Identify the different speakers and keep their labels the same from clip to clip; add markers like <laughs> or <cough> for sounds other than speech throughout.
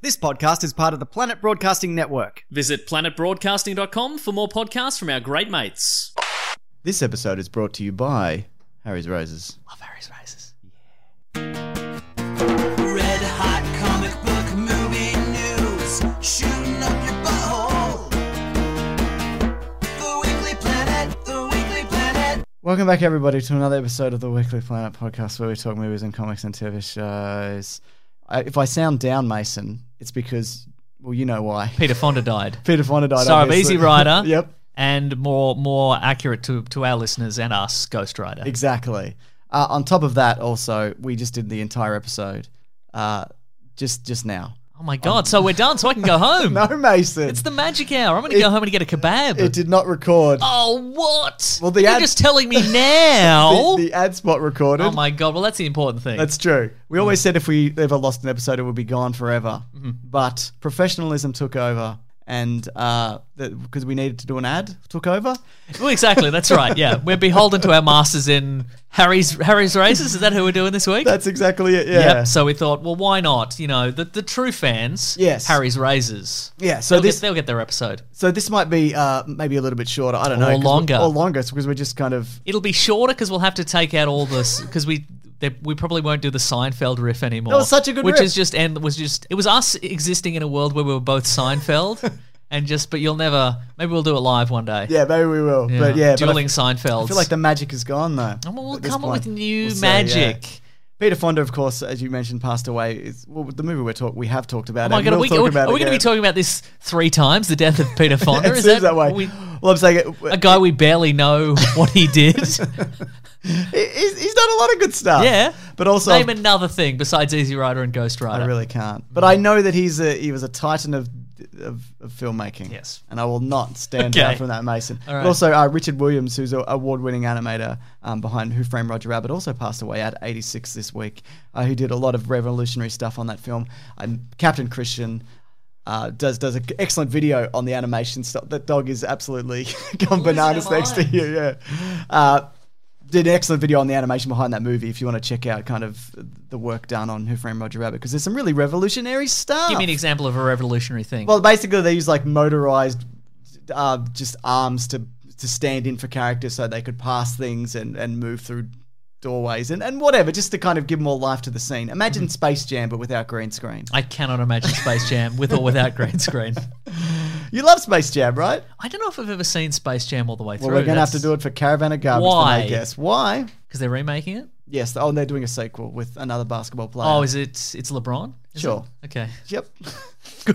Speaker 1: This podcast is part of the Planet Broadcasting Network.
Speaker 2: Visit planetbroadcasting.com for more podcasts from our great mates.
Speaker 1: This episode is brought to you by Harry's Roses.
Speaker 3: Love Harry's Rises. Red hot comic book movie news, shooting up your butthole. The Weekly Planet, The Weekly Planet.
Speaker 1: Welcome back, everybody, to another episode of the Weekly Planet podcast where we talk movies and comics and TV shows. I, if I sound down, Mason, it's because, well, you know why.
Speaker 4: Peter Fonda died.
Speaker 1: <laughs> Peter Fonda died.
Speaker 4: So I'm
Speaker 1: obviously.
Speaker 4: Easy Rider.
Speaker 1: <laughs> yep,
Speaker 4: And more more accurate to, to our listeners and us, Ghost Rider.
Speaker 1: exactly. Uh, on top of that, also, we just did the entire episode uh, just just now. <laughs>
Speaker 4: Oh my god, so we're done, so I can go home.
Speaker 1: No, Mason.
Speaker 4: It's the magic hour. I'm gonna go home and get a kebab.
Speaker 1: it did not record.
Speaker 4: oh what?
Speaker 1: Well, the
Speaker 4: You're
Speaker 1: ad-
Speaker 4: just telling
Speaker 1: <laughs>
Speaker 4: me now.
Speaker 1: The, the ad spot recorded.
Speaker 4: oh my god, well that's the important thing.
Speaker 1: That's true. We always
Speaker 4: Mm.
Speaker 1: said if we ever lost an episode, it would be gone forever.
Speaker 4: Mm-hmm.
Speaker 1: But professionalism took over, and because we needed to do an ad, took over.
Speaker 4: well, exactly, that's
Speaker 1: <laughs>
Speaker 4: right. Yeah. We're beholden to our masters in Harry's Harry's races. Is that who we're doing this week?
Speaker 1: That's exactly it. Yeah.
Speaker 4: Yep. So we thought, well, why not? You know, the, the true fans,
Speaker 1: Yes.
Speaker 4: Harry's razors.
Speaker 1: Yeah, so
Speaker 4: they'll
Speaker 1: this-
Speaker 4: get, they'll get their episode.
Speaker 1: So this might be uh, maybe a little bit shorter. I don't know.
Speaker 4: Or
Speaker 1: 'cause we-
Speaker 4: longer.
Speaker 1: Or longer, because we're just kind of.
Speaker 4: It'll be shorter because we'll have to take out all this because we they, we probably won't do the Seinfeld riff anymore.
Speaker 1: That was such a good
Speaker 4: which
Speaker 1: riff.
Speaker 4: is just and was just it was us existing in a world where we were both Seinfeld
Speaker 1: <laughs>
Speaker 4: and just but you'll never maybe we'll do it live one day.
Speaker 1: Yeah, maybe we will. But yeah, but I
Speaker 4: dueling
Speaker 1: f-
Speaker 4: Seinfelds.
Speaker 1: I feel like the magic is gone though.
Speaker 4: And we'll
Speaker 1: at this
Speaker 4: come up
Speaker 1: point.
Speaker 4: with new
Speaker 1: We'll see, yeah.
Speaker 4: magic. Oh
Speaker 1: Peter Fonda, of course, as you mentioned, passed away. It's, well, the movie we're talk we have talked about.
Speaker 4: Oh my
Speaker 1: and
Speaker 4: god, are
Speaker 1: we'll
Speaker 4: we,
Speaker 1: talk
Speaker 4: are we,
Speaker 1: about
Speaker 4: going to be
Speaker 1: again.
Speaker 4: talking about this three times? The death of Peter
Speaker 1: <laughs>
Speaker 4: Fonda.
Speaker 1: It
Speaker 4: is
Speaker 1: seems that way.
Speaker 4: we-
Speaker 1: well, I'm saying uh, it,
Speaker 4: a guy we barely know what
Speaker 1: <laughs>
Speaker 4: he did. <laughs>
Speaker 1: He- he's, he's done a lot of good stuff.
Speaker 4: Yeah.
Speaker 1: but also
Speaker 4: Name another thing besides Easy Rider and Ghost Rider.
Speaker 1: I really can't.
Speaker 4: Mm-hmm.
Speaker 1: But I know that he's a he was a titan of of, of filmmaking.
Speaker 4: Yes.
Speaker 1: and I will not stand
Speaker 4: Okay.
Speaker 1: down from that, Mason.
Speaker 4: All right.
Speaker 1: But also, uh, Richard Williams, who's an award-winning animator um, behind Who Framed Roger Rabbit, also passed away at 86 this week. Uh, who did a lot of revolutionary stuff on that film. And Captain Christian. Uh, does does an excellent video on the animation stuff. That dog is absolutely <laughs> gone bananas
Speaker 4: their
Speaker 1: next to you. Yeah, uh, did an excellent video on the animation behind that movie if you want to check out kind of the work done on Who Framed Roger Rabbit because there's some really revolutionary stuff.
Speaker 4: Give me an example of a revolutionary thing.
Speaker 1: Well, basically they use like motorized, uh, just arms to to stand in for characters so they could pass things and and move through doorways and and whatever just to kind of give more life to the scene.
Speaker 4: Mm-hmm.
Speaker 1: Imagine Space Jam but without green screen.
Speaker 4: I cannot imagine Space Jam with or without green screen.
Speaker 1: You love Space Jam, right?
Speaker 4: I don't know if I've ever seen Space Jam all the way through.
Speaker 1: Well, we're gonna have to do it for Caravan of Garbage.
Speaker 4: Why?
Speaker 1: Then, I guess why?
Speaker 4: because they're remaking it.
Speaker 1: Yes. Oh, and they're doing a sequel with another basketball player.
Speaker 4: Oh, is it? It's LeBron. Is it?
Speaker 1: Sure. <laughs>
Speaker 4: Okay. <laughs>
Speaker 1: Yep.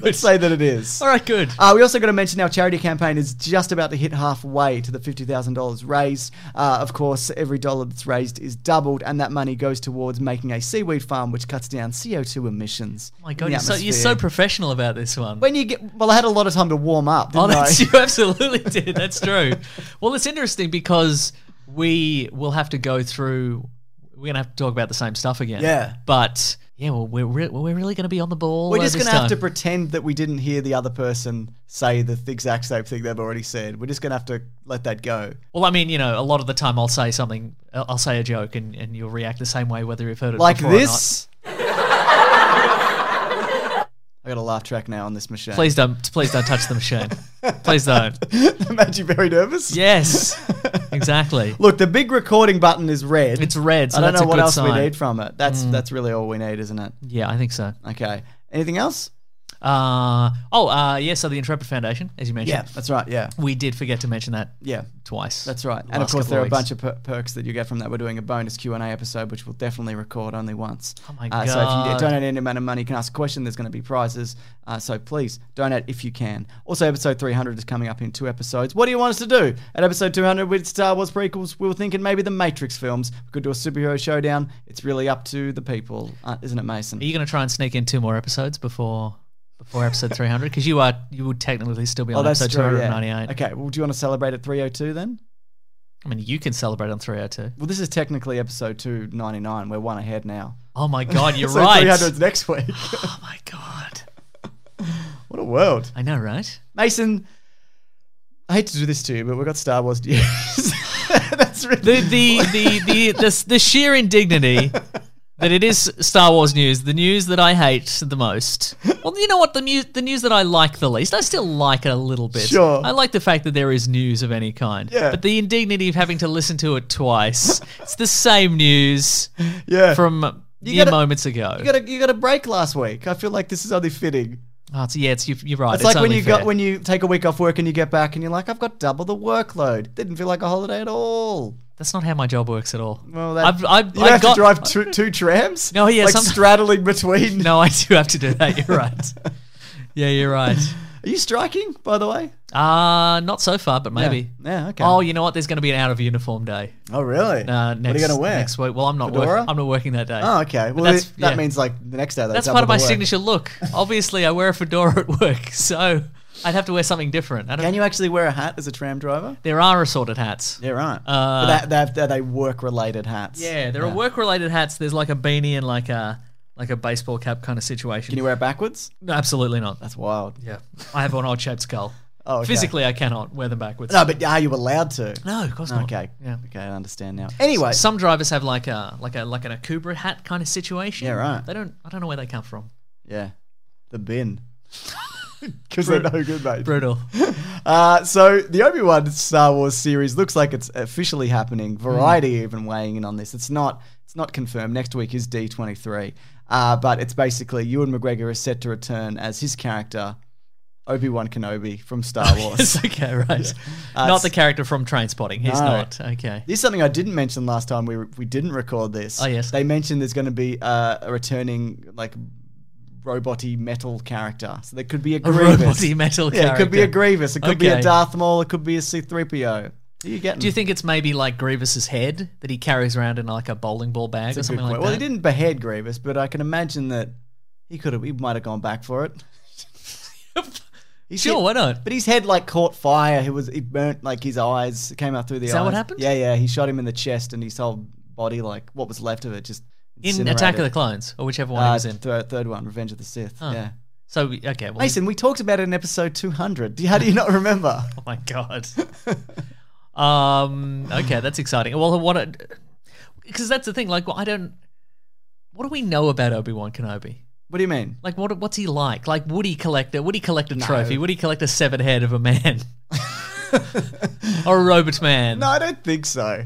Speaker 1: Let's say that it is.
Speaker 4: All right. Good.
Speaker 1: Uh, we also got to mention our charity campaign is just about to hit halfway to the $50,000 raised. Uh, of course, every dollar that's raised is doubled, and that money goes towards making a seaweed farm which cuts down CO2 emissions.
Speaker 4: Oh my God,
Speaker 1: in the
Speaker 4: you're so, you're
Speaker 1: atmosphere.
Speaker 4: so professional about this one.
Speaker 1: When you get. Well, I had a lot of time to warm up,
Speaker 4: oh,
Speaker 1: didn't I?
Speaker 4: <laughs> that's, you absolutely did. That's true. well, it's interesting because we will have to go through. We're gonna have to talk about the same stuff again.
Speaker 1: Yeah.
Speaker 4: But yeah, well, we're re- we're really gonna be on the ball.
Speaker 1: We're
Speaker 4: uh,
Speaker 1: just
Speaker 4: this
Speaker 1: going to have to
Speaker 4: time.
Speaker 1: pretend that we didn't hear the other person say the th- exact same thing they've already said. We're just going to have to let that go.
Speaker 4: Well, I mean, you know, a lot of the time I'll say something, I'll I'll say a joke, and, and you'll react the same way whether you've heard it
Speaker 1: Like
Speaker 4: before or not.
Speaker 1: this. <laughs> I got a laugh track now on this machine.
Speaker 4: Please don't, please don't touch the machine. Please don't.
Speaker 1: <laughs> that made you very nervous.
Speaker 4: Yes, exactly.
Speaker 1: Look, the big recording button is red.
Speaker 4: It's red, so
Speaker 1: I don't
Speaker 4: that's
Speaker 1: know
Speaker 4: a
Speaker 1: what
Speaker 4: good
Speaker 1: else we
Speaker 4: sign. Mm.
Speaker 1: need from it. That's that's really all we need, isn't it?
Speaker 4: Yeah, I think so.
Speaker 1: Okay. Anything else?
Speaker 4: Uh, oh, uh, yeah. So the Intrepid Foundation, as you mentioned,
Speaker 1: that's right. Yeah,
Speaker 4: we did forget to mention that
Speaker 1: yeah.
Speaker 4: twice.
Speaker 1: That's right. And of
Speaker 4: Last
Speaker 1: course,
Speaker 4: couple
Speaker 1: there are a
Speaker 4: weeks.
Speaker 1: bunch of per- perks that you get from that. We're doing a bonus Q and A episode, which we'll definitely record only once.
Speaker 4: Oh my
Speaker 1: Uh, so if
Speaker 4: God.
Speaker 1: you donate any amount of money, you can ask a question. There's going to be prizes. Uh, so please donate if you can. Also, episode 300 is coming up in two episodes. What do you want us to do? At episode 200 with Star Wars prequels, we were thinking maybe the Matrix films. We could do a superhero showdown. It's really up to the people, uh, isn't it, Mason?
Speaker 4: Are you going to try and sneak in two more episodes before before episode 300? Because you are you would technically still be on episode
Speaker 1: Oh, true, yeah.
Speaker 4: 298.
Speaker 1: Okay. Well, do you want to celebrate at 302 then?
Speaker 4: I mean, you can celebrate on 302.
Speaker 1: Well, this is technically episode 299. We're one ahead now.
Speaker 4: Oh my God,
Speaker 1: <laughs>
Speaker 4: you're
Speaker 1: so
Speaker 4: right.
Speaker 1: 300's next week.
Speaker 4: Oh my God,
Speaker 1: what a world.
Speaker 4: I know, right?
Speaker 1: Mason, I hate to do this to you, but we've got Star Wars news. <laughs> That's really.
Speaker 4: The the the the the, the sheer indignity. That it is Star Wars news, the news that I hate the most. Well, you know what? The news, the news that I like the least. I still like it a little bit.
Speaker 1: Sure.
Speaker 4: I like the fact that there is news of any kind.
Speaker 1: Yeah.
Speaker 4: But the indignity of having to listen to it twice. it's the same news.
Speaker 1: Yeah.
Speaker 4: from
Speaker 1: You
Speaker 4: mere
Speaker 1: gotta-
Speaker 4: moments ago.
Speaker 1: you got a you got a break last week. I feel like this is only fitting.
Speaker 4: oh, it's- yeah, it's, you, you're right.
Speaker 1: It's, like when
Speaker 4: only
Speaker 1: you
Speaker 4: fair.
Speaker 1: got when you take a week off work and you get back and you're like, I've got double the workload. Didn't feel like a holiday at all.
Speaker 4: That's not how my job works at all.
Speaker 1: Well, that,
Speaker 4: I've, I've,
Speaker 1: you
Speaker 4: I've
Speaker 1: have
Speaker 4: got,
Speaker 1: to drive two, two trams.
Speaker 4: No, yeah,
Speaker 1: like
Speaker 4: some-
Speaker 1: straddling between.
Speaker 4: <laughs> No, I do have to do that. You're right. yeah, you're right.
Speaker 1: Are you striking, by the way?
Speaker 4: Uh not so far, but maybe.
Speaker 1: Yeah, okay.
Speaker 4: Oh, you know what? There's going to be an out of uniform day.
Speaker 1: Oh, really?
Speaker 4: Uh, next,
Speaker 1: what are you gonna wear?
Speaker 4: Next week. Well, I'm not
Speaker 1: Fedora?
Speaker 4: working. I'm not working that day.
Speaker 1: Oh, okay. Well,
Speaker 4: that's-
Speaker 1: it- that
Speaker 4: yeah.
Speaker 1: means like the next day. though,
Speaker 4: That's
Speaker 1: double
Speaker 4: part of
Speaker 1: the
Speaker 4: my
Speaker 1: work. <laughs>
Speaker 4: signature look. Obviously, I wear a fedora at work, <laughs> so I'd have to wear something different. I don't,
Speaker 1: Can you actually wear a hat as a tram driver?
Speaker 4: there are assorted hats.
Speaker 1: Yeah, right.
Speaker 4: Uh,
Speaker 1: but that, that, that they work related hats.
Speaker 4: Yeah, there are work related hats. There's like a beanie and like a like a baseball cap kind of situation.
Speaker 1: Can you wear it backwards?
Speaker 4: no, absolutely not.
Speaker 1: That's wild.
Speaker 4: Yeah, I have an odd shaped skull.
Speaker 1: Oh, okay.
Speaker 4: Physically, I cannot wear them backwards.
Speaker 1: No, but are you allowed to?
Speaker 4: no, of course not.
Speaker 1: Okay.
Speaker 4: Yeah.
Speaker 1: Okay, I understand now. Anyway,
Speaker 4: Some drivers have like a like a like an Akubra hat kind of situation.
Speaker 1: Yeah, right.
Speaker 4: They don't. I don't know where they come from.
Speaker 1: yeah, the <laughs> bin. Because they're no good, mate.
Speaker 4: Brutal.
Speaker 1: Uh, so the Obi Wan Star Wars series looks like it's officially happening.
Speaker 4: Hmm.
Speaker 1: Variety even weighing in on this. It's not. It's not confirmed. Next week is D twenty three, but it's basically Ewan McGregor is set to return as his character, Obi Wan Kenobi from Star
Speaker 4: <laughs>
Speaker 1: Wars.
Speaker 4: it's okay, right?
Speaker 1: Uh,
Speaker 4: not
Speaker 1: s-
Speaker 4: the character from Train Spotting. He's
Speaker 1: No.
Speaker 4: not. Okay.
Speaker 1: This is something I didn't mention last time we, we didn't record this.
Speaker 4: Oh, yes.
Speaker 1: They mentioned there's going to be uh, a returning, like, roboty metal character. So there could be a
Speaker 4: A
Speaker 1: Grievous.
Speaker 4: roboty metal
Speaker 1: yeah,
Speaker 4: character.
Speaker 1: it could be a Grievous. It could be a
Speaker 4: Okay.
Speaker 1: Darth Maul. It could be a C3PO. Are you getting
Speaker 4: Do you think it's maybe like Grievous's head that he carries around in like a bowling ball bag or
Speaker 1: That's a good
Speaker 4: something
Speaker 1: point.
Speaker 4: like
Speaker 1: Well,
Speaker 4: that?
Speaker 1: he didn't behead Grievous, but I can imagine that he could have, he might have gone back for it. <laughs> He's
Speaker 4: Sure,
Speaker 1: hit-
Speaker 4: why not?
Speaker 1: But his head like caught fire. He was he burnt like his eyes came out through the eyes.
Speaker 4: Is that what happened?
Speaker 1: Yeah, yeah. He shot him in the chest, and his whole body, like what was left of it, just
Speaker 4: in Attack of the
Speaker 1: incinerated.
Speaker 4: Clones or whichever one he
Speaker 1: Uh,
Speaker 4: was in.
Speaker 1: thir- third one, Revenge of the Sith. Yeah.
Speaker 4: So we- okay, well,
Speaker 1: Mason, we talked about it in episode 200. Do you- How do you not remember?
Speaker 4: oh <laughs>
Speaker 1: <laughs>
Speaker 4: my god. um, okay, that's exciting. Well, what? Because that's the thing. Like, I don't. What do we know about Obi Wan Kenobi?
Speaker 1: What do you mean?
Speaker 4: Like, what? What's he like? Like, would he collect a? Would he collect a trophy? Would he collect a severed head of
Speaker 1: <laughs>
Speaker 4: a man? or a robot man?
Speaker 1: No, I don't think so.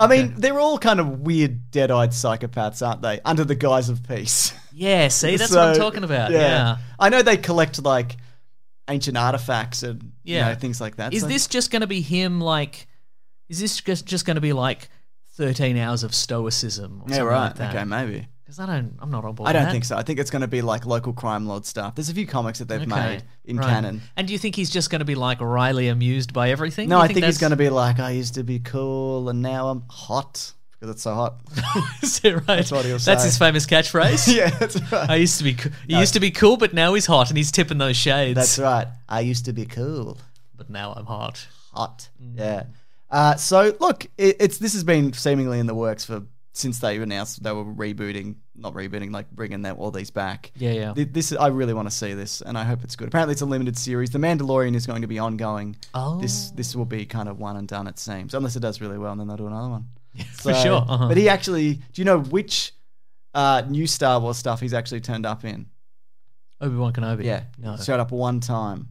Speaker 1: I mean, they're all kind of weird, dead-eyed psychopaths, aren't they? Under the guise of peace. <laughs>
Speaker 4: Yeah. See, that's what I'm
Speaker 1: So,
Speaker 4: talking about. Yeah.
Speaker 1: I know they collect like ancient artifacts and
Speaker 4: Yeah.
Speaker 1: you know, things like that.
Speaker 4: Is
Speaker 1: so-
Speaker 4: this just going to be him? Like, is this just just going to be like? 13 hours of stoicism or
Speaker 1: Yeah,
Speaker 4: something
Speaker 1: right.
Speaker 4: like that.
Speaker 1: Okay, maybe.
Speaker 4: Because I don't, I'm not on board.
Speaker 1: I
Speaker 4: with
Speaker 1: don't
Speaker 4: that.
Speaker 1: think so. I think it's going to be like local crime lord stuff. There's a few comics that they've
Speaker 4: Okay,
Speaker 1: made in
Speaker 4: right.
Speaker 1: canon.
Speaker 4: And do you think he's just going to be like Riley amused by everything?
Speaker 1: No, I think, he's going
Speaker 4: <laughs>
Speaker 1: to
Speaker 4: to
Speaker 1: be like, I used to be cool and now I'm hot because it's so hot.
Speaker 4: <laughs>
Speaker 1: <laughs>
Speaker 4: That's
Speaker 1: what he'll
Speaker 4: That's
Speaker 1: say. <laughs>
Speaker 4: his famous catchphrase.
Speaker 1: yeah, that's right.
Speaker 4: I used to be, co- he used to be cool, but now he's hot, and he's tipping those shades.
Speaker 1: that's right. I used to be cool.
Speaker 4: But now I'm hot.
Speaker 1: Hot.
Speaker 4: Mm.
Speaker 1: Yeah. Uh, so look, it, it's this has been seemingly in the works for since they announced they were rebooting, not rebooting, like bringing that, all these back.
Speaker 4: Yeah, yeah.
Speaker 1: Th- This I really want to see this, and I hope it's good. Apparently, it's a limited series. The Mandalorian is going to be ongoing.
Speaker 4: Oh.
Speaker 1: This this will be kind of one and done. It seems, unless it does really well, and then they'll do another
Speaker 4: <laughs>
Speaker 1: one.
Speaker 4: for sure. Uh-huh.
Speaker 1: But he actually, do you know which uh, new Star Wars stuff he's actually turned up in?
Speaker 4: Obi Wan Kenobi.
Speaker 1: Yeah,
Speaker 4: No.
Speaker 1: showed up one time.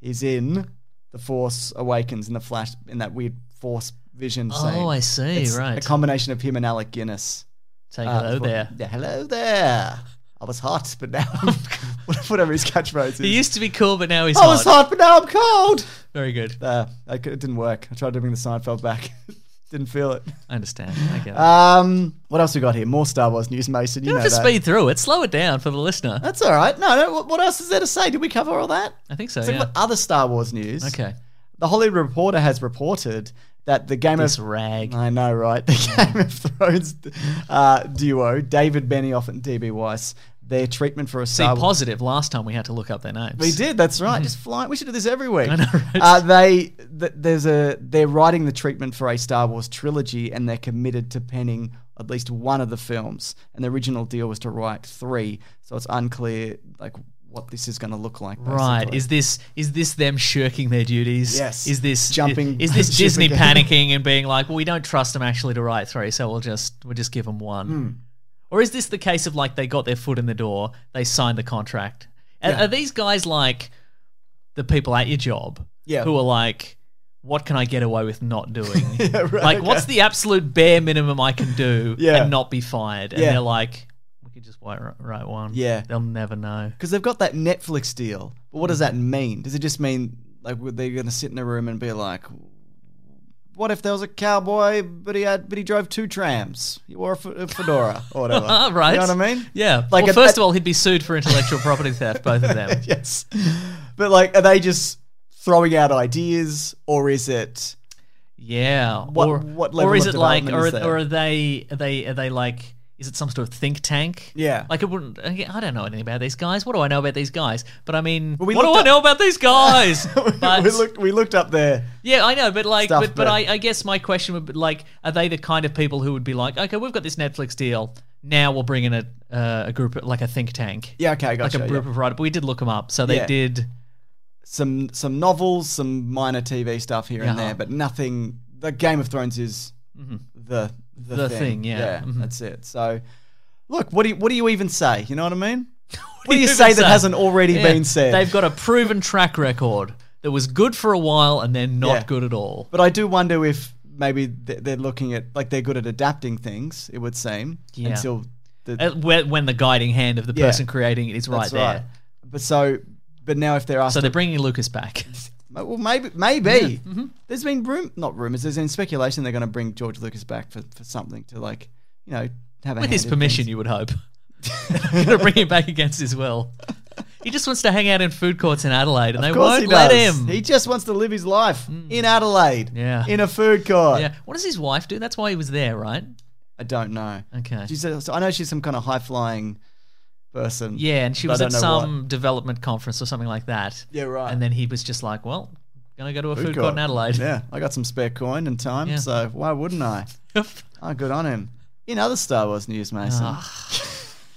Speaker 1: He's in the Force Awakens in the Flash in that weird Force Vision. scene.
Speaker 4: oh, I see.
Speaker 1: It's
Speaker 4: right.
Speaker 1: A combination of him and Alec Guinness.
Speaker 4: Take
Speaker 1: Uh,
Speaker 4: hello
Speaker 1: for-
Speaker 4: there.
Speaker 1: Yeah, hello there. I was hot, but now I'm <laughs> whatever his catchphrase is.
Speaker 4: He used to be cool, but now he's
Speaker 1: I was Oh, hot, but now I'm cold.
Speaker 4: Very good.
Speaker 1: Uh, I cou- it didn't work. I tried to bring the Seinfeld back. <laughs> Didn't feel it.
Speaker 4: I understand. I get it.
Speaker 1: Um, what else we got here? More Star Wars news, Mason. You
Speaker 4: You don't
Speaker 1: know
Speaker 4: have to
Speaker 1: that.
Speaker 4: speed through it. Slow it down for the listener.
Speaker 1: That's all right. No, no. What, what else is there to say? Did we cover all that?
Speaker 4: I think so.
Speaker 1: So
Speaker 4: yeah.
Speaker 1: what other Star Wars news?
Speaker 4: Okay.
Speaker 1: The Hollywood Reporter has reported that the Game
Speaker 4: This
Speaker 1: of
Speaker 4: rag.
Speaker 1: I know, right? <laughs> The Game of Thrones uh, duo, David Benioff and DB Weiss, their treatment for a
Speaker 4: See,
Speaker 1: Star Wars.
Speaker 4: positive. Last time we had to look up their names.
Speaker 1: We did. That's right. Just fly. We should do this every week.
Speaker 4: I know, right?
Speaker 1: uh, they th- there's a they're writing the treatment for a Star Wars trilogy, and they're committed to penning at least one of the films. And the original deal was to write three, so it's unclear like what this is going to look like.
Speaker 4: Right.
Speaker 1: basically.
Speaker 4: Is this is this them shirking their duties?
Speaker 1: Yes.
Speaker 4: Is this
Speaker 1: Jumping
Speaker 4: Is, this
Speaker 1: <laughs> ship
Speaker 4: Disney
Speaker 1: again.
Speaker 4: panicking and being like, well, we don't trust them actually to write three, so we'll just we'll just give them one.
Speaker 1: Hmm.
Speaker 4: Or is this the case of like they got their foot in the door, they signed the contract? And
Speaker 1: Yeah.
Speaker 4: Are these guys like the people at your job?
Speaker 1: Yeah.
Speaker 4: Who are like, what can I get away with not doing?
Speaker 1: <laughs> Yeah, right,
Speaker 4: like, what's
Speaker 1: okay.
Speaker 4: the absolute bare minimum I can do
Speaker 1: Yeah.
Speaker 4: and not be fired? And
Speaker 1: Yeah.
Speaker 4: they're like, we could just write, write one.
Speaker 1: Yeah.
Speaker 4: They'll never know.
Speaker 1: because they've got that Netflix deal. But what does that mean? Does it just mean like were they going to sit in a room and be like, "What if there was a cowboy, but he had, but he drove two trams? He wore a, f- a fedora or whatever."
Speaker 4: Ah, <laughs> right.
Speaker 1: You know what I mean?
Speaker 4: Yeah.
Speaker 1: Like
Speaker 4: Like
Speaker 1: a-
Speaker 4: well, first of all, he'd be sued for intellectual property theft, both of them.
Speaker 1: <laughs> yes. But like, are they just throwing out ideas, or is it?
Speaker 4: Yeah.
Speaker 1: What-
Speaker 4: or,
Speaker 1: what
Speaker 4: or
Speaker 1: level
Speaker 4: is
Speaker 1: of
Speaker 4: it like,
Speaker 1: development
Speaker 4: or,
Speaker 1: is there?
Speaker 4: or are they, are they, are they like, is it some sort of think tank?
Speaker 1: Yeah.
Speaker 4: Like it wouldn't. uh, I don't know anything about these guys. What do I know about these guys? But I mean,
Speaker 1: we
Speaker 4: what do
Speaker 1: looked
Speaker 4: I know about these guys?
Speaker 1: <laughs>
Speaker 4: But-
Speaker 1: we looked. We looked up there.
Speaker 4: Yeah, I know, but like,
Speaker 1: stuff,
Speaker 4: but, but
Speaker 1: but-
Speaker 4: I, I guess my question would be like, are they the kind of people who would be like, okay, we've got this Netflix deal, now we'll bring in a uh, a group like a think tank,
Speaker 1: Yeah. Okay. I
Speaker 4: like
Speaker 1: Gotcha.
Speaker 4: a
Speaker 1: yeah.
Speaker 4: group of writers. But we did look them up, so they
Speaker 1: Yeah.
Speaker 4: did.
Speaker 1: Some some novels, some minor TV stuff here and
Speaker 4: Yeah.
Speaker 1: there, but nothing. The Game of Thrones is the the,
Speaker 4: Mm-hmm. The thing, yeah. Mhm.
Speaker 1: that's it. So, look, what do you, what do you even say? You know what I
Speaker 4: <laughs>
Speaker 1: mean? what do <laughs> you
Speaker 4: even
Speaker 1: say
Speaker 4: say?
Speaker 1: that hasn't already
Speaker 4: Yeah,
Speaker 1: been said?
Speaker 4: They've got a proven track record that was good for a while and then not
Speaker 1: Yeah.
Speaker 4: good at all.
Speaker 1: But I do wonder if maybe th- they're looking at like they're good at adapting things. It would seem
Speaker 4: Yeah.
Speaker 1: until the
Speaker 4: Uh, When when the guiding hand of the
Speaker 1: Yeah.
Speaker 4: person creating it is right
Speaker 1: that's
Speaker 4: there.
Speaker 1: But so, but now if they're asked,
Speaker 4: So
Speaker 1: to-
Speaker 4: they're bringing Lucas back.
Speaker 1: well, maybe maybe there's been room not rumors. There's been speculation they're going to bring George Lucas back for, for something to like you know have a
Speaker 4: <laughs> With
Speaker 1: hand
Speaker 4: his
Speaker 1: in
Speaker 4: permission,
Speaker 1: things.
Speaker 4: you
Speaker 1: <laughs>
Speaker 4: would hope. Gonna bring him back against his will. He just wants to hang out in food courts in Adelaide, and they
Speaker 1: Of course
Speaker 4: won't
Speaker 1: he
Speaker 4: let
Speaker 1: does.
Speaker 4: him. Mm.
Speaker 1: He just wants to live his life in Adelaide,
Speaker 4: Yeah.
Speaker 1: in a food court.
Speaker 4: yeah. What does his wife do? That's why he was there, right?
Speaker 1: I don't know.
Speaker 4: Okay.
Speaker 1: She's a, so I know she's some kind of high flying person.
Speaker 4: yeah, and she
Speaker 1: but
Speaker 4: was
Speaker 1: I
Speaker 4: at
Speaker 1: don't know
Speaker 4: some development conference or something like that.
Speaker 1: Yeah, right.
Speaker 4: And then he was just like, "Well, gonna go to a food, court in Adelaide."
Speaker 1: Yeah, I got some spare coin and time,
Speaker 4: Yeah.
Speaker 1: so why wouldn't I?
Speaker 4: <laughs>
Speaker 1: Oh, good on him. In other Star Wars news, Mason,
Speaker 4: Ah.
Speaker 1: <sighs>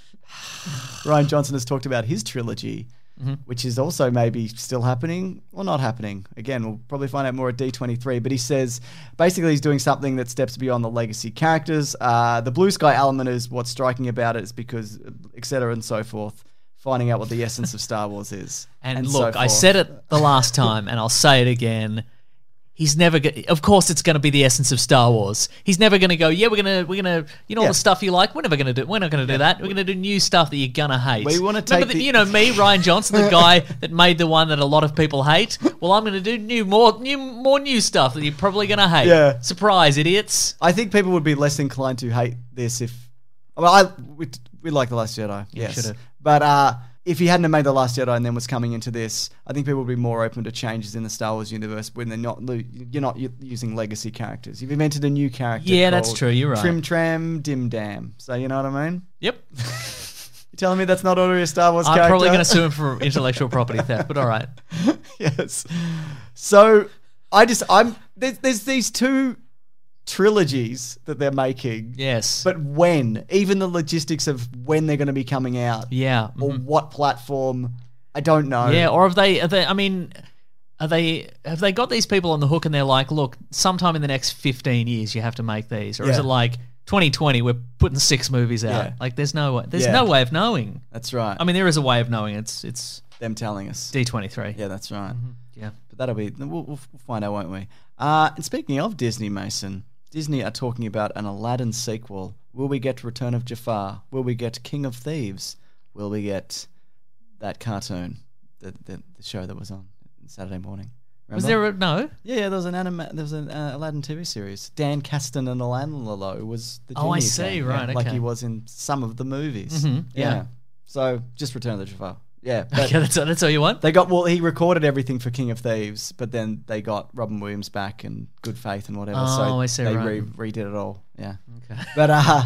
Speaker 1: Ryan Johnson has talked about his trilogy,
Speaker 4: Mm-hmm.
Speaker 1: which is also maybe still happening or not happening. Again, we'll probably find out more at D23. But he says basically he's doing something that steps beyond the legacy characters. Uh, the blue sky element is what's striking about it, is because, et cetera, and so forth. Finding out what the essence of Star Wars is.
Speaker 4: And,
Speaker 1: so
Speaker 4: look, I
Speaker 1: forth.
Speaker 4: said it the last time, and I'll say it again. He's never. Go- of course, it's going to be the essence of Star Wars. He's never going to go. Yeah, we're gonna, we're gonna, you know, all
Speaker 1: Yeah.
Speaker 4: the stuff you like. We're never going to do. We're not going to do that. We're going to do new stuff that you're gonna hate.
Speaker 1: We wanna
Speaker 4: Remember
Speaker 1: take
Speaker 4: that-
Speaker 1: the-
Speaker 4: you know, me, Ryan Johnson,
Speaker 1: <laughs>
Speaker 4: the guy that made the one that a lot of people hate. Well, I'm going to do new, more, new, more new stuff that you're probably going to hate.
Speaker 1: Yeah.
Speaker 4: Surprise, idiots.
Speaker 1: I think people would be less inclined to hate this if. Well, I we, we like the Last Jedi, yes,
Speaker 4: should've.
Speaker 1: but uh, if he hadn't have made the Last Jedi and then was coming into this, I think people would be more open to changes in the Star Wars universe when they're not lo- you're not u- using legacy characters. You've invented a new character.
Speaker 4: Yeah, that's
Speaker 1: called
Speaker 4: true, you're right.
Speaker 1: Trim Tram Dim Dam. So you know what I mean?
Speaker 4: Yep.
Speaker 1: You're telling me that's not already a Star Wars
Speaker 4: I'm
Speaker 1: character?
Speaker 4: probably going to sue him for intellectual property theft. But all right.
Speaker 1: <laughs> yes. So I just I'm there's, there's these two trilogies that they're making.
Speaker 4: Yes.
Speaker 1: But when, even the logistics of when they're going to be coming out
Speaker 4: yeah. Mm-hmm.
Speaker 1: or what platform, I don't know.
Speaker 4: Yeah, or have they? Are they? I mean, are they? Have they got these people on the hook, and they're like, "Look, sometime in the next fifteen years, you have to make these," or is
Speaker 1: Yeah.
Speaker 4: it like 2020, we're putting six movies out.
Speaker 1: Yeah.
Speaker 4: Like, there's no way. There's
Speaker 1: Yeah.
Speaker 4: no way of knowing.
Speaker 1: That's right.
Speaker 4: I mean, there is a way of knowing. It's it's
Speaker 1: them telling us.
Speaker 4: D23.
Speaker 1: Yeah, that's right.
Speaker 4: Yeah.
Speaker 1: But that'll be we'll, we'll we'll find out, won't we? Uh, and speaking of Disney, Mason, Disney are talking about an Aladdin sequel. Will we get Return of Jafar? Will we get King of Thieves? Will we get that cartoon, the the, the show that was on Saturday morning?
Speaker 4: Was
Speaker 1: Remember?
Speaker 4: there a no?
Speaker 1: Yeah, yeah, there was an anima- there was an uh, Aladdin TV series. Dan Caston and Aladdin Lalo was the
Speaker 4: Oh, I
Speaker 1: genie
Speaker 4: see,
Speaker 1: again,
Speaker 4: right,
Speaker 1: yeah, like
Speaker 4: okay.
Speaker 1: he was in some of the movies.
Speaker 4: Mhm, yeah.
Speaker 1: So just Return of the Jafar. Yeah. but
Speaker 4: <laughs> Okay, that's, that's all you want.
Speaker 1: They got well. He recorded everything for King of Thieves, but then they got Robin Williams back and Good Faith and whatever. so
Speaker 4: Oh, I see,
Speaker 1: They
Speaker 4: right.
Speaker 1: re- redid it all. Yeah.
Speaker 4: Okay.
Speaker 1: But uh,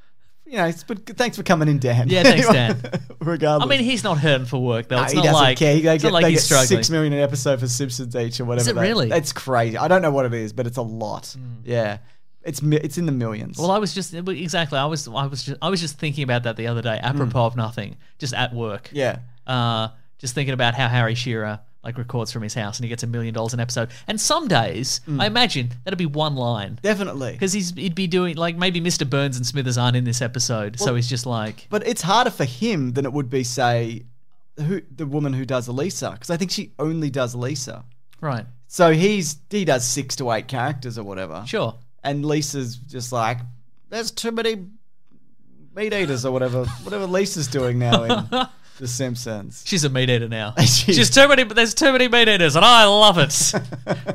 Speaker 1: <laughs> you know, it's, but thanks for coming in, Dan.
Speaker 4: Yeah, thanks, Dan. I
Speaker 1: <laughs> Regardless,
Speaker 4: mean, he's not hurting for work though.
Speaker 1: Nah,
Speaker 4: It's
Speaker 1: he
Speaker 4: not
Speaker 1: doesn't
Speaker 4: like
Speaker 1: care. He, they
Speaker 4: it's
Speaker 1: get,
Speaker 4: not like
Speaker 1: they
Speaker 4: he's
Speaker 1: get
Speaker 4: struggling.
Speaker 1: six million an episode for Simpsons each or whatever.
Speaker 4: it
Speaker 1: they-
Speaker 4: really? Hmm.
Speaker 1: It's crazy. I don't know what it is, but it's a lot. Yeah, it's mi- it's in the millions.
Speaker 4: Well, I was just exactly. I was I was just I was just thinking about that the other day, apropos of nothing, just at work.
Speaker 1: yeah,
Speaker 4: Uh, just thinking about how Harry Shearer like records from his house and he gets a million dollars an episode. And some days, I imagine that'd be one line
Speaker 1: definitely.
Speaker 4: because he's he'd be doing like maybe Mr. Burns and Smithers aren't in this episode, so he's just like.
Speaker 1: But it's harder for him than it would be, say, who the woman who does Lisa, because I think she only does Lisa.
Speaker 4: Right.
Speaker 1: So he's he does six to eight characters or whatever.
Speaker 4: Sure.
Speaker 1: And Lisa's just like, there's too many meat eaters or whatever. whatever Lisa's doing now
Speaker 4: <laughs>
Speaker 1: in The Simpsons.
Speaker 4: She's a meat eater now.
Speaker 1: She-
Speaker 4: She's too many. There's too many meat eaters, and I love it.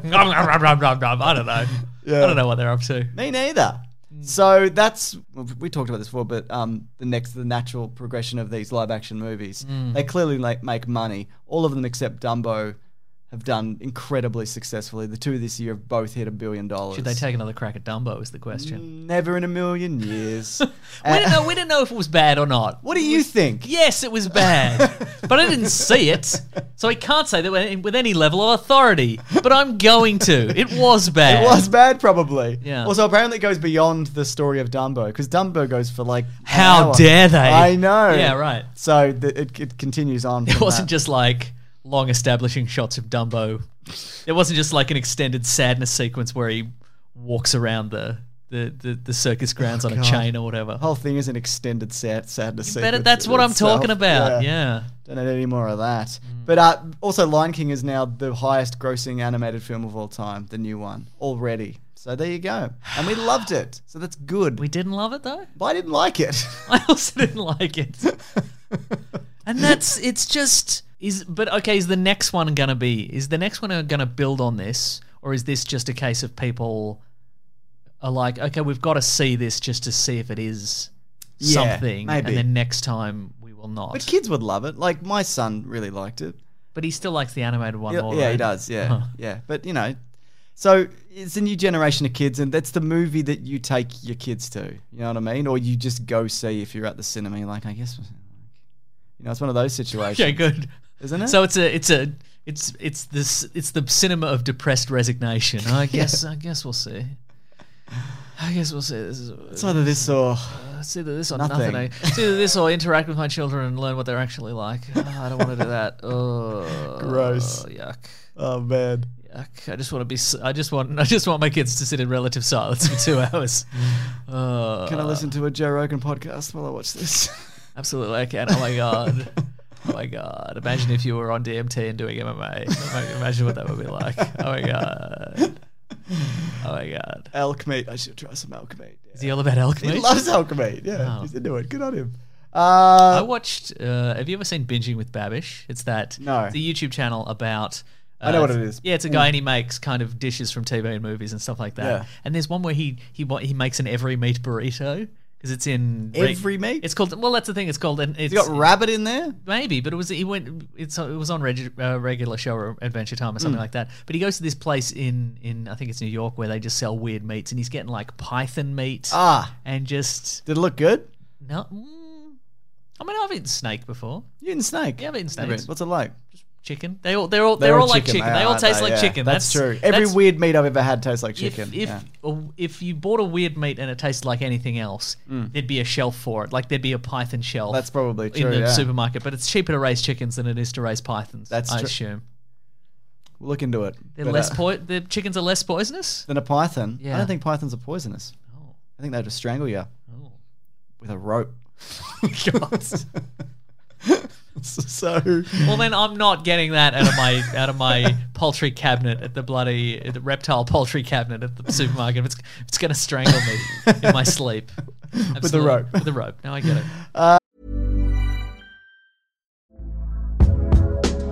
Speaker 4: Nom, nom, nom, nom, nom, nom. I don't know. I don't know what they're up to.
Speaker 1: Me neither.
Speaker 4: Mm.
Speaker 1: So that's we talked about this before, but um, the next the natural progression of these live action movies,
Speaker 4: Mm.
Speaker 1: they clearly like make money. All of them except Dumbo have done incredibly successfully. The two this year have both hit a billion dollars.
Speaker 4: Should they take another crack at Dumbo? Is the question.
Speaker 1: Never in a million
Speaker 4: <laughs>
Speaker 1: years.
Speaker 4: We didn't
Speaker 1: Uh,
Speaker 4: know. We didn't know if it was bad or not.
Speaker 1: what do you think?
Speaker 4: Yes, it was bad, but I didn't see it, so I can't say that with- with any level of authority. But I'm going to. It was bad.
Speaker 1: It was bad, probably.
Speaker 4: Yeah.
Speaker 1: Also, apparently, it goes beyond the story of Dumbo because Dumbo goes for like. an
Speaker 4: How
Speaker 1: hour.
Speaker 4: dare they?
Speaker 1: I know.
Speaker 4: Yeah, right.
Speaker 1: So th- it, it continues on.
Speaker 4: It wasn't just like long establishing shots of Dumbo. It wasn't just like an extended sadness sequence where he walks around the the, the, the circus grounds on a chain or whatever.
Speaker 1: Oh, whole thing is an extended sad sadness.
Speaker 4: Better,
Speaker 1: sequence
Speaker 4: that's what I'm
Speaker 1: itself.
Speaker 4: talking about.
Speaker 1: yeah.
Speaker 4: Yeah. Mm.
Speaker 1: Don't need any more of that. But uh, also, Lion King is now the highest grossing animated film of all time, the new one, already. So there you go. And we loved it. So that's good.
Speaker 4: We didn't love it though.
Speaker 1: but I didn't like it. <laughs>
Speaker 4: <laughs> I also didn't like it. and that's it's just is but okay, is the next one gonna be is the next one gonna build on this, or is this just a case of people are like, okay, we've got to see this just to see if it is
Speaker 1: Yeah,
Speaker 4: something
Speaker 1: maybe.
Speaker 4: and then next time we will not.
Speaker 1: but
Speaker 4: But,
Speaker 1: kids would love it. Like, my son really liked it.
Speaker 4: he still likes the animated one
Speaker 1: Yeah,
Speaker 4: more.
Speaker 1: yeah, he
Speaker 4: right? <laughs>
Speaker 1: does. Yeah,
Speaker 4: Huh.
Speaker 1: yeah. But you know, so it's a new generation of kids, and that's the movie that you take your kids to. You know what I mean? Or you just go see if you're at the cinema. You're like, I guess, you know, it's one of
Speaker 4: <laughs>
Speaker 1: those situations,
Speaker 4: Okay, good.
Speaker 1: isn't it?
Speaker 4: So it's a it's a it's it's this it's the cinema of depressed
Speaker 1: <laughs>
Speaker 4: resignation. I guess I guess we'll see. I guess we'll see. This is
Speaker 1: it's either this or
Speaker 4: It's either this or
Speaker 1: Nothing.
Speaker 4: nothing. eh? It's either this or interact with my children and learn what they're actually like. Oh, I don't want to
Speaker 1: <laughs>
Speaker 4: do that. Oh,
Speaker 1: Gross.
Speaker 4: Yuck.
Speaker 1: oh man,
Speaker 4: Yuck. I just want to be. s- I just want. <laughs> I just want my kids to sit in relative silence for two <laughs> hours. Oh,
Speaker 1: can I listen to a Joe Rogan podcast while I watch
Speaker 4: <laughs>
Speaker 1: this?
Speaker 4: absolutely. I can. Oh my god. Oh my god. Imagine if you were on DMT and doing MMA. Ima- Imagine what that would be like. Oh my god. Oh my god.
Speaker 1: <laughs> elk meat. I should try some elk meat.
Speaker 4: Is he all about elk
Speaker 1: He
Speaker 4: meat?
Speaker 1: loves elk meat. Yeah,
Speaker 4: Oh.
Speaker 1: he's into it. Good on him.
Speaker 4: I
Speaker 1: Uh,
Speaker 4: watched. Uh, have you ever seen Binging with Babish? It's that.
Speaker 1: No.
Speaker 4: It's a YouTube channel about. Uh,
Speaker 1: I know what it is. Mm.
Speaker 4: Yeah, it's a guy and he makes kind of dishes from TV and movies and stuff like that.
Speaker 1: Yeah.
Speaker 4: And there's one where he he wa- he makes an every meat burrito because it's in re-
Speaker 1: Every meat?
Speaker 4: It's called. Well, that's the thing. It's called. And it's
Speaker 1: you got rabbit in there.
Speaker 4: maybe, but it was he went. It's it was on reg, uh, regular show or Adventure Time or something
Speaker 1: Mm.
Speaker 4: like that. But he goes to this place in in I think it's New York where they just sell weird meats and he's getting like python meat
Speaker 1: Ah,
Speaker 4: and just
Speaker 1: did it look good?
Speaker 4: no. Mm, I mean, I've eaten snake before.
Speaker 1: You eating snake?
Speaker 4: Yeah, I've eaten
Speaker 1: Never-
Speaker 4: snakes.
Speaker 1: What's it like?
Speaker 4: chicken. They all they're all they're, all like chicken. They all
Speaker 1: aren't
Speaker 4: taste like
Speaker 1: Yeah,
Speaker 4: chicken.
Speaker 1: That's, true.
Speaker 4: That's,
Speaker 1: Every
Speaker 4: that's-
Speaker 1: weird meat I've ever had tastes like
Speaker 4: If
Speaker 1: chicken.
Speaker 4: if
Speaker 1: yeah.
Speaker 4: oh, if you bought a weird meat and it tasted like anything else, there'd be a shelf for it. Like there'd be a python shelf.
Speaker 1: Mm. That's probably true,
Speaker 4: in the
Speaker 1: yeah.
Speaker 4: supermarket. But it's cheaper to raise chickens than it is to raise pythons.
Speaker 1: That's
Speaker 4: I
Speaker 1: tru-
Speaker 4: assume
Speaker 1: We'll look into it.
Speaker 4: they're
Speaker 1: But,
Speaker 4: less
Speaker 1: uh,
Speaker 4: po- the chickens are less poisonous.
Speaker 1: than a python. I
Speaker 4: Yeah.
Speaker 1: don't think pythons are poisonous.
Speaker 4: Oh.
Speaker 1: I think they'd just strangle you
Speaker 4: Oh.
Speaker 1: with a rope.
Speaker 4: <laughs> God.
Speaker 1: <laughs> so
Speaker 4: Well, then I'm not getting that out of my out
Speaker 1: <laughs>
Speaker 4: of my poultry cabinet at the bloody at the reptile poultry cabinet at the supermarket. It's it's going to strangle me in
Speaker 1: <laughs>
Speaker 4: my sleep.
Speaker 1: With the
Speaker 4: Absolutely.
Speaker 1: rope.
Speaker 4: With the rope. Now I get it.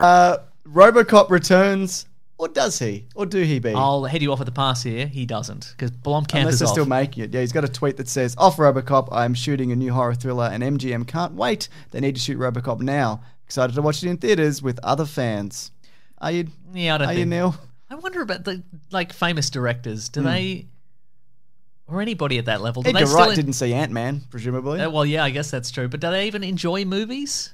Speaker 1: uh, Robocop returns, or does he, or do he be?
Speaker 4: I'll head you off at the pass here. He doesn't because Blomkamp
Speaker 1: Unless
Speaker 4: is
Speaker 1: they're
Speaker 4: off.
Speaker 1: still making it. Yeah, he's got a tweet that says, Off Robocop, I'm shooting a new horror thriller and MGM can't wait. They need to shoot Robocop now. Excited to watch it in theaters with other fans. Are you,
Speaker 4: yeah, I don't
Speaker 1: are you
Speaker 4: think.
Speaker 1: Neil? Hmm.
Speaker 4: I wonder about the like famous directors. Do they or anybody at that level? Do
Speaker 1: Edgar
Speaker 4: they
Speaker 1: Wright
Speaker 4: still
Speaker 1: didn't see Ant Man, presumably.
Speaker 4: Uh, well, yeah, I guess that's true. But do they even enjoy movies?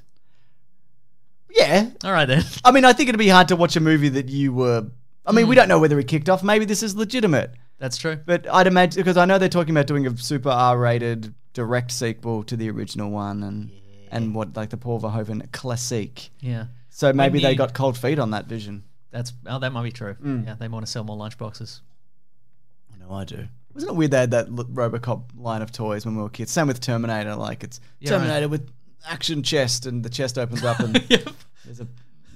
Speaker 1: yeah.
Speaker 4: All right then. <laughs>
Speaker 1: I mean, I think it'd be hard to watch a movie that you were. I mean, we
Speaker 4: Hmm.
Speaker 1: don't know whether he kicked off. Maybe this is legitimate.
Speaker 4: That's true.
Speaker 1: But I'd imagine because I know they're talking about doing a super R-rated direct sequel to the original one, and and what like the Paul Verhoeven classic.
Speaker 4: Yeah.
Speaker 1: So maybe they
Speaker 4: need-
Speaker 1: got cold feet on that vision.
Speaker 4: That's oh, that might be true.
Speaker 1: Hmm.
Speaker 4: Yeah, they want to sell
Speaker 1: <laughs>
Speaker 4: more lunchboxes.
Speaker 1: I know I do. Wasn't it weird they had that l- RoboCop line of toys when we were kids? Same with Terminator. Like it's
Speaker 4: right.
Speaker 1: Terminator with action chest, and the chest opens up, and
Speaker 4: <laughs>
Speaker 1: there's a,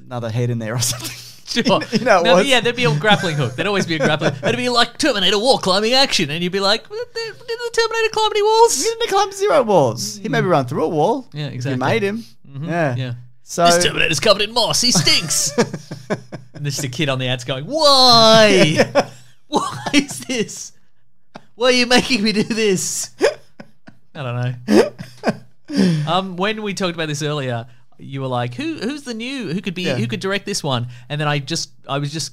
Speaker 1: another head in there or something. <laughs>
Speaker 4: Sure.
Speaker 1: you know it
Speaker 4: no,
Speaker 1: was.
Speaker 4: yeah, there'd be a grappling hook. There'd always be a grappling. It'd be like Terminator wall climbing action, and you'd be like, "Well, "Did did the Terminator climb any walls?"
Speaker 1: He didn't climb zero walls. He maybe ran through a wall.
Speaker 4: Mm. Yeah,
Speaker 1: If
Speaker 4: exactly. Mm-hmm.
Speaker 1: You made him. Yeah.
Speaker 4: Yeah.
Speaker 1: So
Speaker 4: This Terminator's covered in moss.
Speaker 1: <laughs>
Speaker 4: He stinks. and there's the kid on the ads going,
Speaker 1: <laughs>
Speaker 4: "Why? Why is this? Why are you making me do this?" I don't
Speaker 1: <laughs>
Speaker 4: know. um, when we talked about this earlier, you were like, "Who? Who's the new? Who could be?
Speaker 1: Yeah.
Speaker 4: Who could direct this one?" And then I just, I was just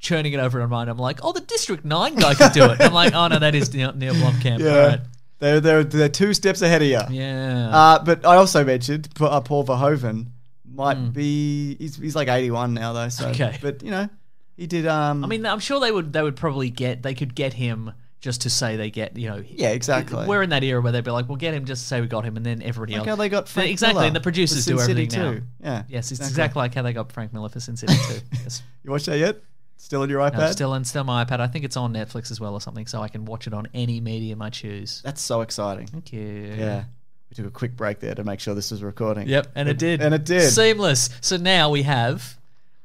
Speaker 4: churning it over in my mind. I'm like, "Oh, the District Nine guy could do it." And I'm like, "Oh no, that is Neil, Neil Blomkamp."
Speaker 1: yeah,
Speaker 4: All right.
Speaker 1: uh, they're, they're they're two steps ahead of you.
Speaker 4: Yeah.
Speaker 1: Uh, but I also mentioned P- uh, Paul Verhoeven might be he's, he's like 81 now though. So
Speaker 4: Hmm. Okay.
Speaker 1: but you know he did. Um,
Speaker 4: I mean, I'm sure they would. They would probably get. They could get him just to say they get. You know.
Speaker 1: yeah, exactly.
Speaker 4: We're in that era where they'd be like, "We'll get him just to say we got him," and then everybody
Speaker 1: like
Speaker 4: else.
Speaker 1: how they got Frank
Speaker 4: exactly,
Speaker 1: Miller
Speaker 4: and the
Speaker 1: with
Speaker 4: producers
Speaker 1: Sin
Speaker 4: do
Speaker 1: City
Speaker 4: everything now.
Speaker 1: too. Yeah.
Speaker 4: Yes, it's exactly like how they got Frank Miller for Sin City
Speaker 1: <laughs>
Speaker 4: too. Yes.
Speaker 1: You watched that yet? Still on your iPad?
Speaker 4: No, still on still my iPad. I think it's on Netflix as well or something, so I can watch it on any medium I choose.
Speaker 1: That's so exciting.
Speaker 4: Thank you.
Speaker 1: Yeah. We took a quick break there to make sure this was recording.
Speaker 4: Yep, and it did.
Speaker 1: And it did.
Speaker 4: Seamless. So now we have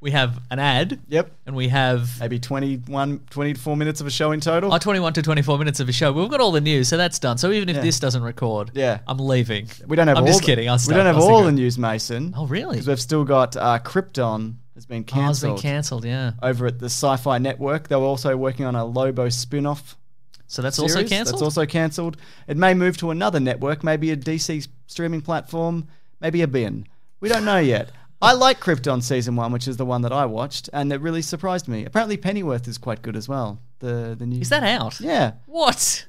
Speaker 4: we have an ad.
Speaker 1: Yep.
Speaker 4: And we have
Speaker 1: Maybe 21, 24 minutes of a show in total.
Speaker 4: our 21 to 24 minutes of a show. We've got all the news, so that's done. So even if
Speaker 1: Yeah.
Speaker 4: this doesn't record,
Speaker 1: Yeah.
Speaker 4: I'm leaving.
Speaker 1: we don't have.
Speaker 4: I'm
Speaker 1: all
Speaker 4: just
Speaker 1: the-
Speaker 4: kidding. I'll
Speaker 1: we
Speaker 4: stop.
Speaker 1: don't have
Speaker 4: I'll
Speaker 1: all
Speaker 4: stop.
Speaker 1: the news, Mason.
Speaker 4: Oh, really?
Speaker 1: Because we've still got uh, Krypton has been
Speaker 4: Oh, it's been
Speaker 1: cancelled
Speaker 4: cancelled. Yeah.
Speaker 1: over at the Sci-Fi Network. They were also working on a Lobo spin-off.
Speaker 4: So that's also
Speaker 1: series.
Speaker 4: cancelled.
Speaker 1: That's also cancelled. It may move to another network, maybe a DC streaming platform, maybe a bin. We don't know
Speaker 4: <laughs>
Speaker 1: yet. I like Krypton season one, which is the one that I watched, and it really surprised me. Apparently, Pennyworth is quite good as well. The the new
Speaker 4: Is that out?
Speaker 1: yeah
Speaker 4: What?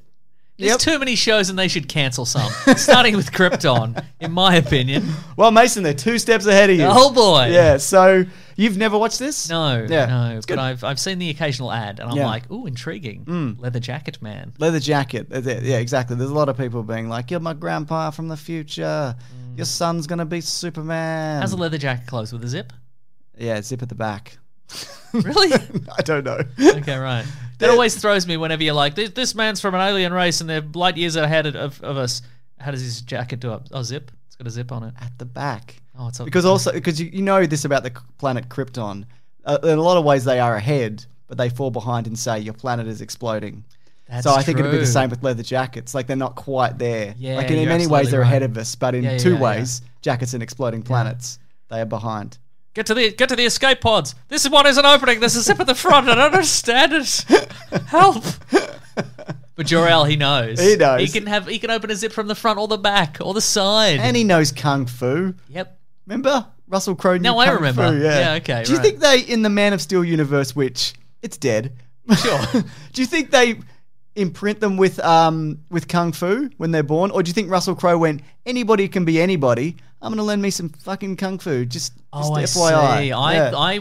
Speaker 4: There's
Speaker 1: Yep.
Speaker 4: too many shows and they should
Speaker 1: <laughs>
Speaker 4: cancel some. Starting with Krypton, in my opinion.
Speaker 1: Well, Mason, they're two steps ahead of you.
Speaker 4: Oh boy.
Speaker 1: Yeah. So you've never watched this?
Speaker 4: No,
Speaker 1: Yeah.
Speaker 4: no.
Speaker 1: It's
Speaker 4: But
Speaker 1: good.
Speaker 4: I've, I've seen the occasional ad and I'm
Speaker 1: Yeah. Mm.
Speaker 4: like, ooh, intriguing. Leather jacket man.
Speaker 1: Leather jacket. Uh, there- Yeah, exactly. There's a lot of people being like, "You're my grandpa from the future. Your son's gonna be Superman."
Speaker 4: How's Mm. a leather jacket clothes with a zip? <laughs>
Speaker 1: yeah, zip at the back.
Speaker 4: Really?
Speaker 1: <laughs> I don't know. <laughs>
Speaker 4: okay, right. That always throws me whenever you're like, this, this man's from an alien race and they're light years ahead of, of us. How does his jacket do up? Oh, zip. It's got a zip on it.
Speaker 1: At the back.
Speaker 4: Oh, it's up.
Speaker 1: Because also, because you, you know this about the c- planet Krypton. Uh, in a lot of ways, they are ahead, but they fall behind and say your planet is exploding.
Speaker 4: That's
Speaker 1: so I think it'd be the
Speaker 4: true.
Speaker 1: same with leather jackets. Like they're not quite there.
Speaker 4: Yeah,
Speaker 1: like in
Speaker 4: you're
Speaker 1: many ways
Speaker 4: absolutely
Speaker 1: they're ahead
Speaker 4: right.
Speaker 1: of us, but in
Speaker 4: Yeah, yeah,
Speaker 1: two
Speaker 4: yeah,
Speaker 1: ways, jackets and exploding planets, they are behind.
Speaker 4: Get to the get to the escape pods. This one isn't opening. There's a zip at the front. I don't
Speaker 1: <laughs>
Speaker 4: understand it. Help! But Jor-El, he knows.
Speaker 1: He knows.
Speaker 4: He can have he can open a zip from the front or the back or the side.
Speaker 1: And he knows kung fu.
Speaker 4: yep.
Speaker 1: Remember Russell Crowe? knew
Speaker 4: No, I
Speaker 1: kung
Speaker 4: remember.
Speaker 1: fu, yeah.
Speaker 4: Yeah, okay,
Speaker 1: Do you
Speaker 4: right.
Speaker 1: think they in the Man of Steel universe, which it's dead? Sure. <laughs> do you think they imprint them with um with kung fu when they're born, or do you think Russell Crowe went anybody can be anybody? I'm gonna learn me some fucking kung fu. Just, just
Speaker 4: oh,
Speaker 1: FYI.
Speaker 4: I see. I,
Speaker 1: Yeah.
Speaker 4: I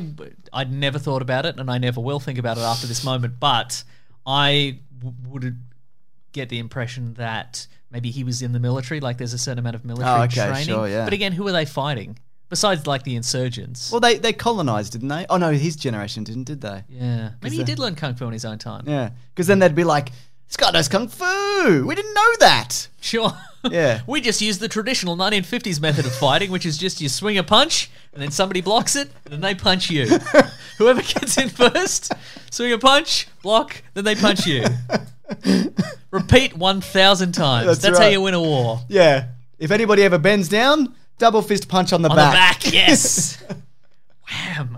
Speaker 4: I'd never thought about it, and I never will think about it after this moment. But I w- would get the impression that maybe he was in the military. Like there's a certain amount of military
Speaker 1: Oh, okay,
Speaker 4: training.
Speaker 1: sure, yeah.
Speaker 4: But again, who are they fighting? Besides, like the insurgents.
Speaker 1: Well, they, they colonized, didn't they? Oh no, his generation didn't, did they?
Speaker 4: yeah. Maybe he did learn kung fu in his own time.
Speaker 1: Yeah, because then they'd be like, "This guy knows kung fu. We didn't know that."
Speaker 4: Sure.
Speaker 1: Yeah.
Speaker 4: <laughs> we just use the traditional 1950s method of fighting, which is just you swing a punch, and then somebody blocks it, and then they
Speaker 1: <laughs>
Speaker 4: punch you. Whoever gets in first, swing a punch, block, then they
Speaker 1: <laughs>
Speaker 4: punch you. Repeat 1,000 times.
Speaker 1: That's
Speaker 4: That's, how
Speaker 1: right.
Speaker 4: you win a war.
Speaker 1: Yeah. If anybody ever bends down, double fist punch on the
Speaker 4: On
Speaker 1: back.
Speaker 4: the back, yes.
Speaker 1: <laughs>
Speaker 4: Wham.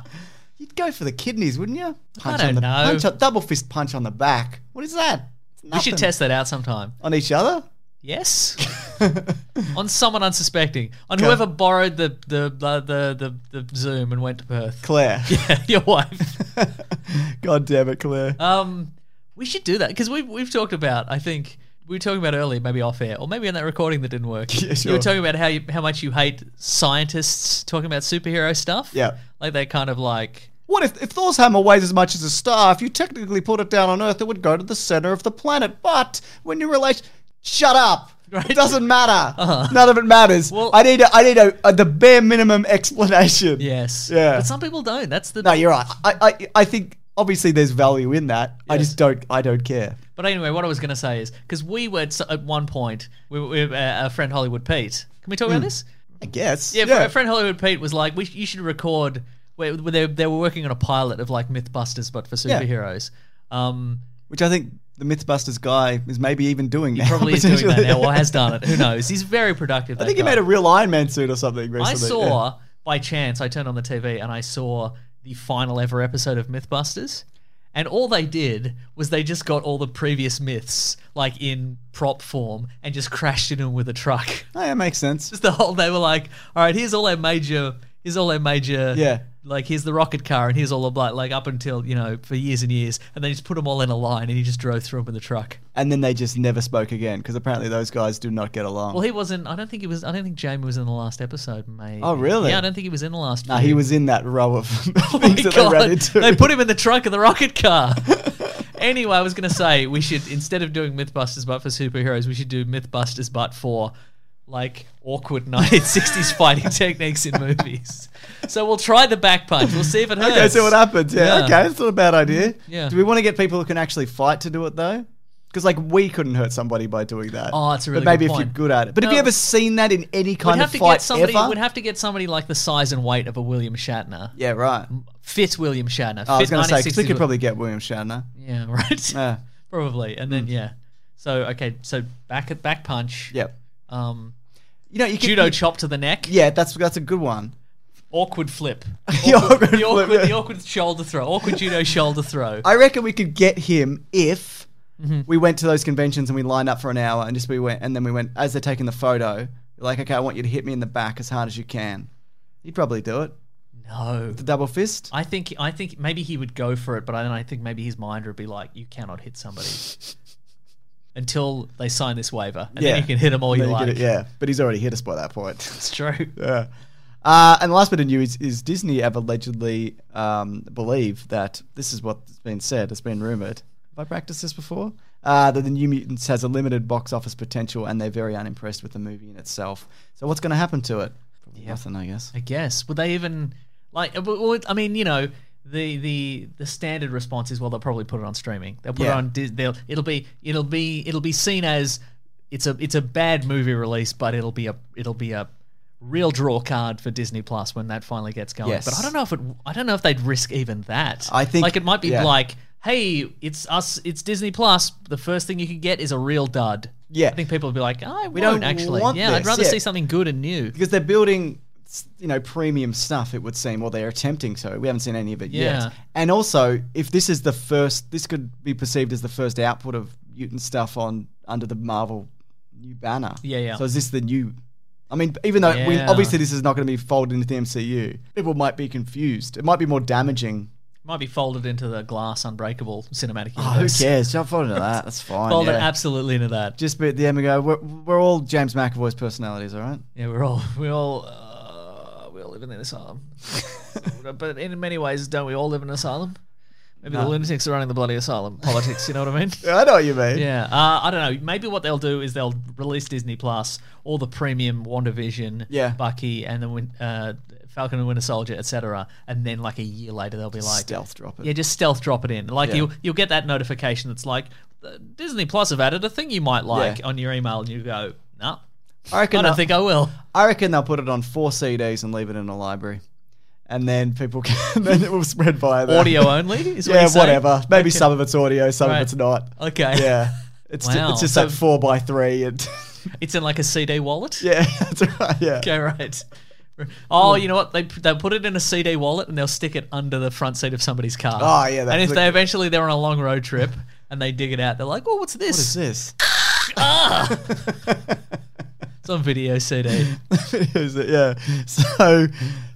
Speaker 1: You'd go for the kidneys, wouldn't you? Punch
Speaker 4: don't
Speaker 1: on the,
Speaker 4: know.
Speaker 1: Punch on, double fist punch on the back. What is that? It's
Speaker 4: We should
Speaker 1: nothing.
Speaker 4: test that out sometime.
Speaker 1: on each other. <laughs>
Speaker 4: Yes. on someone unsuspecting. On whoever borrowed the the, the, the, the Zoom and went to Perth. <laughs>
Speaker 1: Claire.
Speaker 4: Yeah, your wife.
Speaker 1: <laughs> God damn it, Claire.
Speaker 4: Um, we should do that because we've we've talked about. I think we were talking about earlier, maybe off air, or maybe on that recording that
Speaker 1: <laughs>
Speaker 4: didn't work. You
Speaker 1: sure.
Speaker 4: were talking about how you, how much you hate scientists talking about superhero stuff.
Speaker 1: Yeah.
Speaker 4: like they kind of like.
Speaker 1: what if, if Thor's hammer weighs as much as a star? If you technically put it down on Earth, it would go to the center of the planet. But when you relate, shut up.
Speaker 4: Right. Uh-huh.
Speaker 1: It doesn't matter. None of it matters.
Speaker 4: Well-
Speaker 1: I need a, I need a, a, the bare minimum explanation.
Speaker 4: Yes.
Speaker 1: Yeah.
Speaker 4: But some people don't. That's the.
Speaker 1: No, you're right. I, I, I think obviously there's value in that. I
Speaker 4: Yes.
Speaker 1: just don't I don't care.
Speaker 4: But anyway, what I was going to say is because we were at, at one point, we, we, uh, our friend Hollywood Pete. Can we talk
Speaker 1: Hmm.
Speaker 4: about this?
Speaker 1: I guess.
Speaker 4: Yeah, our friend Hollywood Pete was like, "We sh- you should record." Where where they, they were working on a pilot of like MythBusters, but for
Speaker 1: Yeah.
Speaker 4: superheroes. Um,
Speaker 1: Which I think the MythBusters guy is maybe even doing <laughs> now.
Speaker 4: probably is doing that
Speaker 1: potentially.
Speaker 4: now or has done it. Who knows? He's very
Speaker 1: <laughs>
Speaker 4: productive.
Speaker 1: I think he made a real Iron Man suit or something recently.
Speaker 4: I
Speaker 1: yeah.
Speaker 4: saw by chance. I turned on the TV and I saw the final ever episode of MythBusters, and all they did was they just got all the previous myths like in prop form and just crashed into them with a truck. <laughs>
Speaker 1: Oh, yeah, makes sense.
Speaker 4: Just the whole. They were like, "All right, here's all our major. Here's all our major.
Speaker 1: Yeah.
Speaker 4: Like here's the rocket car and here's all of like, like up until you know for years and years, and they just put them all in a line and he just drove through them with a truck.
Speaker 1: And then they just never spoke again because apparently those guys do not get along.
Speaker 4: Well, he wasn't. I don't think he was. I don't think Jamie was in the last episode, mate.
Speaker 1: Oh, really?
Speaker 4: Yeah, I don't think he was in the last.
Speaker 1: no,
Speaker 4: few.
Speaker 1: he was in that row of <laughs>
Speaker 4: Oh my
Speaker 1: things that they
Speaker 4: God.
Speaker 1: ran into.
Speaker 4: They
Speaker 1: <laughs>
Speaker 4: put him in the trunk of the rocket car. anyway, I was going to say we should instead of doing MythBusters but for superheroes, we should do MythBusters but for like
Speaker 1: <laughs>
Speaker 4: awkward 1960s fighting techniques in movies. So we'll try the back punch. We'll see if it hurts.
Speaker 1: Okay, see what happens. Yeah,
Speaker 4: Yeah. Mm-hmm.
Speaker 1: okay, it's not a bad idea.
Speaker 4: Yeah.
Speaker 1: Do we want to get people who can actually fight to do it though? Because like we couldn't hurt somebody by doing that.
Speaker 4: Oh, that's a really
Speaker 1: But maybe
Speaker 4: good
Speaker 1: if
Speaker 4: point.
Speaker 1: you're good at it. But have
Speaker 4: No.
Speaker 1: you ever seen that in any
Speaker 4: We'd
Speaker 1: kind
Speaker 4: have
Speaker 1: of
Speaker 4: to
Speaker 1: fight
Speaker 4: get somebody.
Speaker 1: ever?
Speaker 4: We'd have to get somebody like the size and weight of a William Shatner.
Speaker 1: yeah, right.
Speaker 4: fit William Shatner.
Speaker 1: Oh, I was
Speaker 4: fit
Speaker 1: going to say 'cause
Speaker 4: 1960s
Speaker 1: we could probably get William Shatner.
Speaker 4: Yeah, <laughs> right.
Speaker 1: Yeah. Hmm.
Speaker 4: Probably, and then yeah. So okay, so back at back punch.
Speaker 1: Yep.
Speaker 4: Um,
Speaker 1: You know, you could,
Speaker 4: judo
Speaker 1: you-
Speaker 4: chop to the neck.
Speaker 1: Yeah, that's that's a good one.
Speaker 4: Awkward
Speaker 1: <laughs>
Speaker 4: flip.
Speaker 1: The awkward
Speaker 4: the awkward,
Speaker 1: flip, yeah.
Speaker 4: the awkward shoulder throw.
Speaker 1: <laughs>
Speaker 4: Awkward judo shoulder throw.
Speaker 1: I reckon we could get him if we went to those conventions and we lined up for an hour and just we went and then we went as they're taking the photo. Like, okay, I want you to hit me in the back as hard as you can. He'd probably do it.
Speaker 4: no.
Speaker 1: The double fist.
Speaker 4: I think I think maybe he would go for it, but I then I think maybe his mind would be like, "You cannot
Speaker 1: <laughs>
Speaker 4: hit somebody until they sign this waiver, and then you can hit them all
Speaker 1: Then you
Speaker 4: you
Speaker 1: get
Speaker 4: like."
Speaker 1: it, yeah, but he's already hit us by that
Speaker 4: <laughs>
Speaker 1: point.
Speaker 4: It's true.
Speaker 1: <laughs> Yeah. Uh, and the last bit of news is Disney have allegedly um, believe that this is what's been said, it's been rumored. Have I practiced this before? Uh, that the New Mutants has a limited box office potential and they're very unimpressed with the movie in itself. So what's going to happen to it? Probably Nothing, I guess.
Speaker 4: I guess would they even like? uh, w- w- I mean, you know, the the the standard response is well, they'll probably put it on streaming. They'll put
Speaker 1: Yeah.
Speaker 4: it on. Dis- They'll it'll be it'll be it'll be seen as it's a it's a bad movie release, but it'll be a it'll be a real draw card for Disney Plus when that finally gets going.
Speaker 1: Yes.
Speaker 4: But I don't know if it I don't know if they'd risk even that.
Speaker 1: I think-
Speaker 4: like it might be
Speaker 1: yeah.
Speaker 4: like. Hey, it's us. It's Disney Plus. The first thing you can get is a real dud.
Speaker 1: Yeah.
Speaker 4: I think people would be like, "Oh, "I
Speaker 1: We
Speaker 4: won't
Speaker 1: don't
Speaker 4: actually."
Speaker 1: want
Speaker 4: Yeah, I'd
Speaker 1: this,
Speaker 4: rather
Speaker 1: yeah.
Speaker 4: see something good and new.
Speaker 1: Because they're building, s- you know, premium stuff, it would seem, or they're attempting to. We haven't seen any of it
Speaker 4: Yeah.
Speaker 1: yet. And also, if this is the first, this could be perceived as the first output of mutant stuff on under the Marvel new banner.
Speaker 4: Yeah, yeah.
Speaker 1: So is this the new? I mean, even though we,
Speaker 4: Yeah.
Speaker 1: obviously this is not going to be folded into the MCU, people might be confused. It might be more damaging.
Speaker 4: Might be folded into the glass unbreakable cinematic universe.
Speaker 1: Oh, who cares? Don't fold into that. That's fine.
Speaker 4: Folded
Speaker 1: yeah.
Speaker 4: absolutely into that.
Speaker 1: Just be at the end and go, we're, we're all James McAvoy's personalities, all right?
Speaker 4: Yeah, we're all we all uh, we all live in an asylum, <laughs> but in many ways, don't we all live in an asylum? Maybe the lunatics are running the bloody asylum politics. You know
Speaker 1: <laughs>
Speaker 4: what I mean?
Speaker 1: I know what you mean.
Speaker 4: Yeah, uh, I don't know. Maybe what they'll do is they'll release Disney Plus, all the premium WandaVision,
Speaker 1: Yeah.
Speaker 4: Bucky, and the Win- uh, Falcon and Winter Soldier, etc. And then like a year later, they'll be like,
Speaker 1: Stealth drop it.
Speaker 4: Yeah, just stealth drop it in. Like
Speaker 1: Yeah.
Speaker 4: you'll you'll get that notification that's like "Uh, Disney Plus have added a thing you might like
Speaker 1: Yeah.
Speaker 4: on your email, and you go, no,
Speaker 1: I
Speaker 4: I
Speaker 1: reckon
Speaker 4: don't
Speaker 1: they'll-
Speaker 4: think I will.
Speaker 1: I reckon they'll put it on four CDs and leave it in a library, and then people can. <laughs> then it will spread via that. <laughs>
Speaker 4: Audio only is what
Speaker 1: yeah,
Speaker 4: you're saying?
Speaker 1: whatever. Maybe
Speaker 4: Okay.
Speaker 1: some of it's audio, some
Speaker 4: Right.
Speaker 1: of it's
Speaker 4: <laughs>
Speaker 1: not.
Speaker 4: Okay.
Speaker 1: Yeah, it's ju-
Speaker 4: Wow.
Speaker 1: it's just
Speaker 4: So-
Speaker 1: that four by three and <laughs>
Speaker 4: It's in like a CD wallet.
Speaker 1: yeah, Hmm. that's right. Yeah.
Speaker 4: <laughs> Okay, right. Oh, you know what? They they'll put it in a CD wallet and they'll stick it under the front seat of somebody's car.
Speaker 1: Oh, yeah,
Speaker 4: And
Speaker 1: that's
Speaker 4: if
Speaker 1: a-
Speaker 4: they eventually they're on a long road trip and they dig it out, they're like, "Oh, what's this?
Speaker 1: What is this?
Speaker 4: It's on video CD."
Speaker 1: <laughs> Is it? Yeah. So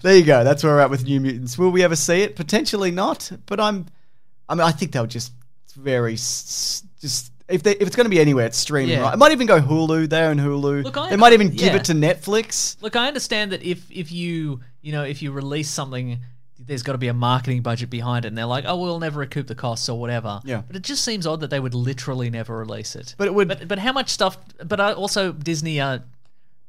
Speaker 1: there you go. That's where we're at with New Mutants. Will we ever see it? Potentially not. But I'm. I mean, I think they'll just very s- just if they if it's going to be anywhere, it's streaming.
Speaker 4: Yeah.
Speaker 1: Right? It might even go Hulu. They're on Hulu.
Speaker 4: Look, I-
Speaker 1: they might even give
Speaker 4: yeah.
Speaker 1: it to Netflix.
Speaker 4: Look, I understand that if if you you know if you release something, there's got to be a marketing budget behind it, and they're like, "Oh, we'll never recoup the costs or whatever."
Speaker 1: Yeah.
Speaker 4: But it just seems odd that they would literally never release it.
Speaker 1: But it would-
Speaker 4: But, but how much stuff? But I also Disney. Uh,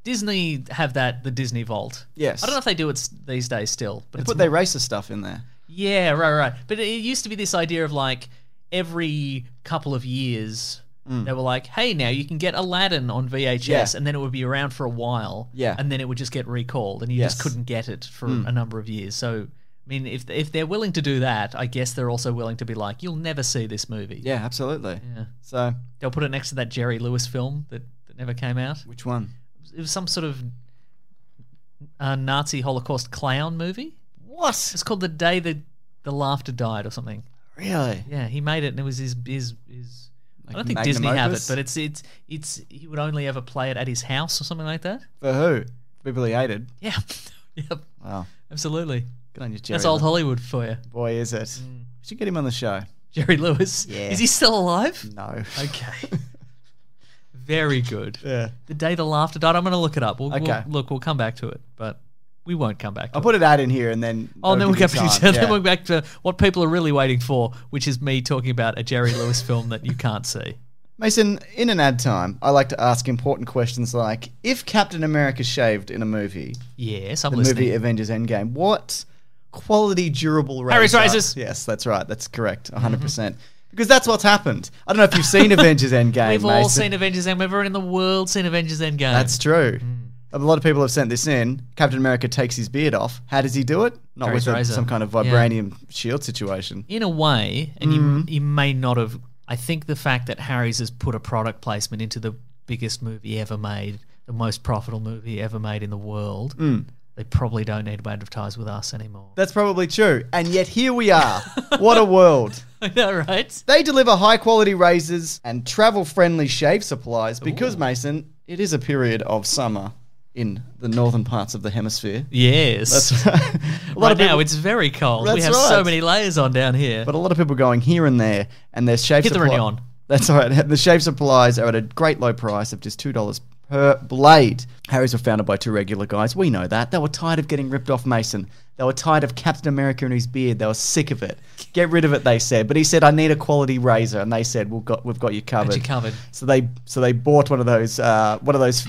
Speaker 4: Disney have that the Disney Vault.
Speaker 1: Yes.
Speaker 4: I don't know if they do it s- these days still, but
Speaker 1: They
Speaker 4: it's
Speaker 1: put their racist stuff in there.
Speaker 4: Yeah, right, right. But it it used to be this idea of like every couple of years they were like, "Hey, now you can get Aladdin on VHS,"
Speaker 1: Mm. Yeah.
Speaker 4: and then it would be around for a while,
Speaker 1: Yeah.
Speaker 4: and then it would just get recalled, and you
Speaker 1: Yes. Mm.
Speaker 4: just couldn't get it for a number of years. So, I mean, if if they're willing to do that, I guess they're also willing to be like, "You'll never see this movie."
Speaker 1: Yeah, absolutely.
Speaker 4: Yeah.
Speaker 1: So,
Speaker 4: They'll put it next to that Jerry Lewis film that, that never came out.
Speaker 1: which one?
Speaker 4: It was some sort of uh, Nazi Holocaust clown movie.
Speaker 1: What?
Speaker 4: It's called The Day the the Laughter Died or something.
Speaker 1: Really?
Speaker 4: Yeah, he made it, and it was his his his. I don't
Speaker 1: Like
Speaker 4: think
Speaker 1: magnum
Speaker 4: Disney have it,
Speaker 1: opus?
Speaker 4: but it's it's it's he would only ever play it at his house or something like that. <laughs>
Speaker 1: For who? People he hated.
Speaker 4: Yeah, yep,
Speaker 1: Wow.
Speaker 4: absolutely.
Speaker 1: Good on you, Jerry.
Speaker 4: That's old Mm. Hollywood for you,
Speaker 1: Boy, is it. We should get him on the show.
Speaker 4: Jerry Lewis.
Speaker 1: Yeah.
Speaker 4: is he still alive?
Speaker 1: No.
Speaker 4: Okay, <laughs> very good.
Speaker 1: yeah.
Speaker 4: The day the laughter died. I'm going to look it up. We'll, we'll-
Speaker 1: Okay.
Speaker 4: look, we'll come back to it, but we won't come back. To
Speaker 1: I'll
Speaker 4: it.
Speaker 1: put an ad in here and then.
Speaker 4: Oh, and then
Speaker 1: that'll
Speaker 4: we'll go
Speaker 1: give
Speaker 4: <laughs>
Speaker 1: you
Speaker 4: back to
Speaker 1: time.
Speaker 4: then
Speaker 1: Yeah.
Speaker 4: we're back to what people are really waiting for, which is me talking about a Jerry Lewis film that you can't see.
Speaker 1: Mason, in an ad time, I like to ask important questions like if Captain America shaved in a movie,
Speaker 4: Yes, I'm
Speaker 1: the
Speaker 4: listening.
Speaker 1: movie Avengers Endgame, what quality durable razor?
Speaker 4: Harry's razors.
Speaker 1: Yes, that's right. That's correct. 100%. percent Because that's what's happened. I don't know if
Speaker 4: <laughs>
Speaker 1: you've seen Avengers Endgame.
Speaker 4: We've all
Speaker 1: Mason.
Speaker 4: seen Avengers Endgame. Everyone in the world seen Avengers Endgame.
Speaker 1: That's true. A lot of people have sent this in. Captain America takes his beard off. How does he do it? Not
Speaker 4: Carries
Speaker 1: with a-
Speaker 4: razor.
Speaker 1: some kind of
Speaker 4: Yeah.
Speaker 1: vibranium shield situation.
Speaker 4: in a way, and
Speaker 1: Mm.
Speaker 4: you, you may not have. I think the fact that Harry's has put a product placement into the biggest movie ever made, the most profitable movie ever made in the world,
Speaker 1: Mm.
Speaker 4: they probably don't need to advertise with
Speaker 1: <laughs>
Speaker 4: us anymore.
Speaker 1: That's probably true. And yet here we are. what a world.
Speaker 4: I know, right?
Speaker 1: They deliver high quality razors and travel friendly shave supplies because, Mason, it is a period of summer in the northern parts of the hemisphere.
Speaker 4: Yes.
Speaker 1: That's right. a lot
Speaker 4: right
Speaker 1: of people,
Speaker 4: now, it's very cold. We
Speaker 1: That's
Speaker 4: have
Speaker 1: right.
Speaker 4: so many layers on down here.
Speaker 1: but a lot of people going here and there, and their shave
Speaker 4: Get the
Speaker 1: suppli-
Speaker 4: Reneon.
Speaker 1: That's all right. <laughs> The shave supplies are at a great low price of just two dollars per blade. Harry's were founded by two regular guys. We know that. They were tired of getting ripped off Mason. They were tired of Captain America and his beard. They were sick of it. Get rid of it, they said. But he said, "I need a quality razor," and they said, "We've got, we've got you covered."
Speaker 4: you covered.
Speaker 1: So they, so they bought one of those, uh, one of those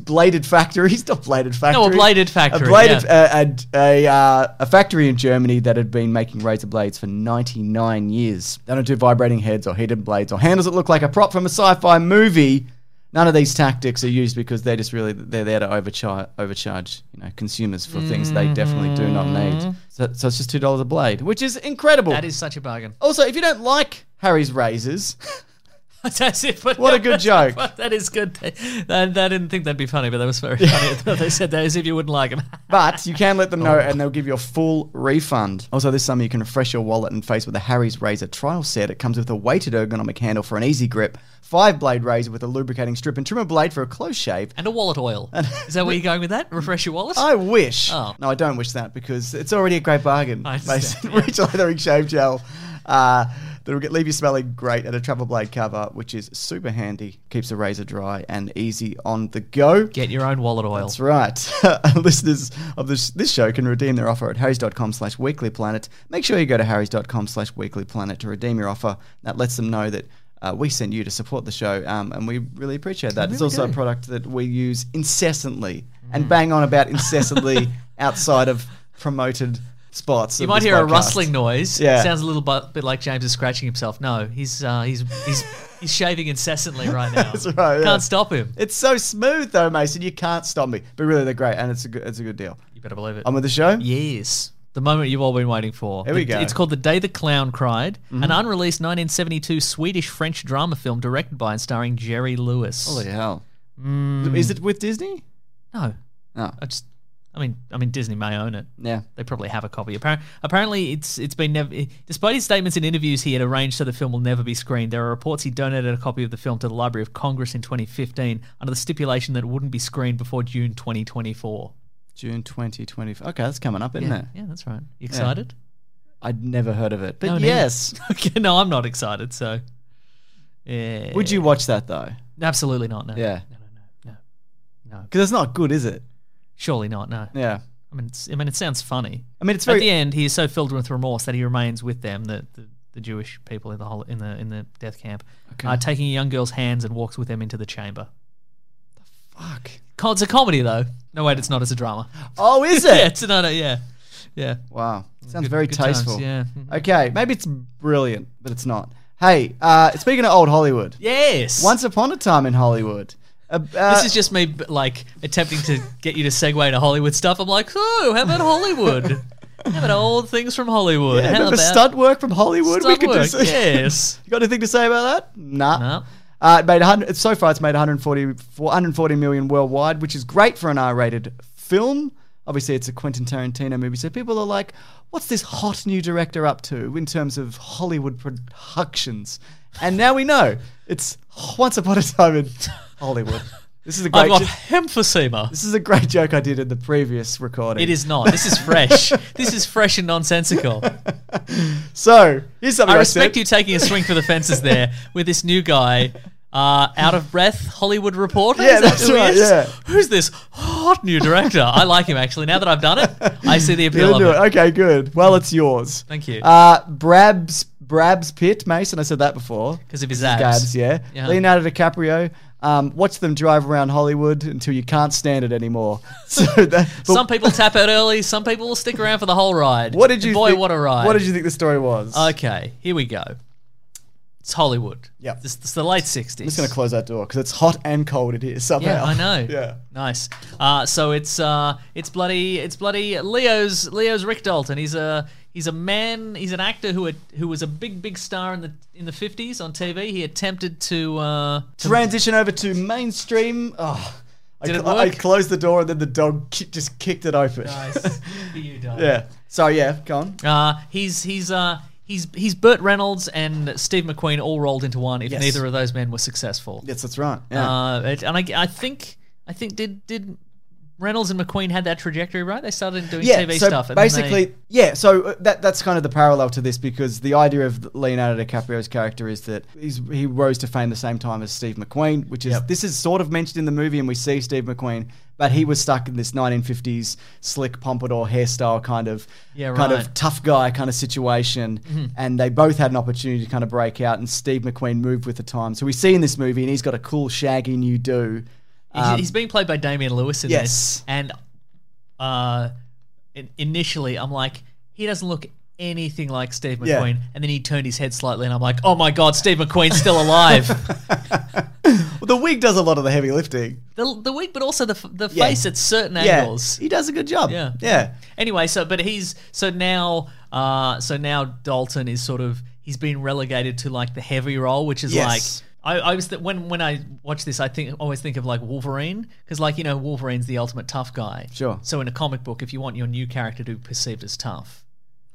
Speaker 1: bladed factories, <laughs> not bladed factories.
Speaker 4: bladed factory,
Speaker 1: A bladed,
Speaker 4: yeah.
Speaker 1: a, a, a, uh, a factory in Germany that had been making razor blades for 99 years. They don't do vibrating heads or heated blades or handles that look like a prop from a sci-fi movie. None of these tactics are used because they're just really they're there to overcharge overcharge you know consumers for things they definitely do not need. So, so it's just two dollars a blade, which is incredible.
Speaker 4: Mm-hmm. that is such a bargain. <laughs>
Speaker 1: also if you don't like Harry's razors, <laughs>
Speaker 4: That's it. But
Speaker 1: What a good joke.
Speaker 4: But <laughs> that is good. I, I didn't think that'd be funny, but that was
Speaker 1: <laughs>
Speaker 4: very funny. <laughs> they said that as if you wouldn't like him. <laughs>
Speaker 1: But you can let them
Speaker 4: Oh.
Speaker 1: know and they'll give you a full refund. Also, this summer you can refresh your wallet and face with a Harry's Razor trial set. It comes with a weighted ergonomic handle for an easy grip, five blade razor with a lubricating strip, and trimmer blade for a close shave.
Speaker 4: and a wallet oil. <laughs> Is that where you're going with that? Refresh your wallet?
Speaker 1: I wish.
Speaker 4: Oh.
Speaker 1: No, I don't wish that because it's already a great bargain.
Speaker 4: I
Speaker 1: Mason.
Speaker 4: understand,
Speaker 1: Rich Leathering Shave Gel. Uh, that'll get, leave you smelling great and a travel blade cover, which is super handy, keeps the razor dry and easy on the go.
Speaker 4: Get your own wallet oil.
Speaker 1: That's right. <laughs> Listeners of this this show can redeem their offer at harrys.com slash weeklyplanet. Make sure you go to harrys.com slash weeklyplanet to redeem your offer. That lets them know that uh, we send you to support the show, um, and we really appreciate that. it's also a product that we use incessantly
Speaker 4: Mm.
Speaker 1: and bang on about
Speaker 4: <laughs>
Speaker 1: incessantly outside of promoted spots.
Speaker 4: You might hear a rustling noise.
Speaker 1: Yeah.
Speaker 4: It sounds a little bu- bit like James is scratching himself. No, he's uh, he's he's he's
Speaker 1: <laughs>
Speaker 4: shaving incessantly right now.
Speaker 1: That's right, yeah.
Speaker 4: Can't stop him.
Speaker 1: It's so smooth, though, Mason. You can't stop me. But really, they're great, and it's a good, it's a good deal.
Speaker 4: You better believe it.
Speaker 1: On with the show?
Speaker 4: yes. The moment you've all been waiting for.
Speaker 1: Here we
Speaker 4: The-
Speaker 1: go. Mm-hmm.
Speaker 4: It's called The Day the Clown Cried, an unreleased 1972 Swedish French drama film directed by and starring Jerry Lewis.
Speaker 1: Holy hell.
Speaker 4: Mm.
Speaker 1: Is it with Disney?
Speaker 4: No.
Speaker 1: Oh.
Speaker 4: I just I mean I mean Disney may own it.
Speaker 1: Yeah.
Speaker 4: They probably have a copy. Appar- apparently, it's it's been never. Despite his statements in interviews, he had arranged so the film will never be screened. There are reports he donated a copy of the film to the Library of Congress in 2015 under the stipulation that it wouldn't be screened before June 2024.
Speaker 1: June 2020. Okay, that's coming up, isn't
Speaker 4: Yeah,
Speaker 1: it?
Speaker 4: yeah, that's right. You excited?
Speaker 1: I'd never heard of it. But
Speaker 4: No, neither.
Speaker 1: yes.
Speaker 4: <laughs> okay, no, I'm not excited. So, yeah,
Speaker 1: Would you watch that though?
Speaker 4: Absolutely not. No.
Speaker 1: Yeah.
Speaker 4: No. No. No. no.
Speaker 1: Because it's not good, is it?
Speaker 4: Surely not. No.
Speaker 1: Yeah.
Speaker 4: I mean, it's, I mean, it sounds funny.
Speaker 1: I mean, it's
Speaker 4: At the
Speaker 1: very.
Speaker 4: end, he is so filled with remorse that he remains with them, the, the, the Jewish people in the hol- in the in the death camp, uh, taking a young girl's hands and walks with them into the chamber.
Speaker 1: Fuck.
Speaker 4: Co- It's a comedy though. No wait, it's not. It's a drama.
Speaker 1: Oh, is it?
Speaker 4: <laughs> yeah, it's no, no, yeah, yeah.
Speaker 1: Wow. Sounds very
Speaker 4: good times,
Speaker 1: tasteful.
Speaker 4: yeah.
Speaker 1: <laughs>
Speaker 4: Mhm.
Speaker 1: Okay, maybe it's brilliant, but it's not. Hey, uh, speaking of old Hollywood,
Speaker 4: Yes.
Speaker 1: once upon a time in Hollywood. Uh, uh,
Speaker 4: this is just me b- like attempting to get you to segue to Hollywood stuff. I'm like, oh, how about Hollywood? how about old things from Hollywood?
Speaker 1: yeah,
Speaker 4: how
Speaker 1: remember
Speaker 4: about
Speaker 1: stunt work from Hollywood?
Speaker 4: stunt
Speaker 1: do
Speaker 4: work?
Speaker 1: some- <laughs>
Speaker 4: yes.
Speaker 1: You got anything to say about that? Nah.
Speaker 4: No.
Speaker 1: Uh, it made 100, so far, it's made 140, 140 million worldwide, which is great for an R rated film. Obviously, it's a Quentin Tarantino movie, so people are like, what's this hot new director up to in terms of Hollywood productions? And now we know it's Once Upon a Time
Speaker 4: <laughs>
Speaker 1: in Hollywood. This is a great.
Speaker 4: I've got
Speaker 1: jo-
Speaker 4: emphysema.
Speaker 1: this is a great joke I did in the previous recording.
Speaker 4: It is not. This is
Speaker 1: <laughs>
Speaker 4: fresh. this is fresh and nonsensical.
Speaker 1: So here's something
Speaker 4: I
Speaker 1: I,
Speaker 4: respect
Speaker 1: said.
Speaker 4: you taking a swing for the fences there with this new guy. Uh, out of breath Hollywood reporter.
Speaker 1: Yeah,
Speaker 4: Is that
Speaker 1: that's
Speaker 4: who he
Speaker 1: right,
Speaker 4: is?
Speaker 1: yeah.
Speaker 4: Who's this hot new director? I like him actually. Now that I've done it, I see the
Speaker 1: You're
Speaker 4: appeal of
Speaker 1: into
Speaker 4: it.
Speaker 1: it. Okay, good. Well, it's yours.
Speaker 4: Thank you.
Speaker 1: Uh, Brabs Brabs Pitt Mason. I said that before.
Speaker 4: Because of his abs.
Speaker 1: Gabs, yeah.
Speaker 4: Yeah.
Speaker 1: Leonardo DiCaprio. Um, watch them drive around Hollywood until you can't stand it
Speaker 4: <laughs>
Speaker 1: anymore. <laughs> So that, but
Speaker 4: Some people tap out early. Some people will stick around for the whole ride.
Speaker 1: what did you
Speaker 4: And boy?
Speaker 1: think-
Speaker 4: What a ride!
Speaker 1: What did you think the story was?
Speaker 4: Okay, here we go. It's Hollywood.
Speaker 1: Yep.
Speaker 4: It's, it's the late 60s.
Speaker 1: I'm just going to close that door because it's hot and cold in here <laughs> somehow.
Speaker 4: Yeah, I know.
Speaker 1: Yeah.
Speaker 4: nice. Uh, so it's uh, it's bloody, it's bloody Leo's Leo's Rick Dalton. He's a he's a man. He's an actor who had, who was a big big star in the in the fifties on TV. He attempted to uh, to
Speaker 1: Transition over to mainstream. Oh, I,
Speaker 4: Did it
Speaker 1: cl- I
Speaker 4: work?
Speaker 1: closed the door and then the dog ki- just kicked it open.
Speaker 4: Nice. For you,
Speaker 1: <laughs>
Speaker 4: darling.
Speaker 1: yeah. So yeah, go on.
Speaker 4: Uh, he's he's uh, he's he's Burt Reynolds and Steve McQueen all rolled into one. If
Speaker 1: Yes.
Speaker 4: neither of those men were successful,
Speaker 1: Yes, that's right. Yeah.
Speaker 4: uh, it- and I, I think I think did did Reynolds and McQueen had that trajectory right? They started doing
Speaker 1: yeah,
Speaker 4: TV
Speaker 1: so
Speaker 4: stuff. And then they-
Speaker 1: basically, yeah. So uh, that that's kind of the parallel to this because the idea of Leonardo DiCaprio's character is that he's, he rose to fame the same time as Steve McQueen, which is this is sort of mentioned in the movie, and we see Steve McQueen, but he was stuck in this 1950s slick pompadour hairstyle kind of
Speaker 4: Yeah,
Speaker 1: kind
Speaker 4: right. Mm-hmm.
Speaker 1: of tough guy kind of situation, and they both had an opportunity to kind of break out, and Steve McQueen moved with the time. So we see in this movie, and he's got a cool shaggy new do.
Speaker 4: He's- he's being played by Damian Lewis in
Speaker 1: Um, Yes.
Speaker 4: this, and uh, in- initially I'm like, he doesn't look anything like Steve
Speaker 1: Yeah.
Speaker 4: McQueen, and then he turned his head slightly, and I'm like, oh my god, Steve McQueen's still
Speaker 1: <laughs>
Speaker 4: alive.
Speaker 1: Well, the wig does a lot of the heavy lifting.
Speaker 4: the the wig, but also the f- the
Speaker 1: Yeah.
Speaker 4: face at certain
Speaker 1: Yeah,
Speaker 4: angles.
Speaker 1: he does a good job.
Speaker 4: Yeah.
Speaker 1: yeah.
Speaker 4: Anyway, so but he's so now uh so now Dalton is sort of he's been relegated to like the heavy role, which is
Speaker 1: Yes.
Speaker 4: like I, I was th- when when I watch this, I think always think of like Wolverine because like you know Wolverine's the ultimate tough guy.
Speaker 1: Sure.
Speaker 4: So in a comic book, if you want your new character to be perceived as tough,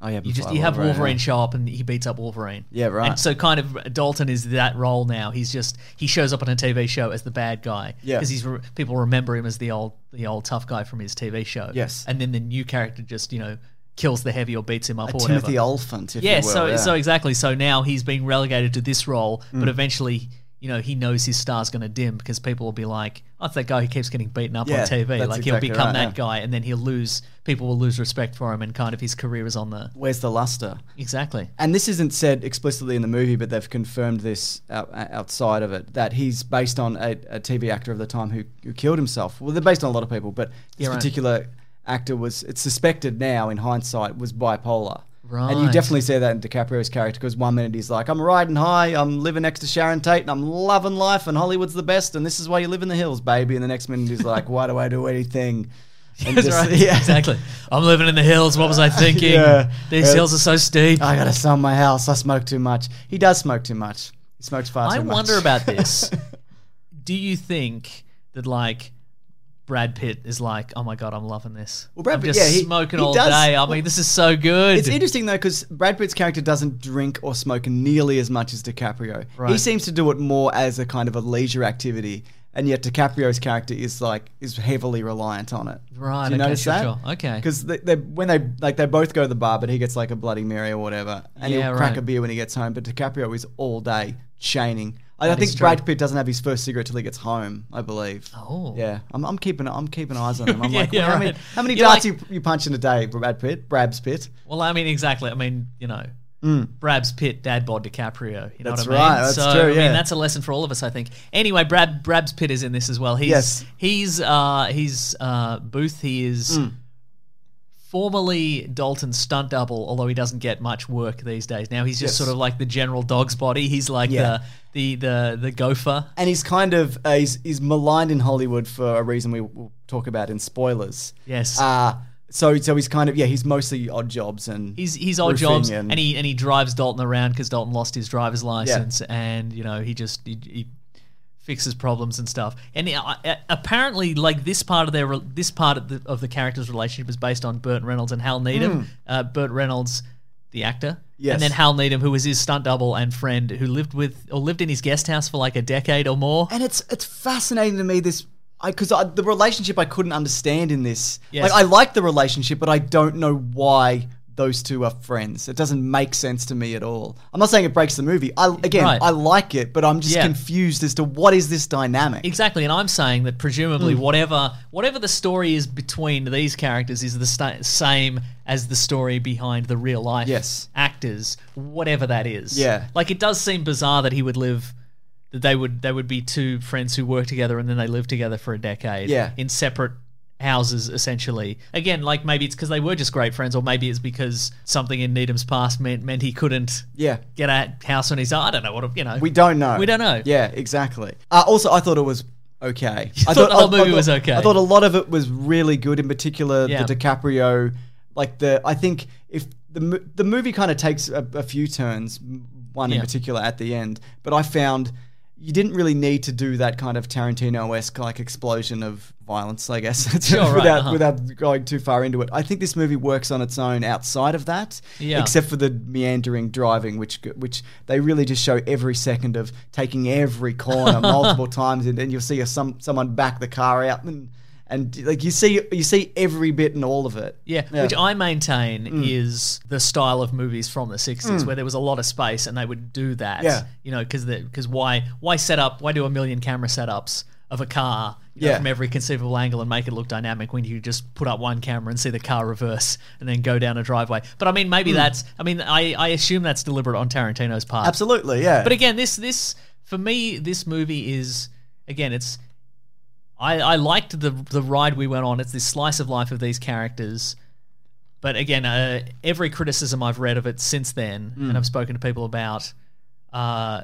Speaker 1: Oh, yeah,
Speaker 4: you just you have Wolverine show up and he beats up Wolverine.
Speaker 1: Yeah, right.
Speaker 4: And so kind of Dalton is that role now. He's just he shows up on a TV show as the bad guy.
Speaker 1: Yeah.
Speaker 4: because he's re- people remember him as the old the old tough guy from his TV show.
Speaker 1: Yes.
Speaker 4: and then the new character just you know kills the heavy or beats him up or whatever.
Speaker 1: Timothy Oliphant, if
Speaker 4: yeah,
Speaker 1: you will.
Speaker 4: so
Speaker 1: yeah. Mm.
Speaker 4: so exactly. So now he's being relegated to this role, but eventually. You know he knows his star's going to dim because people will be like, "Oh, it's that guy who keeps getting beaten up
Speaker 1: Yeah,
Speaker 4: on TV."
Speaker 1: that's
Speaker 4: Like
Speaker 1: exactly
Speaker 4: he'll become
Speaker 1: right,
Speaker 4: that
Speaker 1: yeah.
Speaker 4: guy, and then he'll lose. People will lose respect for him, and kind of his career is on the
Speaker 1: where's the luster? <laughs>
Speaker 4: exactly.
Speaker 1: And this isn't said explicitly in the movie, but they've confirmed this out, uh, outside of it that he's based on a, a TV actor of the time who, who killed himself. Well, they're based on a lot of people, but this
Speaker 4: Yeah, right.
Speaker 1: particular actor was it's suspected now in hindsight was bipolar. And you
Speaker 4: Right.
Speaker 1: definitely see that in DiCaprio's character because one minute he's like, I'm riding high, I'm living next to Sharon Tate, and I'm loving life, and Hollywood's the best, and this is why you live in the hills, baby. And the next minute he's like, Why do I do
Speaker 4: <laughs>
Speaker 1: anything? And
Speaker 4: That's
Speaker 1: just- <laughs>
Speaker 4: right. <laughs> Exactly. I'm living in the hills. What was I thinking?
Speaker 1: Yeah. Ah,
Speaker 4: These
Speaker 1: Yeah.
Speaker 4: hills are so steep.
Speaker 1: I gotta sell my house. I smoke too much. He does smoke too much. He smokes far
Speaker 4: I
Speaker 1: too much.
Speaker 4: wonder
Speaker 1: <laughs>
Speaker 4: about this. Do you think that like Brad Pitt is like, oh my god, I'm loving this. Well,
Speaker 1: Brad
Speaker 4: I'm
Speaker 1: Pitt-
Speaker 4: just
Speaker 1: yeah, he-
Speaker 4: smoking
Speaker 1: he
Speaker 4: all
Speaker 1: does-
Speaker 4: day. I mean, this is so good.
Speaker 1: It's interesting though because Brad Pitt's character doesn't drink or smoke nearly as much as DiCaprio. He
Speaker 4: Right.
Speaker 1: seems to do it more as a kind of a leisure activity, and yet DiCaprio's character is like is heavily reliant on it.
Speaker 4: Right,
Speaker 1: Do you
Speaker 4: okay,
Speaker 1: notice
Speaker 4: sure,
Speaker 1: that?
Speaker 4: sure. Okay.
Speaker 1: Because they, they, when they like they both go to the bar, but he gets like a Bloody Mary or whatever, and
Speaker 4: Yeah,
Speaker 1: he'll crack
Speaker 4: right.
Speaker 1: a beer when he gets home. But DiCaprio is all day chaining. I, I
Speaker 4: That is
Speaker 1: think
Speaker 4: true.
Speaker 1: Brad Pitt doesn't have his first cigarette till he gets home. I believe.
Speaker 4: Oh.
Speaker 1: yeah. I'm, I'm keeping I'm keeping eyes on him. I'm
Speaker 4: <laughs> Yeah,
Speaker 1: like,
Speaker 4: yeah,
Speaker 1: how many
Speaker 4: right.
Speaker 1: how many
Speaker 4: You're
Speaker 1: darts
Speaker 4: like-
Speaker 1: you, you punch in a day, Brad Pitt? Brab's Pitt.
Speaker 4: Well, I mean, exactly. I mean, you know, Brab's Pitt, Dad Bod DiCaprio. You know
Speaker 1: Mm. That's
Speaker 4: what I mean?
Speaker 1: right, that's
Speaker 4: so,
Speaker 1: true,
Speaker 4: I
Speaker 1: yeah.
Speaker 4: mean, that's a lesson for all of us, I think. Anyway, Brad Brab's Pitt is in this as well. He's
Speaker 1: Yes.
Speaker 4: he's uh he's uh Booth. He is.
Speaker 1: Mm.
Speaker 4: Formerly Dalton's stunt double, although he doesn't get much work these days. Now he's just
Speaker 1: Yes.
Speaker 4: sort of like the general dog's body. He's like
Speaker 1: Yeah.
Speaker 4: the, the the the gopher.
Speaker 1: and he's kind of uh, he's, he's maligned in Hollywood for a reason we will talk about in spoilers.
Speaker 4: Yes.
Speaker 1: Uh, so so he's kind of yeah he's mostly odd jobs and
Speaker 4: He's he's old
Speaker 1: roofing
Speaker 4: jobs, and, he and he drives Dalton around because Dalton lost his driver's license, and you know he just he, he fixes problems and stuff. And he- uh, uh, apparently, like this part of their re- this part of the, of the character's relationship is based on Burt Reynolds and Hal Needham. Uh, Burt Reynolds, the actor,
Speaker 1: Yes.
Speaker 4: and then Hal Needham, who was his stunt double and friend, who lived with or lived in his guest house for like a decade or more.
Speaker 1: and it's it's fascinating to me this because I, the relationship I couldn't understand in this
Speaker 4: Yes.
Speaker 1: like I like the relationship but I don't know why those two are friends it doesn't make sense to me at all I'm not saying it breaks the movie I again
Speaker 4: Right.
Speaker 1: I like it but I'm just
Speaker 4: Yeah.
Speaker 1: confused as to what is this dynamic
Speaker 4: Exactly, and I'm saying that presumably
Speaker 1: Hmm.
Speaker 4: whatever whatever the story is between these characters is the sta same as the story behind the real life
Speaker 1: Yes.
Speaker 4: actors, whatever that is.
Speaker 1: Yeah.
Speaker 4: like it does seem bizarre that he would live that they would they would be two friends who work together and then they live together for a decade.
Speaker 1: Yeah.
Speaker 4: in separate houses essentially. Again, like maybe it's because they were just great friends, or maybe it's because something in Needham's past meant meant he couldn't
Speaker 1: Yeah.
Speaker 4: get a house on his own. I don't know what you know.
Speaker 1: We don't know.
Speaker 4: We don't know.
Speaker 1: Yeah, exactly. Uh, also, I thought it was
Speaker 4: <laughs>
Speaker 1: okay. I
Speaker 4: thought the whole movie was okay.
Speaker 1: I thought a lot of it was really good. In particular,
Speaker 4: Yeah.
Speaker 1: the DiCaprio, like the. I think if the mo- the movie kind of takes a, a few turns, m- one in
Speaker 4: Yeah.
Speaker 1: particular at the end. But I found you didn't really need to do that kind of Tarantino esque like explosion of violence. I guess <laughs>
Speaker 4: Sure, right,
Speaker 1: without
Speaker 4: uh-huh.
Speaker 1: without going too far into it. I think this movie works on its own outside of that.
Speaker 4: Yeah.
Speaker 1: Except for the meandering driving, which which they really just show every second of taking every
Speaker 4: <laughs>
Speaker 1: corner multiple times, and then you'll see a, some someone back the car out, and and like you see you see every bit and all of it.
Speaker 4: Yeah, which I maintain
Speaker 1: Mm.
Speaker 4: is the style of movies from the 60s where there was a lot of space and they would do that.
Speaker 1: Yeah.
Speaker 4: You know, cuz cuz why why set up why do a million camera setups of a car you know,
Speaker 1: Yeah.
Speaker 4: from every conceivable angle and make it look dynamic when you just put up one camera and see the car reverse and then go down a driveway. But I mean maybe that's I mean I I assume that's deliberate on Tarantino's part.
Speaker 1: Mm. Absolutely, yeah.
Speaker 4: But again, this this for me, this movie is again, it's I, I liked the the ride we went on. It's this slice of life of these characters. But again, uh, every criticism I've read of it since then,
Speaker 1: Hmm.
Speaker 4: and I've spoken to people about, uh,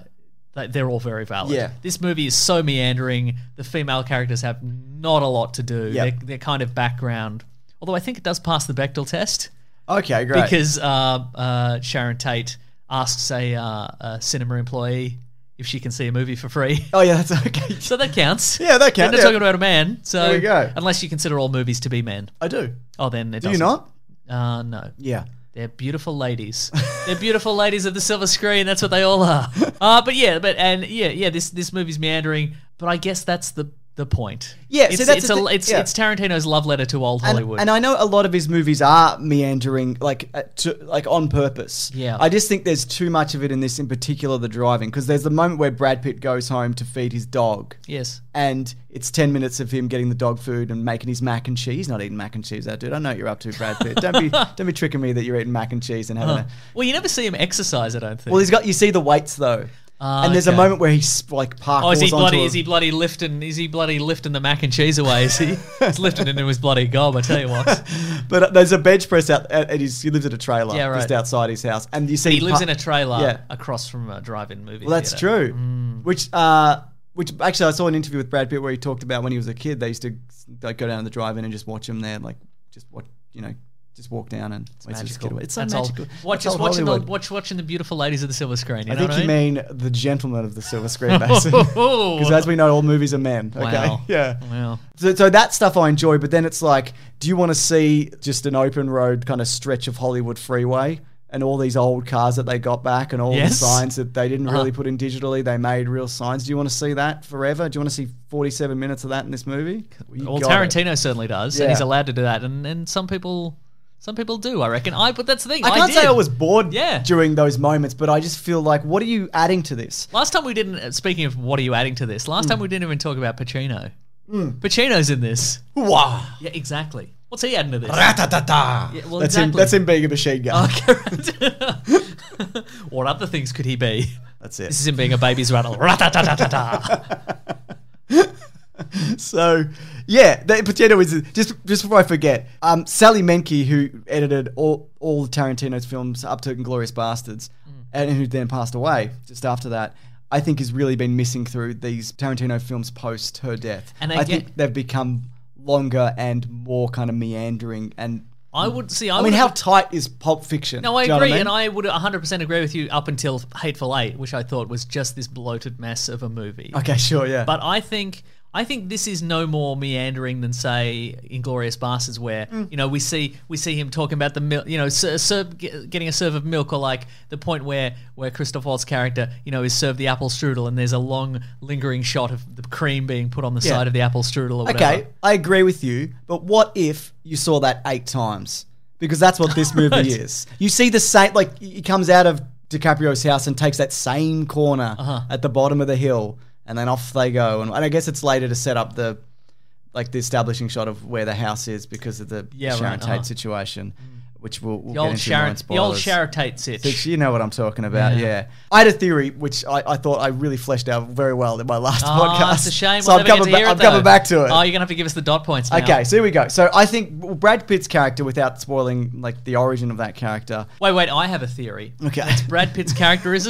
Speaker 4: they- they're all very valid.
Speaker 1: Yeah.
Speaker 4: This movie is so meandering. The female characters have not a lot to do.
Speaker 1: Yep.
Speaker 4: They're, they're kind of background. Although I think it does pass the Bechtel test
Speaker 1: okay, great.
Speaker 4: because uh, uh, Sharon Tate asks a, uh, a cinema employee if she can see a movie for free. <laughs>
Speaker 1: oh yeah, that's <laughs> okay.
Speaker 4: So that counts.
Speaker 1: Yeah, that
Speaker 4: Then
Speaker 1: counts,
Speaker 4: they're
Speaker 1: yeah.
Speaker 4: talking about a man. So
Speaker 1: There we go.
Speaker 4: unless you consider all movies to be men,
Speaker 1: I do.
Speaker 4: oh then it
Speaker 1: Do you
Speaker 4: doesn't.
Speaker 1: not?
Speaker 4: Uh, no.
Speaker 1: Yeah.
Speaker 4: They're beautiful ladies. <laughs> They're beautiful ladies of the silver screen. That's what they
Speaker 1: <laughs>
Speaker 4: all are. Uh, but yeah, but and yeah, yeah. This this movie's meandering, but I guess that's the the point.
Speaker 1: Yeah, see,
Speaker 4: it's
Speaker 1: that's
Speaker 4: it's,
Speaker 1: the
Speaker 4: a,
Speaker 1: thing,
Speaker 4: it's
Speaker 1: yeah.
Speaker 4: it's Tarantino's love letter to old
Speaker 1: And-
Speaker 4: Hollywood.
Speaker 1: And, I know a lot of his movies are meandering, like uh, to, like on purpose.
Speaker 4: Yeah.
Speaker 1: I just think there's too much of it in this, in particular, the driving, because there's the moment where Brad Pitt goes home to feed his dog.
Speaker 4: yes.
Speaker 1: And it's 10 minutes of him getting the dog food and making his mac and cheese. He's not eating mac and cheese, that dude. I know what you're up to, Brad Pitt. Don't
Speaker 4: <laughs>
Speaker 1: be, don't be tricking me that you're eating mac and cheese and having a.
Speaker 4: Well, you never see him exercise. I don't think.
Speaker 1: Well, he's got, you see the weights though.
Speaker 4: Ah,
Speaker 1: and there's a
Speaker 4: okay.
Speaker 1: moment where he's like parkours
Speaker 4: Oh, is he
Speaker 1: onto
Speaker 4: bloody?
Speaker 1: a-
Speaker 4: Is he bloody lifting? Is he bloody lifting the mac and cheese away? Is
Speaker 1: <laughs>
Speaker 4: he? He's lifting it into his bloody gob. I tell you what.
Speaker 1: But uh, there's a bench press out, and and he's, he lives in a trailer
Speaker 4: Yeah, right.
Speaker 1: just outside his house. And you see
Speaker 4: He lives
Speaker 1: par-
Speaker 4: in a trailer
Speaker 1: Yeah.
Speaker 4: across from a drive-in movie.
Speaker 1: Well, that's
Speaker 4: theater.
Speaker 1: true.
Speaker 4: Mm.
Speaker 1: Which, uh, which actually, I saw an interview with Brad Pitt where he talked about when he was a kid, they used to like go down to the drive-in and just watch him there, like just watch, you know, just walk down and wait for this kid
Speaker 4: Magical.
Speaker 1: to wait. It's so
Speaker 4: That's old.
Speaker 1: magical. That's
Speaker 4: Watch, just
Speaker 1: old
Speaker 4: watching the,
Speaker 1: Hollywood.
Speaker 4: watch watching the beautiful ladies of the silver screen. You
Speaker 1: I
Speaker 4: know
Speaker 1: think
Speaker 4: what
Speaker 1: you
Speaker 4: I mean?
Speaker 1: mean the gentleman of the silver
Speaker 4: <laughs>
Speaker 1: screen, basically. Because as we know, all movies are men. Okay. <laughs>
Speaker 4: Wow.
Speaker 1: Yeah.
Speaker 4: Wow.
Speaker 1: So, so that stuff I enjoy, but then it's like, do you want to see just an open road kind of stretch of Hollywood freeway and all these old cars that they got back and all
Speaker 4: Yes. Uh-huh.
Speaker 1: the signs that they didn't really put in digitally? They made real signs. Do you want to see that forever? Do you want to see 47 minutes of that in this movie? You
Speaker 4: Well,
Speaker 1: got it.
Speaker 4: Tarantino certainly does,
Speaker 1: Yeah.
Speaker 4: and he's allowed to do that. And and some people, some people do. I reckon. I but that's the thing.
Speaker 1: I can't say
Speaker 4: did.
Speaker 1: I was bored
Speaker 4: Yeah.
Speaker 1: during those moments, but I just feel like, what are you adding to this?
Speaker 4: Last time we didn't. Speaking of what are you adding to this? Last time we didn't even talk about Pacino. Pacino's in this.
Speaker 1: Wow.
Speaker 4: Yeah, exactly. What's he adding to this? Yeah, well,
Speaker 1: That's, him,
Speaker 4: exactly.
Speaker 1: that's him
Speaker 4: <laughs>
Speaker 1: being a machine gun.
Speaker 4: Okay. <laughs> what other things could he be?
Speaker 1: That's it.
Speaker 4: This is him being a
Speaker 1: <laughs>
Speaker 4: baby's rattle. Ra-ta-ta-ta-ta-ta.
Speaker 1: So, yeah, that Pacino is just just before I forget. Um, Sally Menke, who edited all all Tarantino's films up to Inglorious Bastards,
Speaker 4: Mm.
Speaker 1: and who then passed away just after that, I think has really been missing through these Tarantino films post her death.
Speaker 4: And
Speaker 1: I
Speaker 4: I
Speaker 1: think
Speaker 4: get-
Speaker 1: they've become longer and more kind of meandering. And
Speaker 4: I would see. I,
Speaker 1: I mean,
Speaker 4: would,
Speaker 1: how tight is Pulp Fiction?
Speaker 4: No, I
Speaker 1: Do you know what
Speaker 4: agree,
Speaker 1: mean?
Speaker 4: and I would 100% agree with you up until Hateful Eight, which I thought was just this bloated mess of a movie.
Speaker 1: Okay, sure, yeah,
Speaker 4: But I think I think this is no more meandering than say Inglorious Bastards, where
Speaker 1: Mm.
Speaker 4: you know we see we see him talking about the milk, you know, ser- serve, ge- getting a serve of milk, or like the point where where Christoph Waltz character you know is served the apple strudel, and there's a long lingering shot of the cream being put on the
Speaker 1: Yeah.
Speaker 4: side of the apple strudel. Or whatever.
Speaker 1: Okay, I agree with you, but what if you saw that eight times? Because that's what
Speaker 4: <laughs>
Speaker 1: this movie is. You see the same, like, he comes out of DiCaprio's house and takes that same corner
Speaker 4: Uh-huh.
Speaker 1: at the bottom of the hill, and then off they go. And, and I guess it's later to set up the, like, the establishing shot of where the house is because of the
Speaker 4: Yeah,
Speaker 1: Sharon
Speaker 4: right,
Speaker 1: Tate
Speaker 4: uh-huh.
Speaker 1: situation. Which which we'll, we'll get
Speaker 4: The
Speaker 1: into more
Speaker 4: old,
Speaker 1: in
Speaker 4: Sharon, the old
Speaker 1: spoilers.
Speaker 4: Sharon Tate sitch.
Speaker 1: So you know what I'm talking about, yeah. I had a theory which I, I thought I really fleshed out very well in my last
Speaker 4: Oh,
Speaker 1: podcast.
Speaker 4: it's a shame.
Speaker 1: So
Speaker 4: we'll
Speaker 1: I'm,
Speaker 4: never get
Speaker 1: coming,
Speaker 4: to
Speaker 1: ba-
Speaker 4: hear it,
Speaker 1: I'm coming
Speaker 4: though.
Speaker 1: back to it.
Speaker 4: Oh, you're gonna have to give us the dot points. Now.
Speaker 1: Okay, so here we go. So I think Brad Pitt's character, without spoiling like the origin of that character.
Speaker 4: Wait, wait. I have a theory.
Speaker 1: Okay.
Speaker 4: Brad Pitt's character is a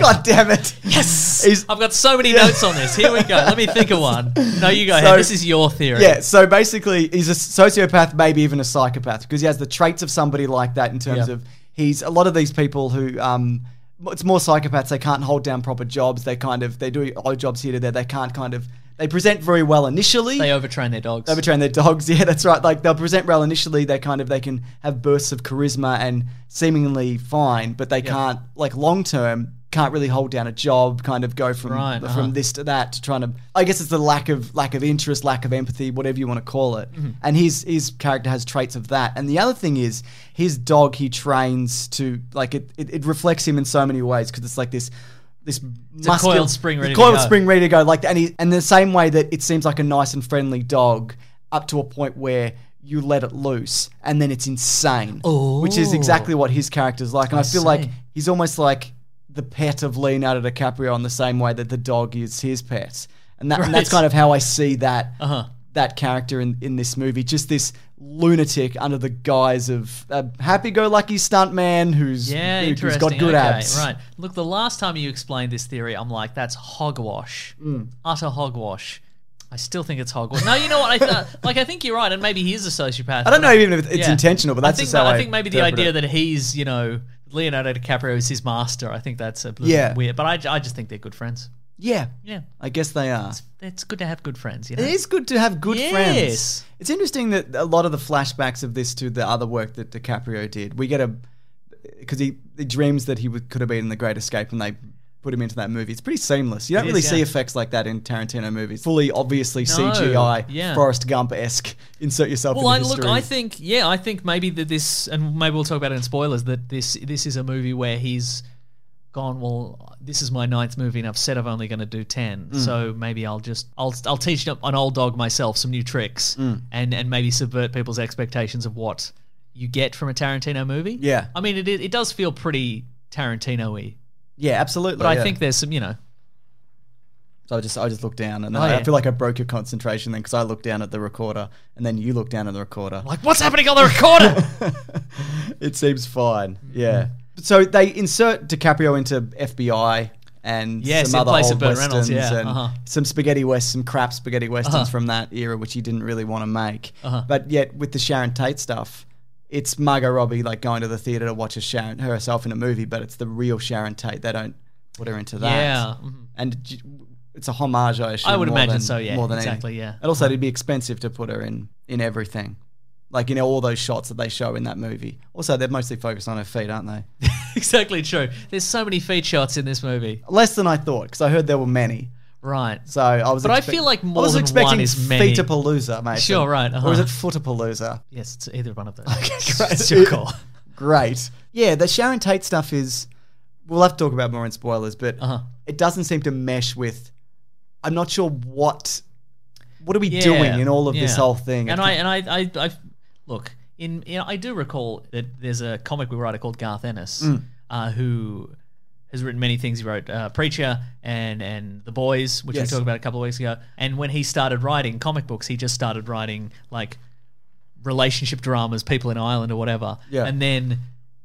Speaker 1: <laughs> God damn it!
Speaker 4: Yes.
Speaker 1: He's-
Speaker 4: I've got so many notes on this. Here we go. Let me think of one. No, you go
Speaker 1: So-
Speaker 4: ahead. This is your theory.
Speaker 1: <laughs> Yeah, so basically, he's a sociopath, maybe even a psychopath, because he has the traits of somebody like that in terms
Speaker 4: Yeah.
Speaker 1: of he's a lot of these people who. Um, it's more psychopaths. They can't hold down proper jobs. They kind of they do odd jobs here to there. They can't kind of they present very well initially.
Speaker 4: They overtrain their dogs.
Speaker 1: They overtrain their dogs. <laughs> Yeah, that's right. Like they'll present well initially. They kind of they can have bursts of charisma and seemingly fine, but they can't like long term can't really hold down a job. Kind of go from
Speaker 4: Right,
Speaker 1: from
Speaker 4: uh-huh.
Speaker 1: this to that to trying to. I guess it's the lack of lack of interest, lack of empathy, whatever you want to call it.
Speaker 4: Mm-hmm.
Speaker 1: And his his character has traits of that. And the other thing is his dog. He trains to like it. It, it reflects him in so many ways because it's like this. This
Speaker 4: a
Speaker 1: muscular-
Speaker 4: coiled spring ready to
Speaker 1: coiled
Speaker 4: go.
Speaker 1: spring spring ready to go. Like, and he, and the same way that it seems like a nice and friendly dog, up to a point where you let it loose, and then it's insane. Which is exactly what his character's like, and I, feel like he's almost like the pet of Leonardo DiCaprio in the same way that the dog is his pet, and, that, and that's
Speaker 4: Right. Uh-huh.
Speaker 1: kind of how I see that that character in in this movie. Just this lunatic under the guise of a happy-go-lucky stuntman who's
Speaker 4: Yeah,
Speaker 1: who,
Speaker 4: interesting.
Speaker 1: has got good
Speaker 4: okay,
Speaker 1: abs,
Speaker 4: Right. Look, the last time you explained this theory, I'm like, that's hogwash,
Speaker 1: Mm.
Speaker 4: utter hogwash. I still think it's hogwash. No, you know what? I th- like. I think you're right, and maybe he is a sociopath.
Speaker 1: I don't know even if it's
Speaker 4: Yeah.
Speaker 1: intentional, but that's
Speaker 4: I think,
Speaker 1: just how I,
Speaker 4: think maybe the
Speaker 1: interpret
Speaker 4: idea
Speaker 1: it.
Speaker 4: that he's, you know, Leonardo DiCaprio is his master. I think that's a little
Speaker 1: Yeah.
Speaker 4: weird, but I, I just think they're good friends.
Speaker 1: yeah,
Speaker 4: Yeah,
Speaker 1: I guess they are.
Speaker 4: it's good to have good friends. You know?
Speaker 1: It is good to have good
Speaker 4: Yes.
Speaker 1: friends. It's interesting that a lot of the flashbacks of this to the other work that DiCaprio did, we get a because he, he dreams that he would, could have been in The Great Escape, and they put him into that movie. It's pretty seamless. You don't
Speaker 4: It is,
Speaker 1: really see
Speaker 4: yeah.
Speaker 1: effects like that in Tarantino movies. Fully, obviously CGI,
Speaker 4: yeah.
Speaker 1: Forrest Gump esque. Insert yourself.
Speaker 4: Well, I,
Speaker 1: in
Speaker 4: look, I think yeah, I think maybe that this, and maybe we'll talk about it in spoilers. That this this is a movie where he's gone. Well, this is my ninth movie, and I've said I'm only going to do ten.
Speaker 1: Mm.
Speaker 4: So maybe I'll just I'll I'll teach an old dog myself some new tricks,
Speaker 1: Mm.
Speaker 4: and and maybe subvert people's expectations of what you get from a Tarantino movie.
Speaker 1: Yeah.
Speaker 4: I mean it it, it does feel pretty Tarantino-y,
Speaker 1: yeah, absolutely.
Speaker 4: but
Speaker 1: Oh,
Speaker 4: I
Speaker 1: yeah.
Speaker 4: think there's some you know
Speaker 1: so. I just I just looked down, and
Speaker 4: Oh,
Speaker 1: I, I
Speaker 4: yeah.
Speaker 1: feel like I broke your concentration then because I looked down at the recorder, and then you looked down at the recorder.
Speaker 4: like what's happening on the
Speaker 1: <laughs>
Speaker 4: recorder.
Speaker 1: it seems fine.
Speaker 4: Mm-hmm.
Speaker 1: Yeah. So they insert DiCaprio into FBI and
Speaker 4: Yes,
Speaker 1: some
Speaker 4: in
Speaker 1: other
Speaker 4: place
Speaker 1: old
Speaker 4: of Burt
Speaker 1: westerns
Speaker 4: Reynolds, yeah,
Speaker 1: and
Speaker 4: uh-huh.
Speaker 1: some spaghetti westerns, some crap spaghetti westerns from that era, which he didn't really want to make.
Speaker 4: Uh-huh.
Speaker 1: But yet with the Sharon Tate stuff, it's Margot Robbie like going to the theater to watch a Sharon herself in a movie, but it's the real Sharon Tate. They don't put her into that.
Speaker 4: Yeah, <laughs> mhm.
Speaker 1: and. j- It's a homage, I assume.
Speaker 4: I would
Speaker 1: more
Speaker 4: imagine
Speaker 1: than-
Speaker 4: so, yeah,
Speaker 1: more than anything.
Speaker 4: exactly, yeah. Um,
Speaker 1: And also, it'd be expensive to put her in in everything like you know all those shots that they show in that movie. Also, they're mostly focused on her feet, aren't they?
Speaker 4: exactly true. There's so many feed shots in this movie.
Speaker 1: Less than I thought because I heard there were many.
Speaker 4: Right.
Speaker 1: So I was.
Speaker 4: But I
Speaker 1: expect-
Speaker 4: feel like more
Speaker 1: I was
Speaker 4: than
Speaker 1: expecting
Speaker 4: one is many.
Speaker 1: Fetapalooza, mate.
Speaker 4: <laughs> Sure, right,
Speaker 1: Or is
Speaker 4: uh-huh.
Speaker 1: it footapalooza?
Speaker 4: Yes, it's either one of those. Okay,
Speaker 1: great.
Speaker 4: <laughs> It's your call.
Speaker 1: Great. Yeah, the Sharon Tate stuff is. We'll have to talk about more in spoilers, but
Speaker 4: Uh-huh.
Speaker 1: it doesn't seem to mesh with. I'm not sure what. What are we <laughs> doing in all of this
Speaker 4: yeah.
Speaker 1: whole thing?
Speaker 4: And I and I I, I look in you know, I do recall that there's a comic book writer called Garth Ennis
Speaker 1: Mm.
Speaker 4: uh, who has written many things. He wrote uh, Preacher and and The Boys, which
Speaker 1: Yes.
Speaker 4: we talked about a couple of weeks ago. And when he started writing comic books, he just started writing like relationship dramas, people in Ireland or whatever.
Speaker 1: Yeah.
Speaker 4: And then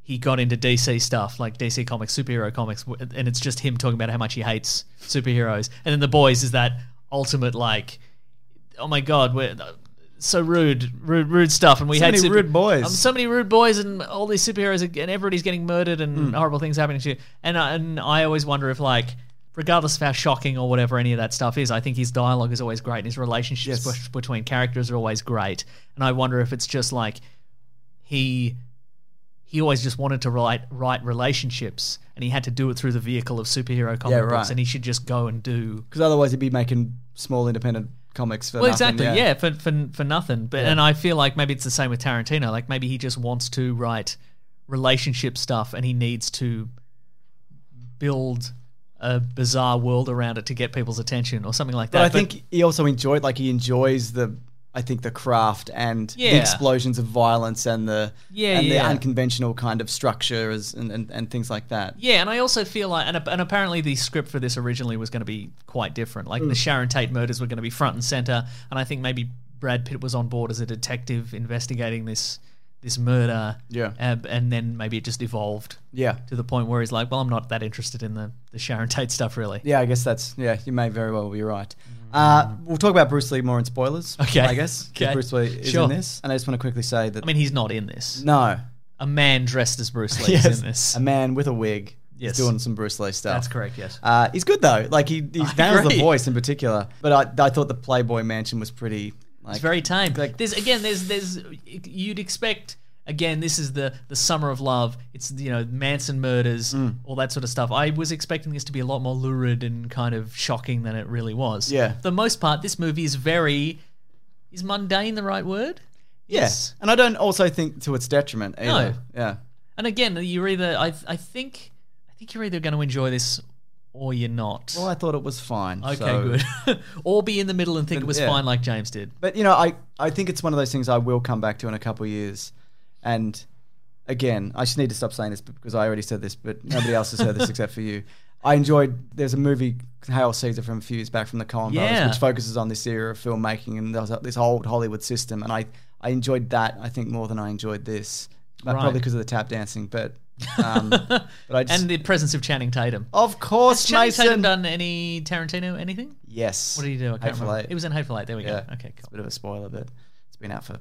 Speaker 4: he got into DC stuff, like DC comics, superhero comics, w- and it's just him talking about how much he hates superheroes. And then the boys is that ultimate like, oh my god, we're uh, so rude, rude, rude stuff, and we
Speaker 1: So
Speaker 4: hate
Speaker 1: many
Speaker 4: super-
Speaker 1: rude boys.
Speaker 4: Um, so many rude boys, and all these superheroes, are- and everybody's getting murdered, and
Speaker 1: Hmm.
Speaker 4: horrible things happening to you. And I and I always wonder if like. Regardless of how shocking or whatever any of that stuff is, I think his dialogue is always great and his relationships
Speaker 1: Yes.
Speaker 4: bet- between characters are always great. And I wonder if it's just like he he always just wanted to write write relationships, and he had to do it through the vehicle of superhero comic
Speaker 1: right.
Speaker 4: books, and he should just go and do.
Speaker 1: because otherwise, he'd be making small independent comics for
Speaker 4: Well,
Speaker 1: nothing,
Speaker 4: exactly, yeah. for for for nothing. But and I feel like maybe it's the same with Tarantino. Like maybe he just wants to write relationship stuff, and he needs to build a bizarre world around it to get people's attention or something like that.
Speaker 1: But I think he also enjoyed, like, he enjoys the I think the craft and
Speaker 4: Yeah.
Speaker 1: the explosions of violence and the
Speaker 4: Yeah,
Speaker 1: and
Speaker 4: yeah.
Speaker 1: the unconventional kind of structures and, and, and things like that.
Speaker 4: Yeah, and I also feel like, and, ap- and apparently the script for this originally was going to be quite different. Like
Speaker 1: Mm.
Speaker 4: the Sharon Tate murders were going to be front and center, and I think maybe Brad Pitt was on board as a detective investigating this this murder.
Speaker 1: Yeah.
Speaker 4: and, and then maybe it just evolved
Speaker 1: Yeah.
Speaker 4: to the point where he's like, "Well, I'm not that interested in the the Sharon Tate stuff, really."
Speaker 1: Yeah, I guess that's yeah. You may very well be right. Uh, we'll talk about Bruce Lee more in spoilers.
Speaker 4: Mm. Okay.
Speaker 1: I guess 'cause
Speaker 4: Okay.
Speaker 1: Bruce Lee is
Speaker 4: Sure.
Speaker 1: in this, and I just want to quickly say that
Speaker 4: I mean, he's not in this.
Speaker 1: no,
Speaker 4: A man dressed as Bruce Lee
Speaker 1: Yes.
Speaker 4: is in this.
Speaker 1: a man with a wig
Speaker 4: Yes.
Speaker 1: is doing some Bruce Lee stuff.
Speaker 4: That's correct. Yes.
Speaker 1: Uh, he's good though. Like he,
Speaker 4: <laughs>
Speaker 1: he nails
Speaker 4: agree.
Speaker 1: the voice in particular. But I, I thought the Playboy Mansion was pretty. Like,
Speaker 4: It's very tame.
Speaker 1: like-
Speaker 4: there's again, there's there's you'd expect again. This is the the summer of love. It's you know Manson murders,
Speaker 1: Mm.
Speaker 4: all that sort of stuff. I was expecting this to be a lot more lurid and kind of shocking than it really was.
Speaker 1: Yeah.
Speaker 4: For the most part, this movie is very is mundane the right word?
Speaker 1: yes. And I don't also think to its detriment either.
Speaker 4: No.
Speaker 1: Yeah.
Speaker 4: And again, you're either I I think I think you're either going to enjoy this or you're not.
Speaker 1: Well, I thought it was fine.
Speaker 4: okay,
Speaker 1: so-
Speaker 4: good. <laughs> or be in the middle and think it was
Speaker 1: yeah.
Speaker 4: fine like James did.
Speaker 1: But you know, I I think it's one of those things I will come back to in a couple of years, and again, I just need to stop saying this because I already said this, but nobody else has heard this except for you. I enjoyed. There's a movie, Hail Caesar, from a few years back from the Coen
Speaker 4: Yeah.
Speaker 1: Brothers, which focuses on this era of filmmaking and there's this old Hollywood system, and I I enjoyed that. I think more than I enjoyed this, Uh,
Speaker 4: Right.
Speaker 1: probably because of the tap dancing, but
Speaker 4: <laughs>
Speaker 1: um, but I just
Speaker 4: And the presence of Channing Tatum.
Speaker 1: of course
Speaker 4: Channing
Speaker 1: Mason.
Speaker 4: Tatum done any Tarantino anything?
Speaker 1: Yes.
Speaker 4: What did he do? I can't
Speaker 1: Hateful
Speaker 4: remember.
Speaker 1: Eight.
Speaker 4: It was in Hateful Eight. There we
Speaker 1: Yeah.
Speaker 4: go. Okay,
Speaker 1: It's a
Speaker 4: cool.
Speaker 1: bit of a spoiler, but it's been out for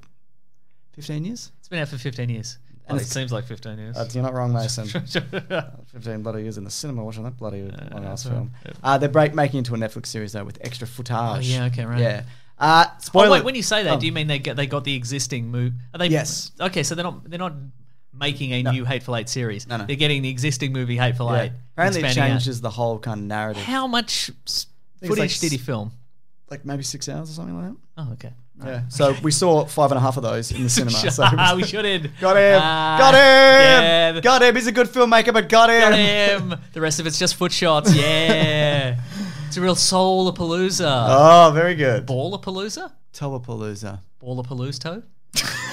Speaker 1: 15 years.
Speaker 4: It's been out for 15 years.
Speaker 1: And
Speaker 4: And it
Speaker 1: it's-
Speaker 4: seems like 15 years. <laughs>
Speaker 1: Uh, you're not wrong, Mason. <laughs> 15 bloody years in the cinema watching that bloody long ass film. Uh, they're break, making into a Netflix series, though, with extra footage. Oh,
Speaker 4: yeah, okay, right.
Speaker 1: Yeah. Uh, spoiler.
Speaker 4: oh, wait, when you say that,
Speaker 1: Oh.
Speaker 4: do you mean they got, they got the existing movie? Are they?
Speaker 1: Yes.
Speaker 4: Okay, so they're not they're not making a new Hateful Eight series.
Speaker 1: No, no.
Speaker 4: They're getting the existing movie Hateful
Speaker 1: Yeah.
Speaker 4: Eight.
Speaker 1: Apparently, it
Speaker 4: expanding out.
Speaker 1: changes the whole kind of narrative.
Speaker 4: How much s-
Speaker 1: it's
Speaker 4: footage
Speaker 1: like
Speaker 4: did he
Speaker 1: s-
Speaker 4: film?
Speaker 1: Like maybe six hours or something like that.
Speaker 4: Oh, okay.
Speaker 1: Yeah. So we saw five and a half of those
Speaker 4: <laughs>
Speaker 1: in the cinema. so
Speaker 4: Ah, we Ah, should have
Speaker 1: <laughs> Got him! got him! Got him! He's a good filmmaker, but got him!
Speaker 4: Got him. The rest of it's just foot
Speaker 1: <laughs>
Speaker 4: shots. Yeah. it's a real soul palooza.
Speaker 1: Oh, very good.
Speaker 4: Ball palooza?
Speaker 1: Tobapalooza.
Speaker 4: Ball palooza?
Speaker 1: <laughs>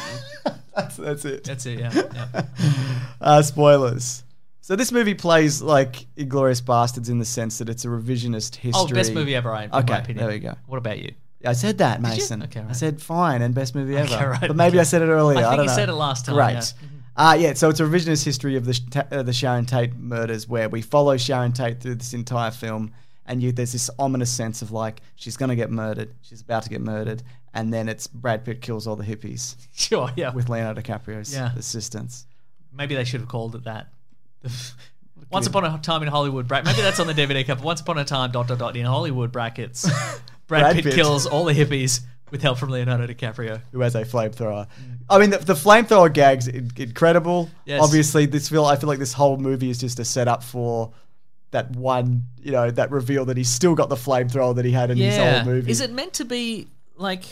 Speaker 1: That's, that's it.
Speaker 4: That's it, yeah.
Speaker 1: <laughs>
Speaker 4: yeah.
Speaker 1: Uh, spoilers. So this movie plays like Inglorious Bastards in the sense that it's a revisionist history.
Speaker 4: Oh, best movie ever, I in
Speaker 1: Okay,
Speaker 4: my opinion.
Speaker 1: there we go.
Speaker 4: What about you? <laughs>
Speaker 1: I said that,
Speaker 4: you?
Speaker 1: Mason.
Speaker 4: Okay,
Speaker 1: I
Speaker 4: right.
Speaker 1: said fine and best movie ever.
Speaker 4: Okay, right,
Speaker 1: But maybe I said it earlier. I,
Speaker 4: I think
Speaker 1: don't
Speaker 4: you
Speaker 1: know.
Speaker 4: said it last time,
Speaker 1: Great.
Speaker 4: yeah. Mhm.
Speaker 1: Uh, yeah, so it's a revisionist history of the, Sh- Ta- uh, the Sharon Tate murders where we follow Sharon Tate through this entire film and you, there's this ominous sense of like, she's going to get murdered, she's about to get murdered, and then it's Brad Pitt kills all the hippies
Speaker 4: Sure, yeah.
Speaker 1: with Leonardo DiCaprio's
Speaker 4: Yeah.
Speaker 1: assistance.
Speaker 4: Maybe they should have called
Speaker 1: <laughs>
Speaker 4: it that. Once upon a time in Hollywood bracket. Maybe that's on the DVD cover. Once upon a time dot dot dot in Hollywood
Speaker 1: <laughs>
Speaker 4: brackets. Brad,
Speaker 1: Brad
Speaker 4: Pitt,
Speaker 1: Pitt.
Speaker 4: kills all the hippies with help from Leonardo DiCaprio.
Speaker 1: who has a flamethrower. I mean, the, the flamethrower gags in- incredible.
Speaker 4: Yes.
Speaker 1: Obviously, this feel I feel like this whole movie is just a setup for that one, you know, that reveal that he's still got the flamethrower that he had in his
Speaker 4: Yeah.
Speaker 1: old movie.
Speaker 4: Is it meant to be like?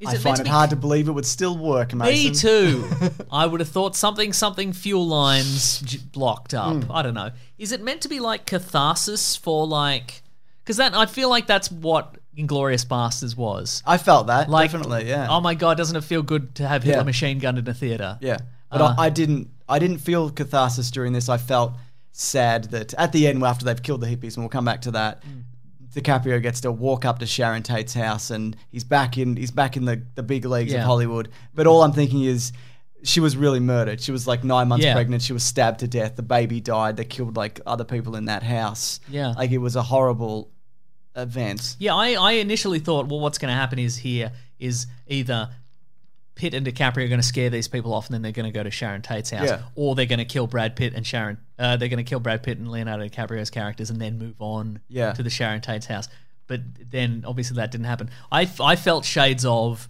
Speaker 4: Is
Speaker 1: I
Speaker 4: it meant
Speaker 1: find
Speaker 4: to
Speaker 1: it
Speaker 4: be
Speaker 1: hard to believe it would still work, Mason.
Speaker 4: Me too.
Speaker 1: <laughs>
Speaker 4: I would have thought something, something fuel lines j- blocked up.
Speaker 1: Hmm.
Speaker 4: I don't know. Is it meant to be like catharsis for like? Because that I feel like that's what Inglorious Bastards was.
Speaker 1: I felt that
Speaker 4: Like,
Speaker 1: definitely, yeah,
Speaker 4: Oh my god, doesn't it feel good to have Hitler
Speaker 1: Yeah.
Speaker 4: machine gunned in a theater?
Speaker 1: yeah. But
Speaker 4: Uh.
Speaker 1: I, I didn't, I didn't feel catharsis during this. I felt sad that at the end, after they've killed the hippies, and we'll come back to that.
Speaker 4: Mm.
Speaker 1: DiCaprio gets to walk up to Sharon Tate's house and he's back in he's back in the, the big leagues
Speaker 4: Yeah.
Speaker 1: of Hollywood. But all I'm thinking is she was really murdered. She was like nine months
Speaker 4: Yeah.
Speaker 1: pregnant. She was stabbed to death. The baby died. They killed like other people in that house.
Speaker 4: Yeah.
Speaker 1: Like it was a horrible event.
Speaker 4: Yeah, I, I initially thought, well, what's going to happen is here is either Pitt and DiCaprio are going to scare these people off, and then they're going to go to Sharon Tate's house,
Speaker 1: Yeah.
Speaker 4: or they're going to kill Brad Pitt and Sharon. Uh, they're going to kill Brad Pitt and Leonardo DiCaprio's characters, and then move on
Speaker 1: Yeah.
Speaker 4: to the Sharon Tate's house. But then, obviously, that didn't happen. I, f- I felt shades of.